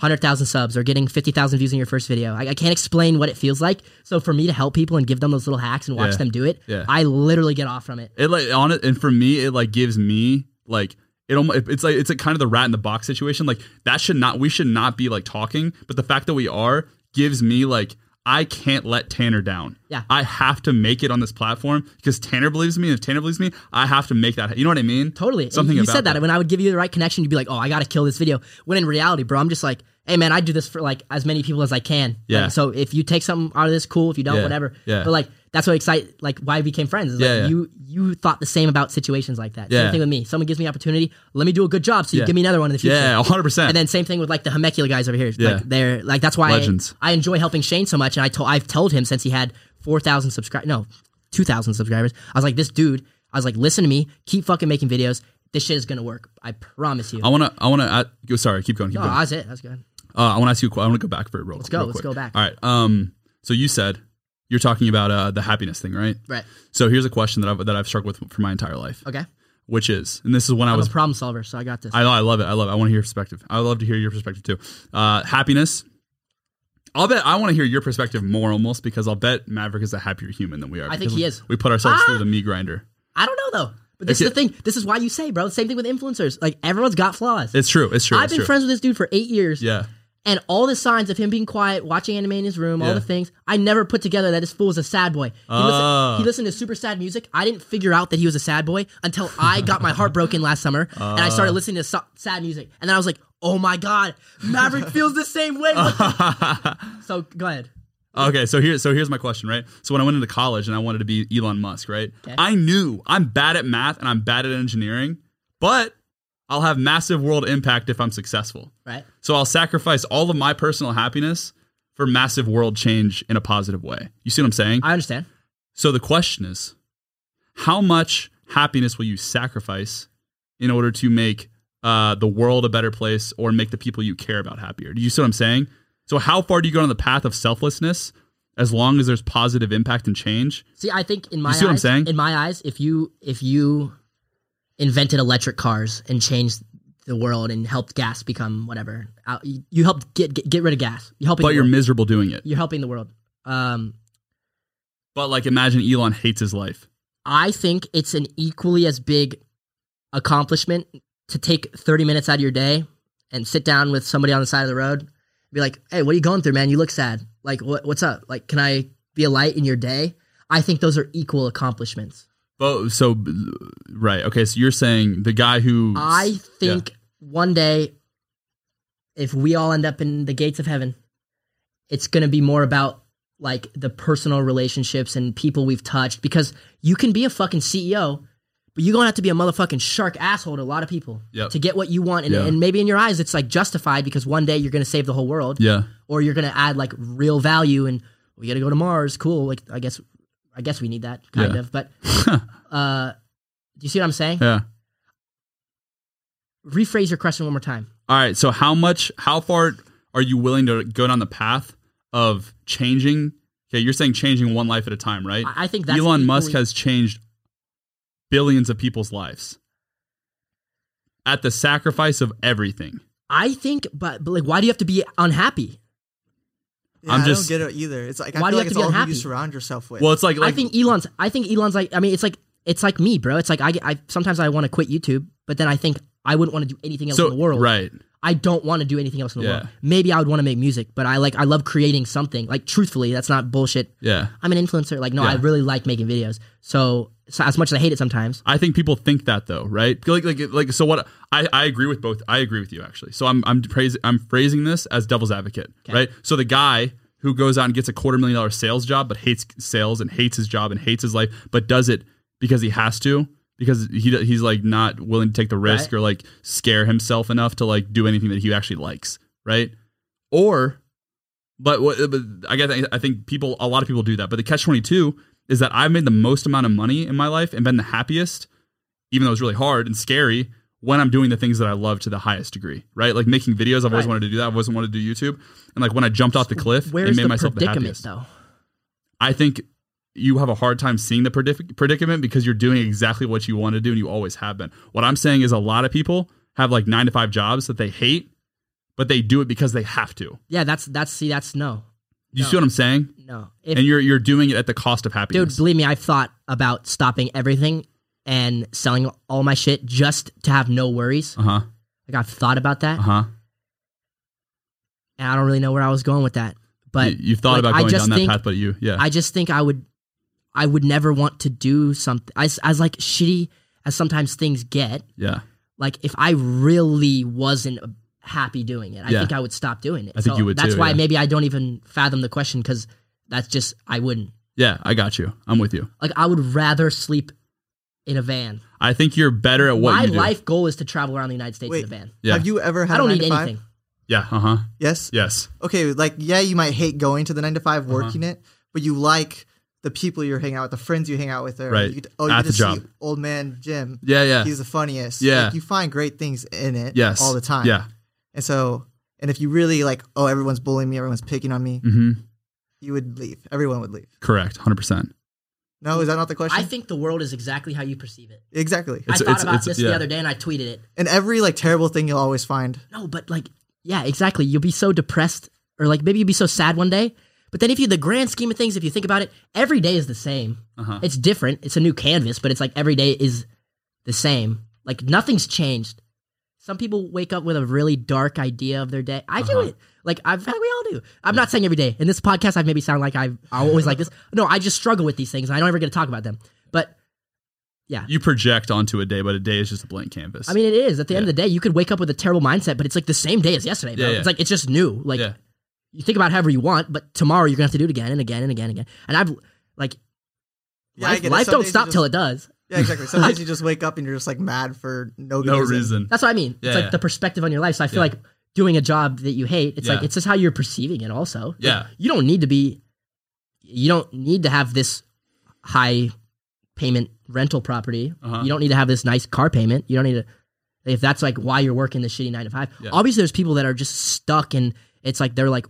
[SPEAKER 1] 100,000 subs or getting 50,000 views in your first video. I, I can't explain what it feels like. So for me to help people and give them those little hacks and watch
[SPEAKER 2] Yeah.
[SPEAKER 1] them do it,
[SPEAKER 2] Yeah.
[SPEAKER 1] I literally get off from it.
[SPEAKER 2] It like on it, and for me, it like gives me like it. Almost, it's like it's like kind of the rat in the box situation. Like that should not we should not be like talking, but the fact that we are gives me like I can't let Tanner down.
[SPEAKER 1] Yeah.
[SPEAKER 2] I have to make it on this platform because Tanner believes me. And if Tanner believes me, I have to make that. You know what I mean?
[SPEAKER 1] Totally.
[SPEAKER 2] Something
[SPEAKER 1] you
[SPEAKER 2] about
[SPEAKER 1] said that,
[SPEAKER 2] that.
[SPEAKER 1] when I would give you the right connection, you'd be like, "Oh, I gotta kill this video." When in reality, bro, I'm just like, "Hey, man, I do this for like as many people as I can."
[SPEAKER 2] Yeah.
[SPEAKER 1] Like, so if you take something out of this, cool. If you don't,
[SPEAKER 2] Yeah.
[SPEAKER 1] whatever.
[SPEAKER 2] Yeah.
[SPEAKER 1] But like that's what excite like why we became friends. Is
[SPEAKER 2] Yeah,
[SPEAKER 1] like
[SPEAKER 2] yeah.
[SPEAKER 1] You you thought the same about situations like that.
[SPEAKER 2] Yeah.
[SPEAKER 1] Same thing with me. Someone gives me opportunity, let me do a good job, so you
[SPEAKER 2] Yeah.
[SPEAKER 1] give me another one in the future.
[SPEAKER 2] Yeah, hundred percent.
[SPEAKER 1] And then same thing with like the Hemecula guys over here.
[SPEAKER 2] Yeah.
[SPEAKER 1] Like they're like that's why I,
[SPEAKER 2] Legends.
[SPEAKER 1] I enjoy helping Shane so much. And I told I've told him since he had four thousand subscribers, no, two thousand subscribers. I was like, this dude. I was like, listen to me. Keep fucking making videos. This shit is gonna work. I promise you.
[SPEAKER 2] I wanna I wanna I, go- sorry, keep going, keep
[SPEAKER 1] oh,
[SPEAKER 2] going.
[SPEAKER 1] that's it. That's good.
[SPEAKER 2] Uh, I want to ask you. a que- I want to go back for it real. Let's
[SPEAKER 1] go, let's go back.
[SPEAKER 2] All right. Um. So you said you're talking about uh, the happiness thing, right?
[SPEAKER 1] Right.
[SPEAKER 2] So here's a question that I've that I've struggled with for my entire life,
[SPEAKER 1] Okay.
[SPEAKER 2] which is, and this is when I
[SPEAKER 1] I'm a
[SPEAKER 2] was.
[SPEAKER 1] problem solver, so I got this.
[SPEAKER 2] I know. I love it. I love. It. I want to hear your perspective. I would love to hear your perspective too. Uh, happiness. I'll bet I want to hear your perspective more almost because I'll bet Maverick is a happier human than we are.
[SPEAKER 1] I think
[SPEAKER 2] because
[SPEAKER 1] he
[SPEAKER 2] we-
[SPEAKER 1] is.
[SPEAKER 2] We put ourselves
[SPEAKER 1] Ah!
[SPEAKER 2] through the me grinder.
[SPEAKER 1] I don't know though. But this
[SPEAKER 2] Okay.
[SPEAKER 1] is the thing. This is why you say, bro. Same thing with influencers. Like everyone's got flaws.
[SPEAKER 2] It's true. It's true.
[SPEAKER 1] I've
[SPEAKER 2] it's
[SPEAKER 1] been
[SPEAKER 2] true.
[SPEAKER 1] friends with this dude for eight years.
[SPEAKER 2] Yeah.
[SPEAKER 1] and all the signs of him being quiet, watching anime in his room,
[SPEAKER 2] Yeah.
[SPEAKER 1] all the things. I never put together that this fool was a sad boy. He,
[SPEAKER 2] Ah.
[SPEAKER 1] listened, he listened to super sad music. I didn't figure out that he was a sad boy until I got my heart broken last summer and
[SPEAKER 2] Ah.
[SPEAKER 1] I started listening to so- sad music. And then I was like, oh my God, Maverick feels the same way. What the- so go ahead.
[SPEAKER 2] Okay, so here, so here's my question, right? So when I went into college and I wanted to be Elon Musk, right? I knew I'm bad at math and I'm bad at engineering, but I'll have massive world impact if I'm successful.
[SPEAKER 1] Right?
[SPEAKER 2] So I'll sacrifice all of my personal happiness for massive world change in a positive way. You see what I'm saying?
[SPEAKER 1] I understand.
[SPEAKER 2] so the question is, how much happiness will you sacrifice in order to make uh, the world a better place or make the people you care about happier? Do you see what I'm saying? So how far do you go on the path of selflessness as long as there's positive impact and change?
[SPEAKER 1] See, I think in my
[SPEAKER 2] see what I'm
[SPEAKER 1] eyes,
[SPEAKER 2] saying?
[SPEAKER 1] in my eyes, if you if you invented electric cars and changed the world and helped gas become whatever, out- you, you helped get, get get rid of gas. You helping,
[SPEAKER 2] But
[SPEAKER 1] the
[SPEAKER 2] you're
[SPEAKER 1] world.
[SPEAKER 2] miserable doing it.
[SPEAKER 1] you're helping the world. Um,
[SPEAKER 2] But like imagine Elon hates his life.
[SPEAKER 1] I think it's an equally as big accomplishment to take 30 minutes out of your day and sit down with somebody on the side of the road, be like, "Hey, what are you going through, man? You look sad. Like, what, what's up? Like, can I be a light in your day?" I think those are equal accomplishments.
[SPEAKER 2] But so right, okay. So you're saying the guy who
[SPEAKER 1] I think one day, if we all end up in the gates of heaven, it's going to be more about like the personal relationships and people we've touched because you can be a fucking CEO, but you're going to have to be a motherfucking shark asshole to a lot of people
[SPEAKER 2] Yep.
[SPEAKER 1] to get what you want. And,
[SPEAKER 2] Yeah.
[SPEAKER 1] and maybe in your eyes, it's like justified because one day you're going to save the whole world
[SPEAKER 2] yeah
[SPEAKER 1] or you're going to add like real value and we got to go to Mars. Cool. Like, I guess, I guess we need that kind
[SPEAKER 2] Yeah.
[SPEAKER 1] of, but, uh, do you see what I'm saying?
[SPEAKER 2] yeah.
[SPEAKER 1] rephrase your question one more time.
[SPEAKER 2] All right. So how much, how far are you willing to go down the path of changing? Okay, you're saying changing one life at a time, right?
[SPEAKER 1] I I think that's
[SPEAKER 2] Elon Musk
[SPEAKER 1] equally-
[SPEAKER 2] has changed billions of people's lives at the sacrifice of everything.
[SPEAKER 1] I think, but, but like, why do you have to be unhappy?
[SPEAKER 3] Yeah,
[SPEAKER 2] I'm
[SPEAKER 3] I
[SPEAKER 2] just-
[SPEAKER 3] don't get it either. It's like I
[SPEAKER 1] Why do you
[SPEAKER 3] feel
[SPEAKER 1] have
[SPEAKER 3] like
[SPEAKER 1] to
[SPEAKER 3] it's
[SPEAKER 1] be
[SPEAKER 3] all who
[SPEAKER 1] unhappy?
[SPEAKER 3] you surround yourself with.
[SPEAKER 2] Well, it's like, like
[SPEAKER 1] I think Elon's. I think Elon's like. I mean, it's like it's like me, bro. It's like I. get- I sometimes I want to quit YouTube, but then I think I wouldn't want to do anything else
[SPEAKER 2] so
[SPEAKER 1] in the world.
[SPEAKER 2] right.
[SPEAKER 1] I don't want to do anything else in the world.
[SPEAKER 2] Yeah.
[SPEAKER 1] Maybe I would want to make music, but I like I love creating something. Like truthfully, that's not bullshit.
[SPEAKER 2] Yeah.
[SPEAKER 1] I'm an influencer. Like no, I
[SPEAKER 2] Yeah.
[SPEAKER 1] really like making videos. So, so as much as I hate it sometimes,
[SPEAKER 2] I think people think that though, right? Like, like, like. So what? I, I agree with both. I agree with you actually. So I'm, I'm praise, I'm phrasing this as devil's advocate, right? So the guy who goes out and gets a quarter million dollar sales job, but hates sales and hates his job and hates his life, but does it because he has to, because he, he's like not willing to take the risk
[SPEAKER 1] Right.
[SPEAKER 2] or like scare himself enough to like do anything that he actually likes, right? Or but, what- but I guess I think people, a lot of people do that. But the catch twenty two is that I've made the most amount of money in my life and been the happiest, even though it's really hard and scary when I'm doing the things that I love to the highest degree. Right, like making videos. I've always
[SPEAKER 1] Right.
[SPEAKER 2] wanted to do that. I've always wanted to do YouTube. And like when I jumped off the cliff and
[SPEAKER 1] where's
[SPEAKER 2] made
[SPEAKER 1] the
[SPEAKER 2] myself the
[SPEAKER 1] predicament
[SPEAKER 2] happiest,
[SPEAKER 1] though?
[SPEAKER 2] I think you have a hard time seeing the predic- predicament because you're doing exactly what you want to do and you always have been. What I'm saying is a lot of people have like nine to five jobs that they hate, but they do it because they have to.
[SPEAKER 1] Yeah, that's that's see, that's no,
[SPEAKER 2] You
[SPEAKER 1] No.
[SPEAKER 2] see what I'm saying?
[SPEAKER 1] no. If
[SPEAKER 2] and you're you're doing it at the cost of happiness.
[SPEAKER 1] Dude, believe me, I've thought about stopping everything and selling all my shit just to have no worries.
[SPEAKER 2] Uh huh.
[SPEAKER 1] Like I've thought about that,
[SPEAKER 2] Uh huh.
[SPEAKER 1] and I don't really know where I was going with that. But
[SPEAKER 2] You, you've thought
[SPEAKER 1] like,
[SPEAKER 2] about
[SPEAKER 1] I
[SPEAKER 2] going
[SPEAKER 1] just
[SPEAKER 2] down that
[SPEAKER 1] think-
[SPEAKER 2] path, but you, yeah,
[SPEAKER 1] I just think I would, I would never want to do something as as like shitty as sometimes things get.
[SPEAKER 2] yeah.
[SPEAKER 1] Like if I really wasn't happy doing it, I
[SPEAKER 2] Yeah.
[SPEAKER 1] think I would stop doing it.
[SPEAKER 2] I think you would
[SPEAKER 1] That's
[SPEAKER 2] too,
[SPEAKER 1] why
[SPEAKER 2] yeah.
[SPEAKER 1] maybe I don't even fathom the question because that's just I wouldn't.
[SPEAKER 2] Yeah, I got you. I'm with you.
[SPEAKER 1] Like I would rather sleep in a van.
[SPEAKER 2] I think you're better at what
[SPEAKER 1] my
[SPEAKER 2] you do.
[SPEAKER 1] life goal is to travel around the United States
[SPEAKER 3] Wait.
[SPEAKER 1] in a van.
[SPEAKER 2] Yeah.
[SPEAKER 3] Have you ever had
[SPEAKER 1] I don't
[SPEAKER 3] a nine
[SPEAKER 1] need
[SPEAKER 3] to five?
[SPEAKER 1] anything.
[SPEAKER 2] yeah. Uh huh.
[SPEAKER 3] Yes.
[SPEAKER 2] Yes.
[SPEAKER 3] Okay. Like, yeah, you might hate going to the nine to five,
[SPEAKER 1] Uh-huh.
[SPEAKER 3] working it, but you like the people you're hanging out with, the friends you hang out with. There.
[SPEAKER 2] Right.
[SPEAKER 3] You, oh, you
[SPEAKER 2] At the
[SPEAKER 3] just
[SPEAKER 2] job.
[SPEAKER 3] see old man Jim.
[SPEAKER 2] Yeah. Yeah.
[SPEAKER 3] He's the funniest.
[SPEAKER 2] Yeah.
[SPEAKER 3] Like, you find great things in it.
[SPEAKER 2] yes.
[SPEAKER 3] All the time.
[SPEAKER 2] Yeah.
[SPEAKER 3] And so, and if you really like, oh, everyone's bullying me, everyone's picking on me,
[SPEAKER 2] Mm-hmm.
[SPEAKER 3] you would leave. Everyone would leave.
[SPEAKER 2] Correct. Hundred percent.
[SPEAKER 3] No, is that not the question?
[SPEAKER 1] I think the world is exactly how you perceive it.
[SPEAKER 3] exactly.
[SPEAKER 2] It's-
[SPEAKER 1] I thought
[SPEAKER 2] it's-
[SPEAKER 1] about
[SPEAKER 2] it's-
[SPEAKER 1] this
[SPEAKER 2] yeah.
[SPEAKER 1] the other day and I tweeted it.
[SPEAKER 3] And every like terrible thing you'll always find.
[SPEAKER 1] No, but like, yeah, exactly. You'll be so depressed, or like maybe you'll be so sad one day. But then, if you the grand scheme of things, if you think about it, every day is the same.
[SPEAKER 2] Uh-huh.
[SPEAKER 1] It's different. It's a new canvas, but it's like every day is the same. Like nothing's changed. Some people wake up with a really dark idea of their day. I do
[SPEAKER 3] Uh-huh.
[SPEAKER 1] it. Like I've, we all do. I'm not saying every day. In this podcast, I maybe sound like I I always like this. No, I just struggle with these things, and I don't ever get to talk about them. But
[SPEAKER 2] You project onto a day, but a day is just a blank canvas.
[SPEAKER 1] I mean, it is. At the end of the day, you could wake up with a terrible mindset, but it's like the same day as yesterday, bro.
[SPEAKER 2] Yeah, yeah.
[SPEAKER 1] It's like it's just new. Like
[SPEAKER 2] Yeah.
[SPEAKER 1] you think about it however you want, but tomorrow you're gonna have to do it again and again and again and again. And I've like
[SPEAKER 3] Yeah, I
[SPEAKER 1] life,
[SPEAKER 3] get it.
[SPEAKER 1] life
[SPEAKER 3] Some
[SPEAKER 1] don't
[SPEAKER 3] days you
[SPEAKER 1] stop
[SPEAKER 3] just-
[SPEAKER 1] till it does.
[SPEAKER 3] Yeah, exactly. Sometimes you just wake up and you're just like mad for no, good
[SPEAKER 2] no reason.
[SPEAKER 1] That's what I mean.
[SPEAKER 2] Yeah,
[SPEAKER 1] it's like
[SPEAKER 2] yeah.
[SPEAKER 1] the perspective on your life. So I feel
[SPEAKER 2] Yeah.
[SPEAKER 1] like doing a job that you hate, it's like
[SPEAKER 2] Yeah.
[SPEAKER 1] it's just how you're perceiving it also. Like,
[SPEAKER 2] Yeah.
[SPEAKER 1] you don't need to be you don't need to have this high payment rental property.
[SPEAKER 2] Uh-huh.
[SPEAKER 1] You don't need to have this nice car payment. You don't need to if that's like why you're working the shitty nine to five.
[SPEAKER 2] Yeah.
[SPEAKER 1] Obviously there's people that are just stuck and it's like they're like,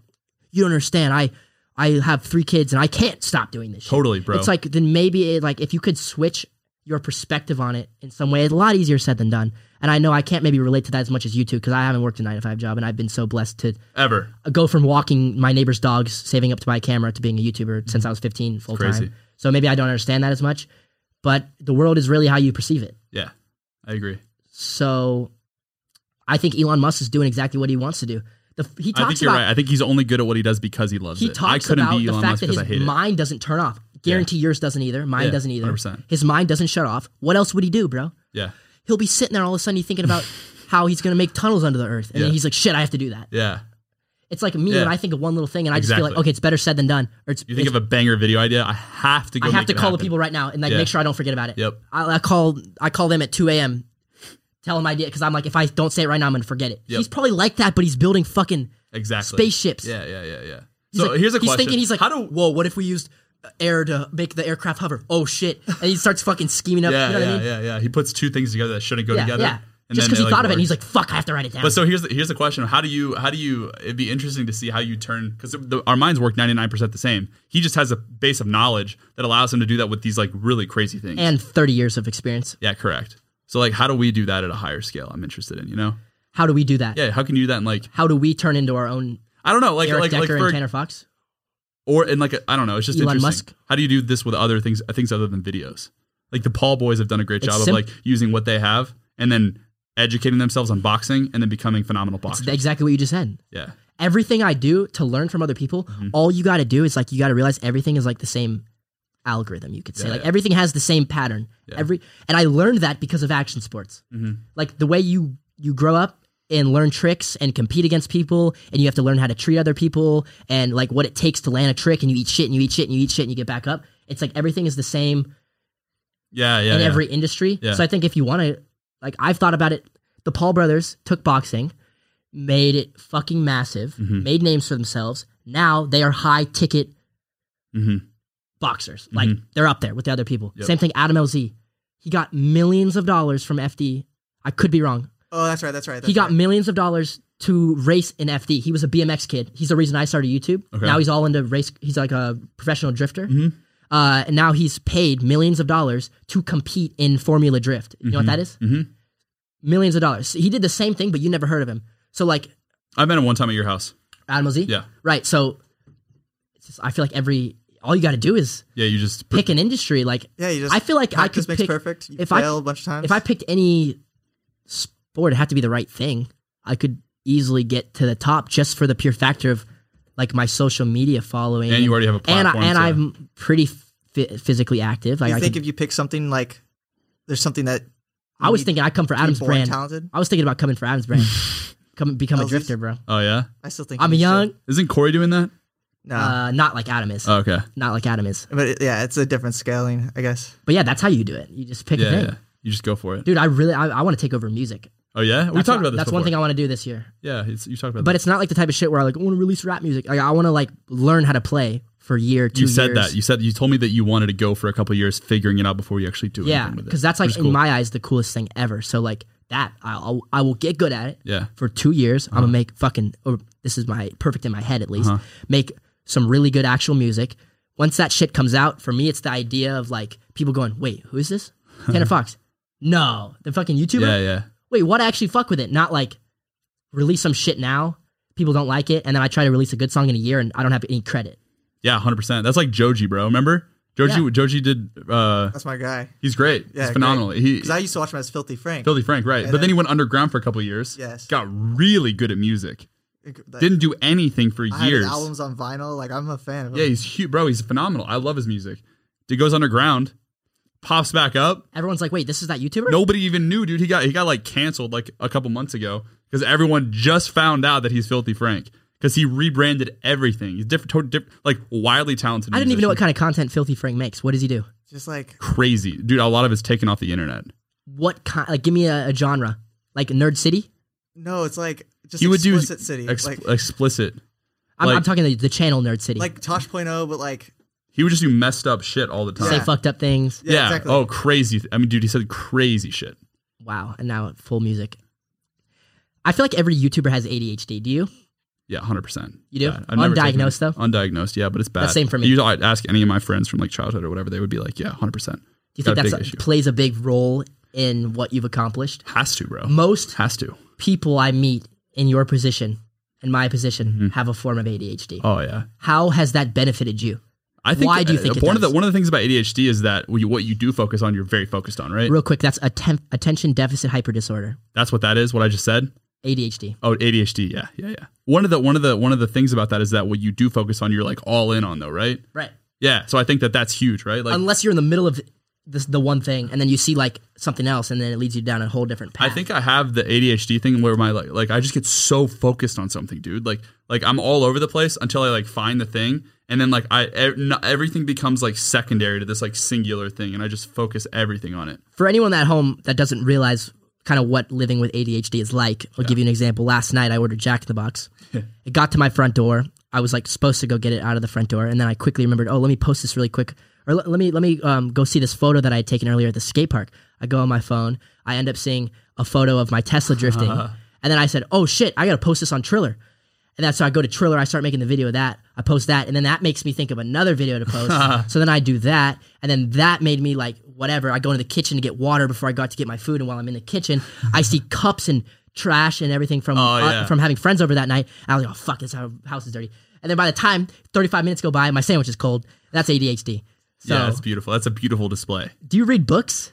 [SPEAKER 1] You don't understand. I I have three kids and I can't stop doing this shit.
[SPEAKER 2] Totally, bro.
[SPEAKER 1] It's like then maybe it, like if you could switch your perspective on it in some way, it's a lot easier said than done. And I know I can't maybe relate to that as much as you two because I haven't worked a nine to five job and I've been so blessed to
[SPEAKER 2] ever.
[SPEAKER 1] go from walking my neighbor's dogs, saving up to buy a camera, to being a YouTuber since I was 15 full
[SPEAKER 2] crazy.
[SPEAKER 1] time. So maybe I don't understand that as much, but the world is really how you perceive it.
[SPEAKER 2] Yeah. I agree.
[SPEAKER 1] So I think Elon Musk is doing exactly what he wants to do. The, he
[SPEAKER 2] I
[SPEAKER 1] talks
[SPEAKER 2] think you're
[SPEAKER 1] about
[SPEAKER 2] right. I think he's only good at what he does because he loves
[SPEAKER 1] he
[SPEAKER 2] it.
[SPEAKER 1] talks
[SPEAKER 2] I couldn't
[SPEAKER 1] about
[SPEAKER 2] be
[SPEAKER 1] the
[SPEAKER 2] Elon
[SPEAKER 1] fact
[SPEAKER 2] Musk
[SPEAKER 1] that
[SPEAKER 2] because I hate
[SPEAKER 1] his
[SPEAKER 2] it.
[SPEAKER 1] mind doesn't turn off. Guarantee yours doesn't either. Mine
[SPEAKER 2] Yeah,
[SPEAKER 1] doesn't either.
[SPEAKER 2] 100%.
[SPEAKER 1] His mind doesn't shut off. What else would he do, bro?
[SPEAKER 2] Yeah.
[SPEAKER 1] He'll be sitting there all of a sudden. He's thinking about how he's gonna make tunnels under the earth, and
[SPEAKER 2] Yeah.
[SPEAKER 1] then he's like, "Shit, I have to do that."
[SPEAKER 2] Yeah.
[SPEAKER 1] It's like me
[SPEAKER 2] Yeah.
[SPEAKER 1] when I think of one little thing, and I just feel like,
[SPEAKER 2] Exactly.
[SPEAKER 1] "Okay, it's better said than done." Or it's,
[SPEAKER 2] You think
[SPEAKER 1] it's-
[SPEAKER 2] of a banger video idea. I have to go.
[SPEAKER 1] I have
[SPEAKER 2] make
[SPEAKER 1] to
[SPEAKER 2] it
[SPEAKER 1] call the
[SPEAKER 2] happen.
[SPEAKER 1] people right now and like
[SPEAKER 2] Yeah.
[SPEAKER 1] make sure I don't forget about it.
[SPEAKER 2] Yep.
[SPEAKER 1] I, I call I call them at two a.m. Tell them I did because I'm like, if I don't say it right now, I'm gonna forget it.
[SPEAKER 2] Yep.
[SPEAKER 1] He's probably like that, but he's building fucking
[SPEAKER 2] Exactly.
[SPEAKER 1] spaceships.
[SPEAKER 2] Yeah. Yeah. Yeah. Yeah.
[SPEAKER 1] He's
[SPEAKER 2] so
[SPEAKER 1] like-
[SPEAKER 2] here's a
[SPEAKER 1] he's
[SPEAKER 2] question.
[SPEAKER 1] thinking he's like,
[SPEAKER 2] how do
[SPEAKER 1] whoa, what if we used air to make the aircraft hover? Oh shit! And he starts fucking scheming up.
[SPEAKER 2] Yeah,
[SPEAKER 1] you know
[SPEAKER 2] yeah,
[SPEAKER 1] what I mean?
[SPEAKER 2] yeah, yeah. He puts two things together that shouldn't go
[SPEAKER 1] yeah,
[SPEAKER 2] together.
[SPEAKER 1] yeah.
[SPEAKER 2] and
[SPEAKER 1] Just
[SPEAKER 2] then
[SPEAKER 1] because he
[SPEAKER 2] they,
[SPEAKER 1] thought of it, and
[SPEAKER 2] work.
[SPEAKER 1] he's like, "Fuck, I have to write it down."
[SPEAKER 2] But so here's the, here's the question: How do you how do you? It'd be interesting to see how you turn because our minds work ninety nine percent the same. He just has a base of knowledge that allows him to do that with these like really crazy things.
[SPEAKER 1] and thirty years of experience.
[SPEAKER 2] yeah, correct. So like, how do we do that at a higher scale? I'm interested in you know.
[SPEAKER 1] How do we do that?
[SPEAKER 2] Yeah, how can you do that? in like,
[SPEAKER 1] How do we turn into our own
[SPEAKER 2] I don't know, like
[SPEAKER 1] Eric
[SPEAKER 2] like like
[SPEAKER 1] Decker
[SPEAKER 2] for,
[SPEAKER 1] and Tanner Fox?
[SPEAKER 2] or in like a, I don't know. It's just
[SPEAKER 1] Elon
[SPEAKER 2] interesting.
[SPEAKER 1] Musk?
[SPEAKER 2] How do you do this with other things? Things other than videos. Like the Paul boys have done a great
[SPEAKER 1] It's
[SPEAKER 2] job
[SPEAKER 1] sim-
[SPEAKER 2] of like using what they have and then educating themselves on boxing and then becoming phenomenal boxers.
[SPEAKER 1] It's exactly what you just said.
[SPEAKER 2] yeah.
[SPEAKER 1] Everything I do to learn from other people,
[SPEAKER 2] Mm-hmm.
[SPEAKER 1] all you got to do is like you got to realize everything is like the same algorithm. You could say
[SPEAKER 2] Yeah,
[SPEAKER 1] like
[SPEAKER 2] yeah.
[SPEAKER 1] everything has the same pattern. Every and I learned that because of action sports.
[SPEAKER 2] Mm-hmm.
[SPEAKER 1] Like the way you you grow up and learn tricks and compete against people and you have to learn how to treat other people and like what it takes to land a trick and you eat shit and you eat shit and you eat shit and you get back up. It's like everything is the same
[SPEAKER 2] Yeah, yeah.
[SPEAKER 1] in
[SPEAKER 2] yeah.
[SPEAKER 1] every industry.
[SPEAKER 2] Yeah.
[SPEAKER 1] So I think if you want to, like, I've thought about it. The Paul brothers took boxing, made it fucking massive,
[SPEAKER 2] Mm-hmm.
[SPEAKER 1] made names for themselves. Now they are high ticket
[SPEAKER 2] Mhm.
[SPEAKER 1] boxers. Like, they're up there with the other people.
[SPEAKER 2] Mm-hmm. Yep.
[SPEAKER 1] Same thing, Adam LZ. He got millions of dollars from FD. I could be wrong.
[SPEAKER 3] Oh, that's right. That's right. That's
[SPEAKER 1] he got
[SPEAKER 3] right.
[SPEAKER 1] millions of dollars to race in FD. He was a BMX kid. He's the reason I started YouTube.
[SPEAKER 2] Okay. Mm-hmm.
[SPEAKER 1] Now he's all into race. He's like a professional drifter. Uh, and now he's paid millions of dollars to compete in Formula Drift. You know what that is?
[SPEAKER 2] Mhm.
[SPEAKER 1] Millions of dollars. He did the same thing, but you never heard of him. So like
[SPEAKER 2] I met him one time at your house.
[SPEAKER 1] Adam LZ?
[SPEAKER 2] Yeah.
[SPEAKER 1] Right. So it's just, I feel like every all you got to do is
[SPEAKER 2] Yeah, you just
[SPEAKER 1] pick an industry. Like
[SPEAKER 3] Yeah, you just.
[SPEAKER 1] I feel like I
[SPEAKER 3] practice
[SPEAKER 1] could
[SPEAKER 3] makes
[SPEAKER 1] pick
[SPEAKER 3] perfect. You
[SPEAKER 1] if I-
[SPEAKER 3] fail a bunch of times.
[SPEAKER 1] if I picked any sport, it had to be the right thing. I could easily get to the top just for the pure factor of like my social media following.
[SPEAKER 2] And you already have a
[SPEAKER 1] and, I,
[SPEAKER 2] platform,
[SPEAKER 1] and
[SPEAKER 2] so-
[SPEAKER 1] I'm pretty f- physically active. Like
[SPEAKER 3] you
[SPEAKER 1] I,
[SPEAKER 3] think
[SPEAKER 1] could-
[SPEAKER 3] if you pick something like, there's something that
[SPEAKER 1] I was
[SPEAKER 3] you
[SPEAKER 1] thinking I come for
[SPEAKER 3] be
[SPEAKER 1] Adam's
[SPEAKER 3] born
[SPEAKER 1] brand.
[SPEAKER 3] talented.
[SPEAKER 1] I was thinking about coming for Adam's brand. Come become a
[SPEAKER 3] Elvis?
[SPEAKER 1] drifter, bro.
[SPEAKER 2] Oh yeah.
[SPEAKER 3] I still think
[SPEAKER 1] I'm
[SPEAKER 3] you should. Ah.
[SPEAKER 1] young,
[SPEAKER 2] Isn't Corey doing that?
[SPEAKER 3] No,
[SPEAKER 1] uh, not like Adam is.
[SPEAKER 2] Oh, okay.
[SPEAKER 1] not like Adam is.
[SPEAKER 3] but it, yeah, it's a different scaling, I guess.
[SPEAKER 1] But yeah, that's how you do it. You just pick a
[SPEAKER 2] Yeah,
[SPEAKER 1] thing.
[SPEAKER 2] yeah. You just go for it.
[SPEAKER 1] Dude, I really I, I want to take over music.
[SPEAKER 2] Oh yeah? We
[SPEAKER 1] That's
[SPEAKER 2] talked
[SPEAKER 1] one-
[SPEAKER 2] about this.
[SPEAKER 1] That's
[SPEAKER 2] before.
[SPEAKER 1] one thing I want to do this year.
[SPEAKER 2] Yeah, it's, you talked about
[SPEAKER 1] But
[SPEAKER 2] this.
[SPEAKER 1] it's not like the type of shit where I like I want to release rap music. Like I want to like learn how to play for a year, two
[SPEAKER 2] you said
[SPEAKER 1] years.
[SPEAKER 2] that. You said you told me that you wanted to go for a couple years figuring it out before you actually do
[SPEAKER 1] yeah,
[SPEAKER 2] anything with it.
[SPEAKER 1] because that's like
[SPEAKER 2] Which is
[SPEAKER 1] in
[SPEAKER 2] cool.
[SPEAKER 1] my eyes the coolest thing ever. So like that, I'll I will get good at it
[SPEAKER 2] Yeah.
[SPEAKER 1] for two years.
[SPEAKER 2] Uh-huh.
[SPEAKER 1] I'm gonna make fucking. Or this is my perfect in my head at least. Make some really good actual music. Once that shit comes out, for me, it's the idea of like people going, "Wait, who is this? Tanner Fox? No, the fucking YouTuber.
[SPEAKER 2] Yeah, yeah.
[SPEAKER 1] Wait, what? I actually fuck with it. Not like release some shit now. People don't like it, and then I try to release a good song in a year, and I don't have any credit.
[SPEAKER 2] Yeah, hundred percent. That's like Joji, bro. Remember Joji?
[SPEAKER 1] Yeah.
[SPEAKER 2] Joji did. uh
[SPEAKER 3] That's my guy.
[SPEAKER 2] He's great.
[SPEAKER 3] Yeah,
[SPEAKER 2] he's phenomenal. He
[SPEAKER 3] Because I used to watch him as Filthy Frank.
[SPEAKER 2] Filthy Frank, right? But then,
[SPEAKER 3] then-
[SPEAKER 2] he went underground for a couple years.
[SPEAKER 3] Yes.
[SPEAKER 2] Got really good at music.
[SPEAKER 3] Like,
[SPEAKER 2] Didn't do anything for
[SPEAKER 3] I have his
[SPEAKER 2] years.
[SPEAKER 3] albums on vinyl. Like I'm a fan. Of
[SPEAKER 2] Yeah,
[SPEAKER 3] him.
[SPEAKER 2] he's huge, bro. He's phenomenal. I love his music. Dude goes underground, pops back up.
[SPEAKER 1] Everyone's like, "Wait, this is that YouTuber?
[SPEAKER 2] Nobody even knew, dude. He got he got like canceled like a couple months ago because everyone just found out that he's Filthy Frank because he rebranded everything. He's different, totally different, like wildly talented.
[SPEAKER 1] I didn't even know what
[SPEAKER 2] musician.
[SPEAKER 1] kind of content Filthy Frank makes. What does he do?
[SPEAKER 3] just like
[SPEAKER 2] crazy, dude. A lot of it's taken off the internet.
[SPEAKER 1] What kind? Like, give me a, a genre. Like Nerd City.
[SPEAKER 3] no, it's like just
[SPEAKER 2] He would do
[SPEAKER 3] explicit city,
[SPEAKER 2] ex-
[SPEAKER 3] like
[SPEAKER 2] explicit.
[SPEAKER 1] I'm, I'm
[SPEAKER 2] Like-
[SPEAKER 1] talking the, the channel Nerd City.
[SPEAKER 3] like Tosh.0, but like
[SPEAKER 2] He would just do messed up shit all the time.
[SPEAKER 1] say
[SPEAKER 3] yeah.
[SPEAKER 1] fucked up things.
[SPEAKER 2] Yeah.
[SPEAKER 3] Yeah, exactly.
[SPEAKER 2] Oh, crazy. I mean, dude, he said crazy shit.
[SPEAKER 1] Wow. And now full music. I feel like every YouTuber has ADHD. Do you?
[SPEAKER 2] Yeah, hundred percent.
[SPEAKER 1] You do? Undiagnosed, though?
[SPEAKER 2] Undiagnosed, yeah, but it's bad.
[SPEAKER 1] That's same for me.
[SPEAKER 2] You know, I'd ask any of my friends from like childhood or whatever, they would be like, yeah, hundred percent.
[SPEAKER 1] Do you think
[SPEAKER 2] Got a
[SPEAKER 1] that's
[SPEAKER 2] big
[SPEAKER 1] that
[SPEAKER 2] issue.
[SPEAKER 1] plays a big role in what you've accomplished?
[SPEAKER 2] Has to, bro.
[SPEAKER 1] Most
[SPEAKER 2] Has to.
[SPEAKER 1] people I meet in your position, in my position, have a form of ADHD.
[SPEAKER 2] Oh yeah.
[SPEAKER 1] How has that benefited you?
[SPEAKER 2] I think. uh,
[SPEAKER 1] Why do you think it
[SPEAKER 2] one of the
[SPEAKER 1] does?
[SPEAKER 2] one of the things about ADHD is that what you- what you do focus on, you're very focused on, right?
[SPEAKER 1] Real quick, that's atten- attention deficit hyper disorder,
[SPEAKER 2] That's what that is. What I just said.
[SPEAKER 1] ADHD.
[SPEAKER 2] Oh, ADHD. Yeah, yeah, yeah. One of the one of the one of the things about that is that what you do focus on, you're like all in on, though, right?
[SPEAKER 1] Right.
[SPEAKER 2] Yeah. So I think that that's huge, right? Like,
[SPEAKER 1] Unless you're in the middle of this, the one thing, and then you see like something else, and then it leads you down a whole different
[SPEAKER 2] I
[SPEAKER 1] path.
[SPEAKER 2] think I have the ADHD thing where my like, like I just get so focused on something, dude. Like like I'm all over the place until I like find the thing, and then like I e- no- everything becomes like secondary to this like singular thing, and I just focus everything on it.
[SPEAKER 1] for anyone at home that doesn't realize kind of what living with ADHD is like, I'll give you an example. Last night I ordered Jack in the Box. it got to my front door. I was like supposed to go get it out of the front door, and then I quickly remembered, oh, let me post this really quick, or let, let me let me um, go see this photo that I had taken earlier at the skate park. I go on my phone. I end up seeing a photo of my Tesla drifting, and then I said, oh shit, I gotta post this on Triller. And that's so I go to Triller, I start making the video of that. I post that, and then that makes me think of another video to post. so then I do that, and then that made me like whatever. I go into the kitchen to get water before I go out to get my food, and while I'm in the kitchen, I see cups and trash and everything from uh,
[SPEAKER 2] Oh, yeah.
[SPEAKER 1] from having friends over that night. And I was like, oh fuck, this hou- house is dirty. And then by the time 35 minutes go by, my sandwich is cold. That's ADHD. So
[SPEAKER 2] yeah, that's beautiful. That's a beautiful display.
[SPEAKER 1] do you read books?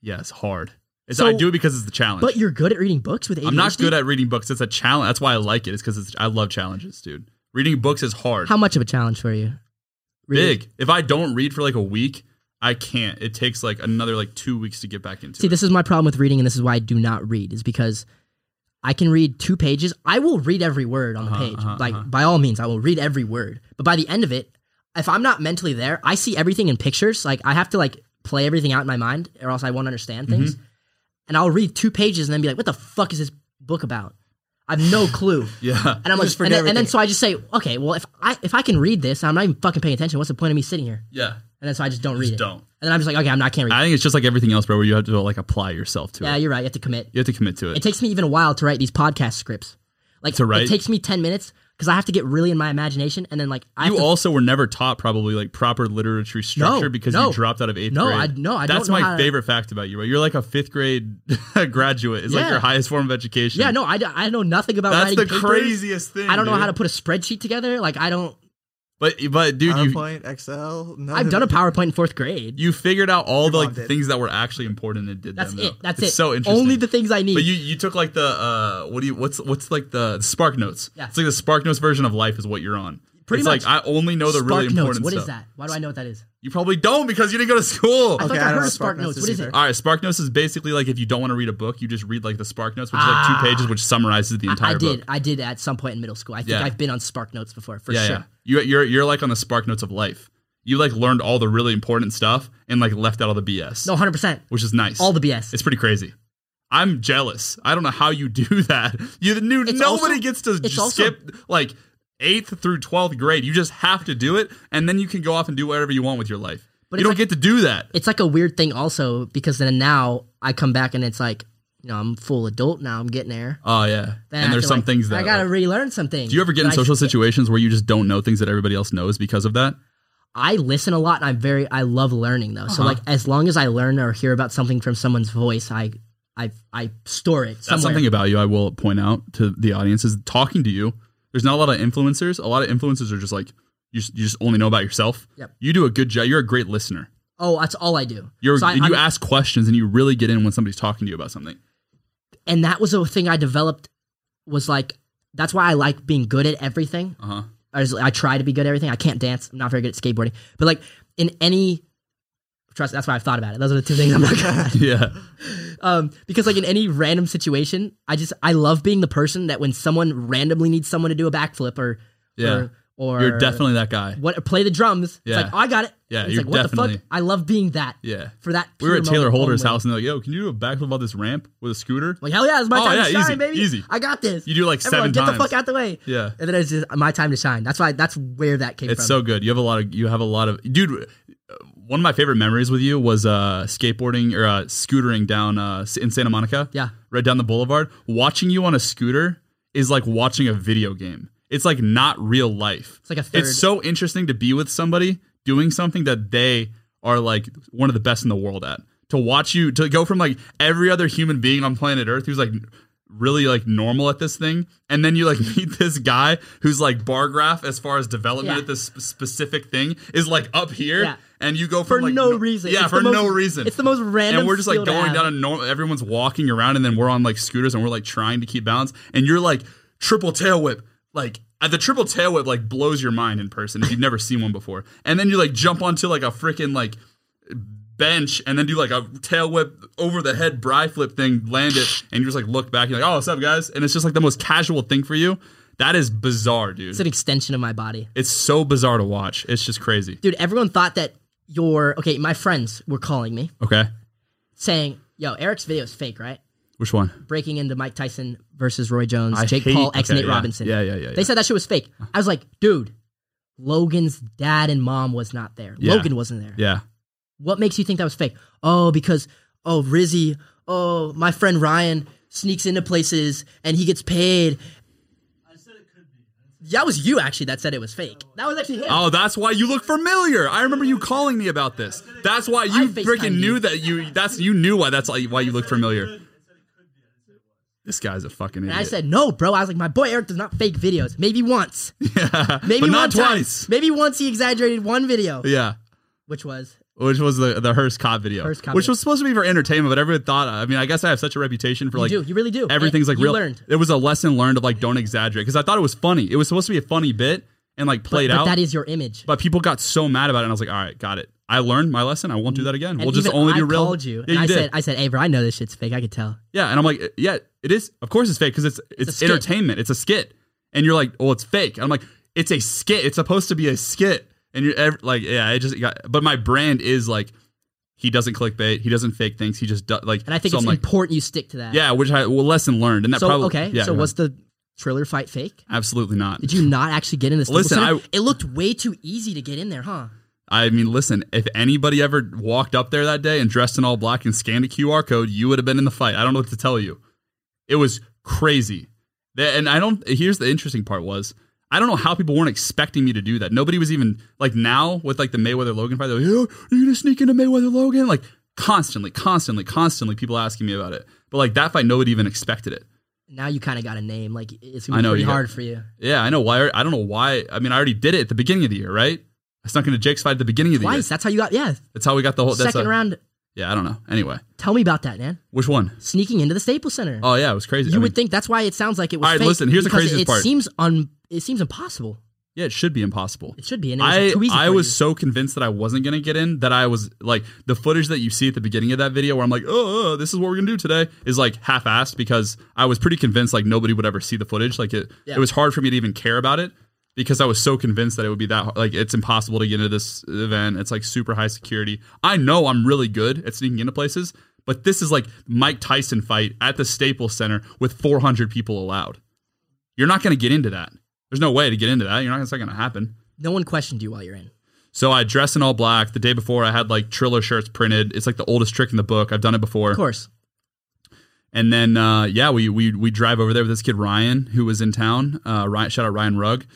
[SPEAKER 2] Yeah, it's hard. It's,
[SPEAKER 1] So-
[SPEAKER 2] I do it because it's the challenge.
[SPEAKER 1] But you're good at reading books with ADHD.
[SPEAKER 2] I'm not good at reading books. It's a challenge. That's why I like it. It's because I love challenges, dude. Reading books is hard.
[SPEAKER 1] How much of a challenge for you? Really?
[SPEAKER 2] Big. If I don't read for like a week, I can't. It takes like another like two weeks to get back into
[SPEAKER 1] See,
[SPEAKER 2] it.
[SPEAKER 1] this is my problem with reading, and this is why I do not read, is because I can read two pages. I will read every word on the
[SPEAKER 2] Uh-huh,
[SPEAKER 1] page.
[SPEAKER 2] uh-huh,
[SPEAKER 1] like,
[SPEAKER 2] uh-huh.
[SPEAKER 1] by all means, I will read every word. But by the end of it, if I'm not mentally there, I see everything in pictures. Like, I have to, like, play everything out in my mind, or else I won't understand
[SPEAKER 2] Mm-hmm.
[SPEAKER 1] things. And I'll read two pages and then be like, what the fuck is this book about? I have no clue.
[SPEAKER 2] yeah.
[SPEAKER 1] And I'm
[SPEAKER 3] You
[SPEAKER 1] like,
[SPEAKER 3] just
[SPEAKER 1] and
[SPEAKER 3] forget
[SPEAKER 1] then, and then
[SPEAKER 3] everything.
[SPEAKER 1] so I just say, okay, well, if I if I can read this, I'm not even fucking paying attention. What's the point of me sitting here?
[SPEAKER 2] Yeah.
[SPEAKER 1] And then so I just don't read it.
[SPEAKER 2] Don't.
[SPEAKER 1] And then I'm just like, okay, I'm not I can't read.
[SPEAKER 2] I think it's just like everything else, bro, where you have to like apply yourself to
[SPEAKER 1] yeah,
[SPEAKER 2] it.
[SPEAKER 1] you're right. You have to commit.
[SPEAKER 2] You have to commit to it.
[SPEAKER 1] It takes me even a while to write these podcast scripts. Like
[SPEAKER 2] To write?
[SPEAKER 1] it takes me ten minutes because I have to get really in my imagination, and then like I
[SPEAKER 2] you
[SPEAKER 1] have to,
[SPEAKER 2] also were never taught probably like proper literature structure because
[SPEAKER 1] no.
[SPEAKER 2] you dropped out of eighth
[SPEAKER 1] No,
[SPEAKER 2] grade.
[SPEAKER 1] I- no, I don't
[SPEAKER 2] That's
[SPEAKER 1] know
[SPEAKER 2] my
[SPEAKER 1] how to-
[SPEAKER 2] favorite fact about you. Right? You're like a fifth grade graduate. It's
[SPEAKER 1] Yeah.
[SPEAKER 2] like your highest form of education.
[SPEAKER 1] yeah no I, d- I know nothing about
[SPEAKER 2] that's
[SPEAKER 1] writing
[SPEAKER 2] the
[SPEAKER 1] papers.
[SPEAKER 2] craziest thing.
[SPEAKER 1] I don't know
[SPEAKER 2] dude.
[SPEAKER 1] how to put a spreadsheet together. Like I don't.
[SPEAKER 2] But but dude, you
[SPEAKER 3] PowerPoint, Excel. none
[SPEAKER 1] I've
[SPEAKER 3] of
[SPEAKER 1] done a
[SPEAKER 3] it.
[SPEAKER 1] PowerPoint in fourth grade.
[SPEAKER 2] you figured out all the
[SPEAKER 3] mom
[SPEAKER 2] like
[SPEAKER 3] did.
[SPEAKER 2] things that were actually important and did
[SPEAKER 1] That's
[SPEAKER 2] them.
[SPEAKER 1] it.
[SPEAKER 2] though.
[SPEAKER 1] That's
[SPEAKER 2] It's
[SPEAKER 1] it.
[SPEAKER 2] So interesting.
[SPEAKER 1] Only the things I need.
[SPEAKER 2] But you you took like the uh what do you what's what's like the Spark Notes.
[SPEAKER 1] Yeah.
[SPEAKER 2] It's like the Spark Notes version of life is what you're on.
[SPEAKER 1] Pretty
[SPEAKER 2] it's
[SPEAKER 1] much.
[SPEAKER 2] like I only know the
[SPEAKER 1] Spark
[SPEAKER 2] really
[SPEAKER 1] notes.
[SPEAKER 2] important
[SPEAKER 1] What is
[SPEAKER 2] stuff.
[SPEAKER 1] that? Why do I know what that is?
[SPEAKER 2] You probably don't because you didn't go to school.
[SPEAKER 1] I
[SPEAKER 3] Okay,
[SPEAKER 1] thought
[SPEAKER 3] I
[SPEAKER 1] I
[SPEAKER 3] don't
[SPEAKER 1] heard
[SPEAKER 3] know
[SPEAKER 1] Spark
[SPEAKER 3] Spark
[SPEAKER 1] Notes.
[SPEAKER 3] Notes
[SPEAKER 1] What is it?
[SPEAKER 3] either.
[SPEAKER 2] All right, Spark Notes is basically like if you don't want to read a book, you just read like the Spark Notes, which is like two pages, which summarizes the
[SPEAKER 1] Ah. I
[SPEAKER 2] entire
[SPEAKER 1] did.
[SPEAKER 2] book.
[SPEAKER 1] I did at some point in middle school. I think
[SPEAKER 2] Yeah.
[SPEAKER 1] I've been on Spark Notes before for
[SPEAKER 2] Yeah,
[SPEAKER 1] sure.
[SPEAKER 2] yeah. You, you're you're like on the Spark Notes of life. You like learned all the really important stuff and like left out all the BS,
[SPEAKER 1] No, hundred percent.
[SPEAKER 2] which is nice.
[SPEAKER 1] All the BS.
[SPEAKER 2] It's pretty crazy. I'm jealous. I don't know how you do that. You knew
[SPEAKER 1] It's
[SPEAKER 2] nobody
[SPEAKER 1] also-
[SPEAKER 2] gets to
[SPEAKER 1] it's
[SPEAKER 2] skip
[SPEAKER 1] also-
[SPEAKER 2] like eighth through twelfth grade. You just have to do it, and then you can go off and do whatever you want with your life.
[SPEAKER 1] But
[SPEAKER 2] But you
[SPEAKER 1] it's
[SPEAKER 2] don't
[SPEAKER 1] like-
[SPEAKER 2] get to do that.
[SPEAKER 1] it's like a weird thing also because then now I come back and it's like, you know, I'm full adult now. I'm getting there.
[SPEAKER 2] Oh yeah.
[SPEAKER 1] Then I
[SPEAKER 2] and
[SPEAKER 1] have
[SPEAKER 2] there's
[SPEAKER 1] to,
[SPEAKER 2] some
[SPEAKER 1] like,
[SPEAKER 2] things that
[SPEAKER 1] I gotta
[SPEAKER 2] like-
[SPEAKER 1] relearn some things.
[SPEAKER 2] Do you ever get in
[SPEAKER 1] But I-
[SPEAKER 2] social situations where you just don't know things that everybody else knows because of that?
[SPEAKER 1] I listen a lot and I'm very I love learning though. So
[SPEAKER 2] Uh-huh.
[SPEAKER 1] like as long as I learn or hear about something from someone's voice, I I I store it
[SPEAKER 2] That's
[SPEAKER 1] somewhere.
[SPEAKER 2] something about you I will point out to the audience is talking to you. There's not a lot of influencers. A lot of influencers are just like you. Just, you just only know about yourself.
[SPEAKER 1] Yep.
[SPEAKER 2] You do a good job. You're a great listener.
[SPEAKER 1] oh, that's all I do.
[SPEAKER 2] You're
[SPEAKER 1] So I-
[SPEAKER 2] and you
[SPEAKER 1] I'm-
[SPEAKER 2] ask questions and you really get in when somebody's talking to you about something.
[SPEAKER 1] and that was a thing I developed was like that's why I like being good at everything.
[SPEAKER 2] Uh huh.
[SPEAKER 1] I, just, I try to be good at everything. I can't dance. I'm not very good at skateboarding. But like in any trust, that's why I've thought about it. Those are the two things I'm not good at.
[SPEAKER 2] Yeah.
[SPEAKER 1] Um, because like in any random situation, I just I love being the person that when someone randomly needs someone to do a backflip or
[SPEAKER 2] Yeah.
[SPEAKER 1] or, or
[SPEAKER 2] You're definitely that guy.
[SPEAKER 1] what play the drums.
[SPEAKER 2] Yeah.
[SPEAKER 1] It's like oh, I got it.
[SPEAKER 2] Yeah,
[SPEAKER 1] It's
[SPEAKER 2] you're
[SPEAKER 1] like what the
[SPEAKER 2] definitely-
[SPEAKER 1] fuck? I love being that.
[SPEAKER 2] Yeah.
[SPEAKER 1] For that.
[SPEAKER 2] We were
[SPEAKER 1] pure
[SPEAKER 2] at Taylor
[SPEAKER 1] moment
[SPEAKER 2] Holder's
[SPEAKER 1] only.
[SPEAKER 2] house and they're like, "Yo, can you do a backflip on this ramp with a scooter?"
[SPEAKER 1] Like hell yeah, it's my
[SPEAKER 2] Oh,
[SPEAKER 1] time to
[SPEAKER 2] yeah,
[SPEAKER 1] shine,
[SPEAKER 2] easy,
[SPEAKER 1] baby.
[SPEAKER 2] easy.
[SPEAKER 1] I got this.
[SPEAKER 2] You do, like,
[SPEAKER 1] Everyone,
[SPEAKER 2] seven
[SPEAKER 1] get
[SPEAKER 2] times.
[SPEAKER 1] the fuck out the way.
[SPEAKER 2] Yeah.
[SPEAKER 1] And then it's just my time to shine. That's why that's where that came
[SPEAKER 2] It's
[SPEAKER 1] from.
[SPEAKER 2] so good. You have a lot of you have a lot of dude. uh, One of my favorite memories with you was uh, skateboarding or uh, scootering down uh, s- in Santa Monica.
[SPEAKER 1] Yeah.
[SPEAKER 2] right down the boulevard. Watching you on a scooter is like watching a video game. It's like not real life. It's
[SPEAKER 1] like a third-
[SPEAKER 2] It's so interesting to be with somebody doing something that they are like one of the best in the world at. To watch you to go from like every other human being on planet Earth who's like really like normal at this thing and then you like meet this guy who's like bar graph as far as development
[SPEAKER 1] Yeah.
[SPEAKER 2] at this sp- specific thing is like up here
[SPEAKER 1] Yeah.
[SPEAKER 2] and you go from
[SPEAKER 1] for
[SPEAKER 2] like
[SPEAKER 1] no reason.
[SPEAKER 2] yeah
[SPEAKER 1] It's
[SPEAKER 2] for
[SPEAKER 1] the most-
[SPEAKER 2] no reason
[SPEAKER 1] It's the most random.
[SPEAKER 2] and we're just like
[SPEAKER 1] skill to
[SPEAKER 2] going
[SPEAKER 1] have.
[SPEAKER 2] down a normal. Everyone's walking around, and then we're on like scooters, and we're like trying to keep balance. And you're like triple tail whip, like uh, the triple tail whip, like blows your mind in person if you've never seen one before. And then you like jump onto like a freaking like bench, and then do like a tail whip over the head bri flip thing, land it, and you just like look back, you're like, oh, what's up, guys? And it's just like the most casual thing for you. That is bizarre, dude.
[SPEAKER 1] It's an extension of my body.
[SPEAKER 2] It's so bizarre to watch. It's just crazy.
[SPEAKER 1] Dude, everyone thought that your okay, my friends were calling me
[SPEAKER 2] Okay,
[SPEAKER 1] saying, Yo, Eric's video is fake, right?
[SPEAKER 2] which one?
[SPEAKER 1] breaking into Mike Tyson versus Roy Jones,
[SPEAKER 2] I
[SPEAKER 1] Jake
[SPEAKER 2] hate-
[SPEAKER 1] Paul, ex
[SPEAKER 2] okay,
[SPEAKER 1] Nate
[SPEAKER 2] yeah.
[SPEAKER 1] Robinson.
[SPEAKER 2] Yeah, yeah, yeah, yeah.
[SPEAKER 1] They said that shit was fake. I was like, dude, Logan's dad and mom was not there.
[SPEAKER 2] Yeah.
[SPEAKER 1] Logan wasn't there.
[SPEAKER 2] Yeah.
[SPEAKER 1] What makes you think that was fake? Oh, because oh Rizzy, oh my friend Ryan sneaks into places and he gets paid. I said it could be. That was you actually that said it was fake. That was actually him.
[SPEAKER 2] Oh, that's why you look familiar. I remember you calling me about this. That's why
[SPEAKER 1] I
[SPEAKER 2] you
[SPEAKER 1] FaceTimed
[SPEAKER 2] freaking
[SPEAKER 1] you.
[SPEAKER 2] knew that you. That's you knew why. That's like why you look familiar. This guy's a fucking
[SPEAKER 1] And I
[SPEAKER 2] idiot.
[SPEAKER 1] said no, bro. I was like, my boy Eric does not fake videos. Maybe once, maybe
[SPEAKER 2] but
[SPEAKER 1] one
[SPEAKER 2] not
[SPEAKER 1] time.
[SPEAKER 2] twice.
[SPEAKER 1] Maybe once he exaggerated one video,
[SPEAKER 2] Yeah,
[SPEAKER 1] which was
[SPEAKER 2] which was the the Hearst cop video,
[SPEAKER 1] Hearst cop
[SPEAKER 2] which
[SPEAKER 1] video.
[SPEAKER 2] was supposed to be for entertainment, but everyone thought. I mean, I guess I have such a reputation for like
[SPEAKER 1] do. You really do.
[SPEAKER 2] Everything's like
[SPEAKER 1] You
[SPEAKER 2] real.
[SPEAKER 1] learned.
[SPEAKER 2] It was a lesson learned of like don't exaggerate because I thought it was funny. It was supposed to be a funny bit and like played
[SPEAKER 1] but
[SPEAKER 2] out,
[SPEAKER 1] that e is your image.
[SPEAKER 2] but people got so mad about it. and I was like, all right, got it. I learned my lesson. I won't do that again.
[SPEAKER 1] And
[SPEAKER 2] we'll just
[SPEAKER 1] even
[SPEAKER 2] only
[SPEAKER 1] I
[SPEAKER 2] do real.
[SPEAKER 1] called you,
[SPEAKER 2] Yeah,
[SPEAKER 1] and I
[SPEAKER 2] did.
[SPEAKER 1] said, I said, hey, bro, I know this shit's fake. I could tell.
[SPEAKER 2] Yeah, and I'm like, yeah, it is. Of course, it's fake because it's
[SPEAKER 1] a
[SPEAKER 2] it's
[SPEAKER 1] skit.
[SPEAKER 2] entertainment. It's a skit, and you're like, well, it's fake. And I'm like, it's a skit. It's supposed to be a skit, and you're ev- like, yeah, it just got. But my brand is like, he doesn't clickbait. He doesn't fake things. He just do, like.
[SPEAKER 1] And I think
[SPEAKER 2] so
[SPEAKER 1] it's
[SPEAKER 2] I'm like,
[SPEAKER 1] important you stick to that.
[SPEAKER 2] yeah, which I well, lesson learned, and that
[SPEAKER 1] So
[SPEAKER 2] probably
[SPEAKER 1] okay.
[SPEAKER 2] Yeah,
[SPEAKER 1] so
[SPEAKER 2] yeah.
[SPEAKER 1] was the Triller fight fake?
[SPEAKER 2] absolutely not.
[SPEAKER 1] Did you not actually get in this?
[SPEAKER 2] Listen, I-
[SPEAKER 1] it looked way too easy to get in there, huh?
[SPEAKER 2] I mean, listen, if anybody ever walked up there that day and dressed in all black and scanned a QR code, you would have been in the fight. I don't know what to tell you. It was crazy. They- And I don't, here's the interesting part was, I don't know how people weren't expecting me to do that. Nobody was even, like now with like the Mayweather Logan fight, they're like, oh, are you going to sneak into Mayweather Logan? Like constantly, constantly, constantly people asking me about it. But like that fight, nobody even expected it.
[SPEAKER 1] Now you kind of got a name. Like it's gonna be
[SPEAKER 2] I know,
[SPEAKER 1] pretty
[SPEAKER 2] you got-
[SPEAKER 1] hard for you.
[SPEAKER 2] Yeah, I know why. I don't know why. I mean, I already did it at the beginning of the year, right? I snuck into Jake's fight at the beginning of the
[SPEAKER 1] Twice.
[SPEAKER 2] year.
[SPEAKER 1] That's how you got. Yeah.
[SPEAKER 2] That's how we got the whole. that's
[SPEAKER 1] second
[SPEAKER 2] a-
[SPEAKER 1] round.
[SPEAKER 2] Yeah, I don't know. Anyway,
[SPEAKER 1] Tell me about that, man.
[SPEAKER 2] which one?
[SPEAKER 1] Sneaking into the Staples Center.
[SPEAKER 2] Oh yeah, it was crazy.
[SPEAKER 1] you
[SPEAKER 2] I mean,
[SPEAKER 1] would think that's why it sounds like it was.
[SPEAKER 2] All right,
[SPEAKER 1] fake,
[SPEAKER 2] listen, here's the
[SPEAKER 1] because
[SPEAKER 2] craziest
[SPEAKER 1] it
[SPEAKER 2] part.
[SPEAKER 1] seems un. It seems impossible.
[SPEAKER 2] yeah, it should be impossible.
[SPEAKER 1] It should be. And it was
[SPEAKER 2] I
[SPEAKER 1] too easy
[SPEAKER 2] I
[SPEAKER 1] for
[SPEAKER 2] was
[SPEAKER 1] you.
[SPEAKER 2] so convinced that I wasn't gonna get in that I was like the footage that you see at the beginning of that video where I'm like, oh, oh, this is what we're gonna do today is like half-assed because I was pretty convinced like nobody would ever see the footage. Like it
[SPEAKER 1] Yeah.
[SPEAKER 2] it was hard for me to even care about it because I was so convinced that it would be that hard. like it's impossible to get into this event. It's like super high security. I know I'm really good at sneaking into places, but this is like Mike Tyson fight at the Staples Center with 400 people allowed. You're not gonna get into that. There's no way to get into that. You're not. It's not gonna happen.
[SPEAKER 1] No one questioned you while you're in.
[SPEAKER 2] So I dress in all black. The day before, I had like Triller shirts printed. It's like the oldest trick in the book. I've done it before.
[SPEAKER 1] Of course.
[SPEAKER 2] And then, uh, yeah, we, we we drive over there with this kid Ryan, who was in town. Uh, Ryan, shout out Ryan Rugg.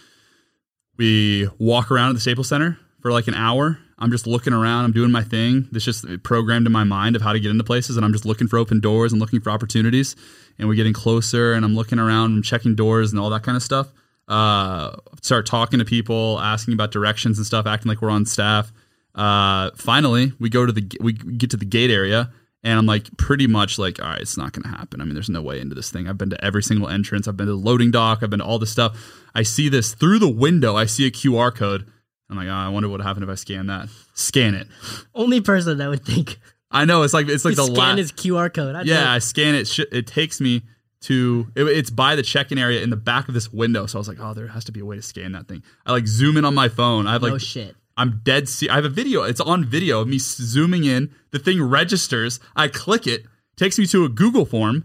[SPEAKER 2] We walk around at the Staples Center for like an hour. I'm just looking around. I'm doing my thing. This just programmed in my mind of how to get into places, and I'm just looking for open doors and looking for opportunities. And we're getting closer, and I'm looking around, and checking doors and all that kind of stuff. Uh, start talking to people, asking about directions and stuff, acting like we're on staff. Uh, finally, we go to the we get to the gate area, and I'm like pretty much like, all right, it's not gonna happen. I mean, there's no way into this thing. I've been to every single entrance. I've been to the loading dock. I've been to all this stuff. I see this through the window. I see a QR code. I'm like, oh, I wonder what would happen if I scan that. Scan it.
[SPEAKER 1] Only person that would think.
[SPEAKER 2] I know it's like it's like
[SPEAKER 1] You
[SPEAKER 2] the
[SPEAKER 1] scan
[SPEAKER 2] last.
[SPEAKER 1] his QR code. I
[SPEAKER 2] Yeah,
[SPEAKER 1] know.
[SPEAKER 2] I scan it. Sh- it takes me to it, it's by the check-in area in the back of this window. So I was like, oh, there has to be a way to scan that thing. I like zoom in on my phone. I have like
[SPEAKER 1] no shit.
[SPEAKER 2] I'm dead. See, I have a video. It's on video of me s- zooming in. The thing registers. I click it. Takes me to a Google form,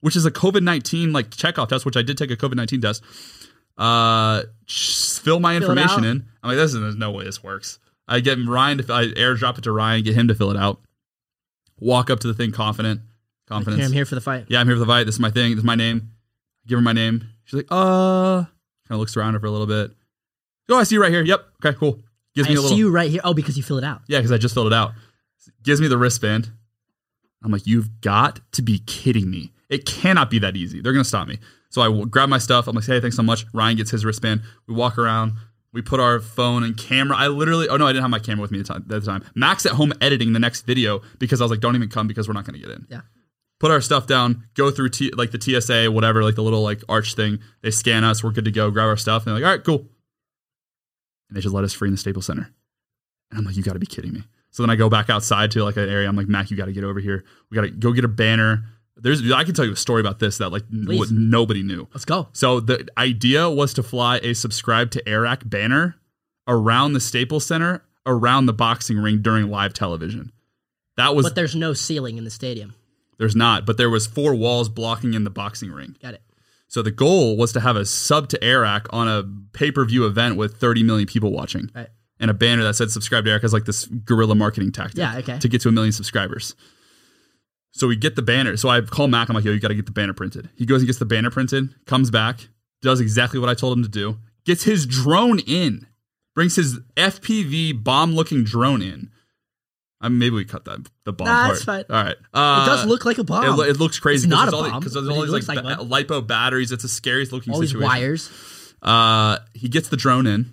[SPEAKER 2] which is a COVID nineteen like checkoff test, which I did take a COVID nineteen test. Uh, sh- fill my
[SPEAKER 1] Fill it out.
[SPEAKER 2] information in. I'm like, this is, there's no way this works. I get Ryan to I airdrop it to Ryan, get him to fill it out. Walk up to the thing confident, confidence.
[SPEAKER 1] Here, I'm here for the fight.
[SPEAKER 2] Yeah, I'm here for the fight. This is my thing. This is my name. Give her my name. She's like, uh, kind of looks around her for a little bit. Oh, I see you right here. Yep. Okay, cool. Gives
[SPEAKER 1] I
[SPEAKER 2] me a
[SPEAKER 1] see
[SPEAKER 2] little.
[SPEAKER 1] you right here. Oh, because you fill it out.
[SPEAKER 2] Yeah, because I just filled it out. Gives me the wristband. I'm like, you've got to be kidding me. It cannot be that easy. They're going to stop me. So I w- grab my stuff. I'm like, hey, thanks so much. Ryan gets his wristband. We walk around. We put our phone and camera. I literally, oh no, I didn't have my camera with me at the time- at the time. Max at home editing the next video because I was like, don't even come because we're not going to get in.
[SPEAKER 1] Yeah.
[SPEAKER 2] Put our stuff down, go through T- like the TSA, whatever, like the little like arch thing. They scan us. We're good to go. Grab our stuff. And they're like, all right, cool. And they just let us free in the Staples Center. And I'm like, you got to be kidding me. So then I go back outside to like an area. I'm like, Mac, you got to get over here. We got to go get a banner. There's, I can tell you a story about this that like n-
[SPEAKER 1] Please.
[SPEAKER 2] what nobody knew.
[SPEAKER 1] Let's go.
[SPEAKER 2] So the idea was to fly a subscribe to Arac banner around the Staples Center, around the boxing ring during live television. That was
[SPEAKER 1] But there's no ceiling in the stadium.
[SPEAKER 2] there's not, but there was four walls blocking in the boxing ring.
[SPEAKER 1] Got it.
[SPEAKER 2] So the goal was to have a sub to Arac on a pay per view event with 30 million people watching
[SPEAKER 1] Right.
[SPEAKER 2] and a banner that said subscribe to Eric as like this guerrilla marketing tactic.
[SPEAKER 1] Yeah, okay.
[SPEAKER 2] To get to a million subscribers. So we get the banner. So I call Mac. I'm like, yo, you got to get the banner printed. He goes and gets the banner printed, comes back, does exactly what I told him to do, gets his drone in, brings his FPV bomb looking drone in. I mean, maybe we cut that the bomb
[SPEAKER 1] Nah,
[SPEAKER 2] part.
[SPEAKER 1] it's
[SPEAKER 2] All right. Uh,
[SPEAKER 1] it does look like a bomb.
[SPEAKER 2] It, lo- it looks crazy.
[SPEAKER 1] It's not
[SPEAKER 2] because
[SPEAKER 1] a
[SPEAKER 2] there's all the-
[SPEAKER 1] bomb,
[SPEAKER 2] 'cause there's
[SPEAKER 1] but
[SPEAKER 2] all
[SPEAKER 1] it
[SPEAKER 2] these
[SPEAKER 1] looks
[SPEAKER 2] like,
[SPEAKER 1] like
[SPEAKER 2] ba- lipo batteries. It's the scariest looking
[SPEAKER 1] All these
[SPEAKER 2] situation.
[SPEAKER 1] wires.
[SPEAKER 2] Uh, he gets the drone in,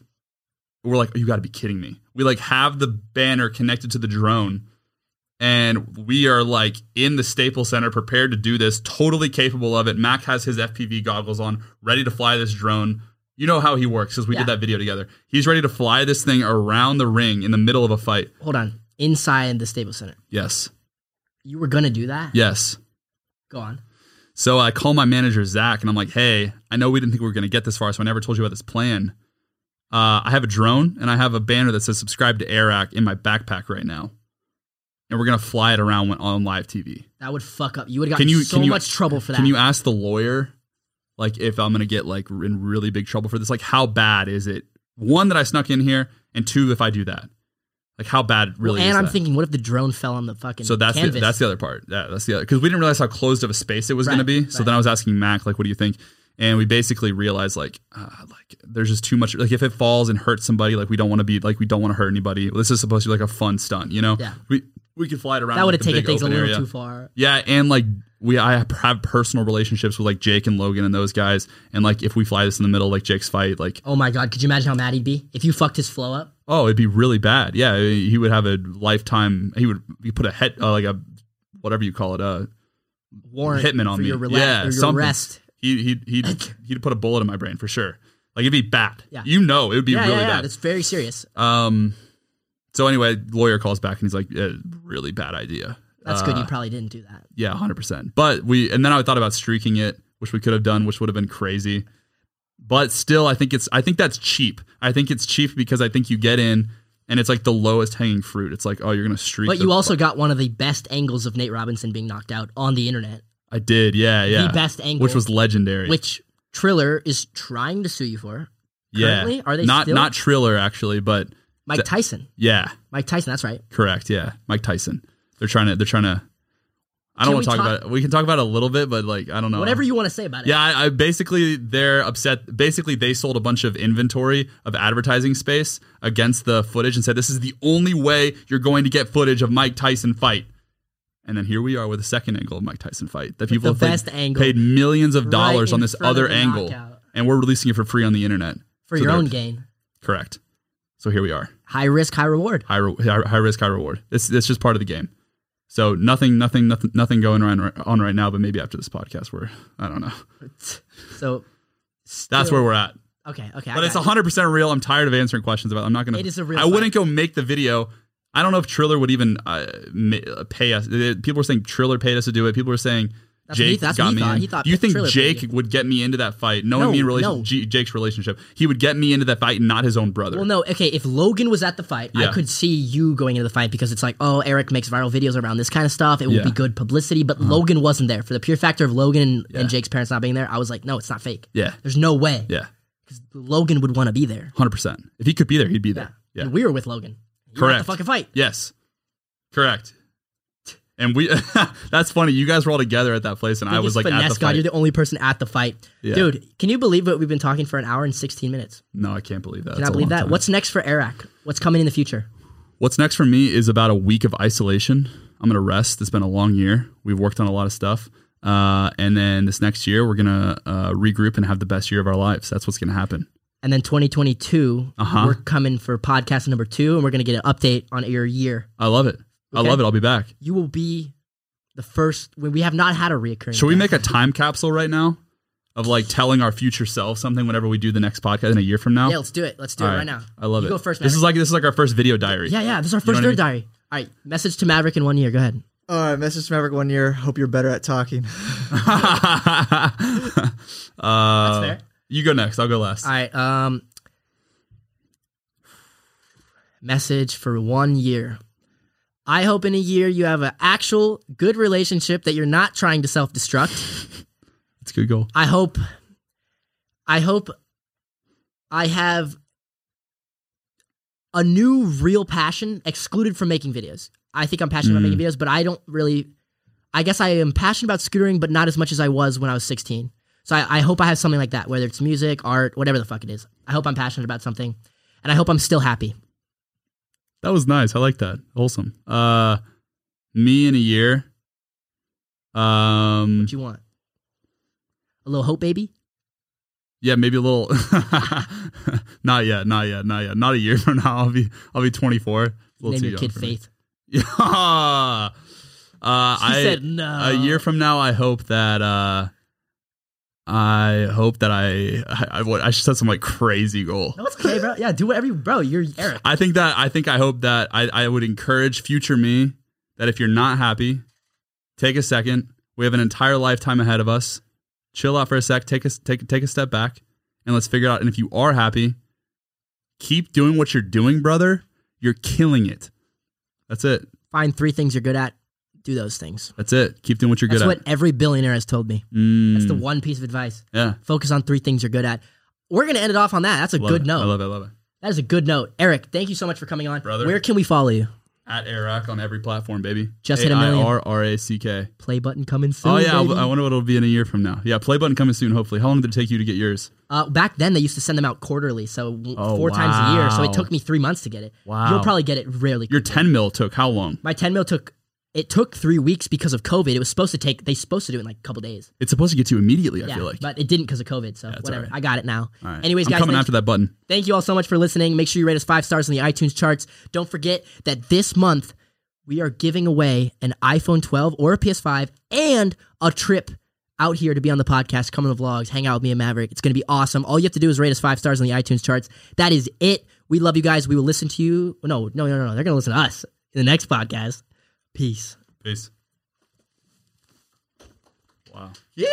[SPEAKER 2] we're like, you got to be kidding me. We like have the banner connected to the drone, and we are like in the Staples Center, prepared to do this, totally capable of it. Mac has his FPV goggles on, ready to fly this drone. You know how he works because we
[SPEAKER 1] Yeah.
[SPEAKER 2] did that video together. He's ready to fly this thing around the ring in the middle of a fight.
[SPEAKER 1] Hold on. Inside the stable center.
[SPEAKER 2] Yes,
[SPEAKER 1] You were gonna do that?
[SPEAKER 2] yes.
[SPEAKER 1] Go on.
[SPEAKER 2] So I call my manager Zach, and I'm like, "Hey, I know we didn't think we were going to get this far, so I never told you about this plan. Uh, I have a drone and I have a banner that says subscribe to Airac in my backpack right now, and we're going to fly it around when on live TV.
[SPEAKER 1] That would fuck up. You would have
[SPEAKER 2] Can
[SPEAKER 1] gotten
[SPEAKER 2] you-
[SPEAKER 1] so
[SPEAKER 2] can you-
[SPEAKER 1] much trouble for that.
[SPEAKER 2] Can you ask the lawyer, like, if I'm going to get like in really big trouble for this? Like, how bad is it? One that I snuck in here, and two, if I do that, like, how bad
[SPEAKER 1] Well,
[SPEAKER 2] really?
[SPEAKER 1] and
[SPEAKER 2] is
[SPEAKER 1] I'm
[SPEAKER 2] that?
[SPEAKER 1] thinking, what if the drone fell on the fucking
[SPEAKER 2] So that's the,
[SPEAKER 1] canvas?
[SPEAKER 2] that's the other part. Yeah, that's the other because we didn't realize how closed of a space it was
[SPEAKER 1] Right,
[SPEAKER 2] going to be. So
[SPEAKER 1] right.
[SPEAKER 2] then I was asking Mac like, "What do you think?" And we basically realized like, uh, like there's just too much. Like if it falls and hurts somebody, like we don't want to be like we don't want to hurt anybody. This is supposed to be like a fun stunt, you know?
[SPEAKER 1] Yeah.
[SPEAKER 2] We we could fly it around.
[SPEAKER 1] that would have
[SPEAKER 2] like,
[SPEAKER 1] taken
[SPEAKER 2] the big
[SPEAKER 1] things a
[SPEAKER 2] open
[SPEAKER 1] little
[SPEAKER 2] area.
[SPEAKER 1] too far.
[SPEAKER 2] Yeah, and like we I have personal relationships with like Jake and Logan and those guys. And like if we fly this in the middle, like Jake's fight, like
[SPEAKER 1] Oh my god, could you imagine how mad he'd be if you fucked his flow up?
[SPEAKER 2] Oh, it'd be really bad. Yeah, he would have a lifetime. He would he put a head uh, like a whatever you call it uh, a
[SPEAKER 1] Warrant
[SPEAKER 2] hitman on
[SPEAKER 1] for
[SPEAKER 2] me.
[SPEAKER 1] your, rela-
[SPEAKER 2] yeah,
[SPEAKER 1] or your
[SPEAKER 2] something.
[SPEAKER 1] arrest.
[SPEAKER 2] He he he he'd put a bullet in my brain for sure. Like it'd be bad.
[SPEAKER 1] Yeah.
[SPEAKER 2] you know it would be
[SPEAKER 1] yeah,
[SPEAKER 2] really
[SPEAKER 1] yeah, yeah,
[SPEAKER 2] bad.
[SPEAKER 1] It's very serious.
[SPEAKER 2] Um, so anyway, lawyer calls back and he's like, eh, "Really bad idea."
[SPEAKER 1] That's
[SPEAKER 2] Uh,
[SPEAKER 1] good. You probably didn't do that.
[SPEAKER 2] Yeah, hundred percent. But we and then I thought about streaking it, which we could have done, which would have been crazy. But still, I think it's I think that's cheap. I think it's cheap because I think you get in and it's like the lowest hanging fruit. It's like oh, you're gonna streak.
[SPEAKER 1] But
[SPEAKER 2] the-
[SPEAKER 1] you also got one of the best angles of Nate Robinson being knocked out on the internet.
[SPEAKER 2] I did, yeah, yeah,
[SPEAKER 1] The best angle,
[SPEAKER 2] which was legendary.
[SPEAKER 1] which Triller is trying to sue you for.
[SPEAKER 2] yeah,
[SPEAKER 1] currently? Are they
[SPEAKER 2] not
[SPEAKER 1] still-
[SPEAKER 2] not Triller actually, but
[SPEAKER 1] Mike
[SPEAKER 2] Th-
[SPEAKER 1] Tyson.
[SPEAKER 2] yeah,
[SPEAKER 1] Mike Tyson. That's right.
[SPEAKER 2] correct, yeah, Mike Tyson. They're trying to they're trying to. I
[SPEAKER 1] Can
[SPEAKER 2] don't want
[SPEAKER 1] we
[SPEAKER 2] to talk,
[SPEAKER 1] talk-
[SPEAKER 2] about it. We can talk about it a little bit, but like I don't know.
[SPEAKER 1] Whatever you want to say about it.
[SPEAKER 2] Uh, Yeah, I, I basically they're upset. Basically, they sold a bunch of inventory of advertising space against the footage and said this is the only way you're going to get footage of Mike Tyson fight. And then here we are with a second angle of Mike Tyson fight that people
[SPEAKER 1] the
[SPEAKER 2] have
[SPEAKER 1] best
[SPEAKER 2] paid,
[SPEAKER 1] angle.
[SPEAKER 2] paid millions of dollars
[SPEAKER 1] Right
[SPEAKER 2] on
[SPEAKER 1] in
[SPEAKER 2] this
[SPEAKER 1] front of
[SPEAKER 2] other
[SPEAKER 1] the
[SPEAKER 2] angle,
[SPEAKER 1] knockout.
[SPEAKER 2] and we're releasing it for free on the internet
[SPEAKER 1] for
[SPEAKER 2] So
[SPEAKER 1] your
[SPEAKER 2] they're-
[SPEAKER 1] own gain.
[SPEAKER 2] Correct. So here we are,
[SPEAKER 1] High risk, high reward.
[SPEAKER 2] high, re- high high risk, high reward. It's it's just part of the game. So nothing, nothing, nothing, nothing going on on right now. But maybe after this podcast, we're I don't know.
[SPEAKER 1] So
[SPEAKER 2] That's
[SPEAKER 1] Still-
[SPEAKER 2] where we're at.
[SPEAKER 1] okay, okay. I
[SPEAKER 2] But it's
[SPEAKER 1] got you.
[SPEAKER 2] 100 percent real. I'm tired of answering questions about. I'm not gonna.
[SPEAKER 1] It is a real
[SPEAKER 2] I
[SPEAKER 1] fight.
[SPEAKER 2] wouldn't go make the video. I don't know if Triller would even uh, ma- uh, pay us. Uh, People were saying Triller paid us to do it. People were saying
[SPEAKER 1] That's what he-
[SPEAKER 2] Jake
[SPEAKER 1] that's what
[SPEAKER 2] got
[SPEAKER 1] he
[SPEAKER 2] me.
[SPEAKER 1] thought.
[SPEAKER 2] in.
[SPEAKER 1] He thought
[SPEAKER 2] Do you think
[SPEAKER 1] Triller paid
[SPEAKER 2] Jake
[SPEAKER 1] you.
[SPEAKER 2] would get me into that fight? Knowing
[SPEAKER 1] No,
[SPEAKER 2] me in relation
[SPEAKER 1] no.
[SPEAKER 2] G- Jake's relationship, he would get me into that fight, not his own brother.
[SPEAKER 1] Well, no, okay. If Logan was at the fight,
[SPEAKER 2] Yeah.
[SPEAKER 1] I could see you going into the fight because it's like, oh, Eric makes viral videos around this kind of stuff. It will
[SPEAKER 2] Yeah. Uh-huh.
[SPEAKER 1] be good publicity. But Logan wasn't there. For the pure factor of Logan and,
[SPEAKER 2] Yeah.
[SPEAKER 1] and Jake's parents not being there, I was like, no, it's not fake.
[SPEAKER 2] Yeah,
[SPEAKER 1] There's no way.
[SPEAKER 2] yeah,
[SPEAKER 1] Logan would want to be there.
[SPEAKER 2] 100. percent If he could be there, he'd be there. Yeah,
[SPEAKER 1] And we were with Logan. You were at
[SPEAKER 2] correct.
[SPEAKER 1] the fucking fight.
[SPEAKER 2] Yes, correct. And we. that's funny. You guys were all together at that place, and I
[SPEAKER 1] Biggest
[SPEAKER 2] was like at the
[SPEAKER 1] finesse God,
[SPEAKER 2] fight.
[SPEAKER 1] you're the only person at the fight.
[SPEAKER 2] Yeah.
[SPEAKER 1] Dude, can you believe what we've been talking for an hour and 16 minutes?
[SPEAKER 2] no, I can't believe that.
[SPEAKER 1] Can I believe that?
[SPEAKER 2] What's
[SPEAKER 1] What's next for Eric? What's coming in the future?
[SPEAKER 2] What's next for me is about a week of isolation. I'm going to rest. It's been a long year. We've worked on a lot of stuff. Uh, and then this next year, we're going to uh, regroup and have the best year of our lives. That's what's going to happen.
[SPEAKER 1] And then 2022,
[SPEAKER 2] Uh-huh.
[SPEAKER 1] we're coming for podcast number two, and we're going to get an update on your year.
[SPEAKER 2] I love it. I
[SPEAKER 1] Okay.
[SPEAKER 2] love it. I'll be back.
[SPEAKER 1] you will be the first. We we have not had a reoccurring.
[SPEAKER 2] Should we
[SPEAKER 1] guest.
[SPEAKER 2] make a time capsule right now of like telling our future self something whenever we do the next podcast in a year from now?
[SPEAKER 1] Yeah, let's do it. Let's do
[SPEAKER 2] All
[SPEAKER 1] it
[SPEAKER 2] right.
[SPEAKER 1] right now.
[SPEAKER 2] I love
[SPEAKER 1] You
[SPEAKER 2] it.
[SPEAKER 1] Go first,
[SPEAKER 2] this
[SPEAKER 1] Maverick.
[SPEAKER 2] is like this is like our first video diary.
[SPEAKER 1] yeah, yeah. This is our
[SPEAKER 2] know
[SPEAKER 1] first
[SPEAKER 2] what I
[SPEAKER 1] dirt diary. All right, message to Maverick in one year. Go ahead.
[SPEAKER 3] All right, message to Maverick one year. Hope you're better at talking.
[SPEAKER 2] uh, That's
[SPEAKER 1] fair.
[SPEAKER 2] You go next. I'll go last.
[SPEAKER 1] All right. Um, message for one year. I hope in a year you have an actual good relationship that you're not trying to self destruct.
[SPEAKER 2] That's a good goal.
[SPEAKER 1] I hope I hope I have a new real passion excluded from making videos. I think I'm passionate about
[SPEAKER 2] Mm.
[SPEAKER 1] making videos, but I don't really I guess I am passionate about scootering, but not as much as I was when I was 16. So I, I hope I have something like that, whether it's music, art, whatever the fuck it is. I hope I'm passionate about something. And I hope I'm still happy.
[SPEAKER 2] That was nice. I like that. Wholesome. Uh me in a year. Um
[SPEAKER 1] What you want? A little hope, baby?
[SPEAKER 2] Yeah, maybe a little. not yet, not yet, not yet. Not a year from now. I'll be I'll be 24. A little
[SPEAKER 1] Name
[SPEAKER 2] too
[SPEAKER 1] your
[SPEAKER 2] young
[SPEAKER 1] kid
[SPEAKER 2] for me.
[SPEAKER 1] Faith.
[SPEAKER 2] Yeah. Uh,
[SPEAKER 1] She
[SPEAKER 2] I
[SPEAKER 1] said no.
[SPEAKER 2] a year from now, I hope that uh, I hope that I I, I, what, I should set some like crazy goal.
[SPEAKER 1] No, it's okay, bro. Yeah, do whatever you, bro. You're Eric.
[SPEAKER 2] I think that I think I hope that I, I would encourage future me that if you're not happy, take a second. We have an entire lifetime ahead of us. Chill out for a sec. Take a take take a step back and let's figure out. And if you are happy, keep doing what you're doing, brother. You're killing it. That's it.
[SPEAKER 1] Find three things you're good at. Do those things.
[SPEAKER 2] That's it. Keep doing what you're
[SPEAKER 1] That's
[SPEAKER 2] good
[SPEAKER 1] what
[SPEAKER 2] at.
[SPEAKER 1] every billionaire has told me.
[SPEAKER 2] Mm,
[SPEAKER 1] That's the one piece of advice.
[SPEAKER 2] yeah.
[SPEAKER 1] Focus on three things you're good at. We're gonna end it off on that. That's a
[SPEAKER 2] Love
[SPEAKER 1] good
[SPEAKER 2] it. I
[SPEAKER 1] note.
[SPEAKER 2] love it. I love it.
[SPEAKER 1] That is a good note. Eric, thank you so much for coming on.
[SPEAKER 2] Brother.
[SPEAKER 1] Where can we follow you?
[SPEAKER 2] At Arac on every platform, baby.
[SPEAKER 1] Just hit a million.
[SPEAKER 2] A-I-R-R-A-C-K.
[SPEAKER 1] Play button coming soon.
[SPEAKER 2] Oh yeah,
[SPEAKER 1] baby.
[SPEAKER 2] I I wonder what it'll be in a year from now. Yeah, play button coming soon. Hopefully. How long did it take you to get yours?
[SPEAKER 1] Uh, back then, they used to send them out quarterly, so w-
[SPEAKER 2] Oh,
[SPEAKER 1] four times a year. So
[SPEAKER 2] wow.
[SPEAKER 1] it took me three months to get it.
[SPEAKER 2] Wow.
[SPEAKER 1] You'll probably get it really.
[SPEAKER 2] Your
[SPEAKER 1] quickly.
[SPEAKER 2] 10 mil took how long?
[SPEAKER 1] My ten mil took. It took three weeks because of COVID. It was supposed to take. They supposed to do it in like a couple days.
[SPEAKER 2] It's supposed to get to you immediately. I
[SPEAKER 1] Yeah,
[SPEAKER 2] feel like.
[SPEAKER 1] but it didn't because of COVID. So
[SPEAKER 2] it's
[SPEAKER 1] whatever.
[SPEAKER 2] alright.
[SPEAKER 1] I got it now.
[SPEAKER 2] All right.
[SPEAKER 1] Anyways,
[SPEAKER 2] I'm
[SPEAKER 1] guys,
[SPEAKER 2] coming
[SPEAKER 1] thank
[SPEAKER 2] after that button.
[SPEAKER 1] Thank you all so much for listening. Make sure you rate us five stars in the iTunes charts. Don't forget that this month we are giving away an iPhone 12 or a PS5 and a trip out here to be on the podcast, come on the vlogs, hang out with me and Maverick. It's going to be awesome. All you have to do is rate us five stars on the iTunes charts. That is it. We love you guys. We will listen to you. No, no, no, no. They're going to listen to us in the next podcast. Peace.
[SPEAKER 2] Peace. Wow.
[SPEAKER 1] Yeah.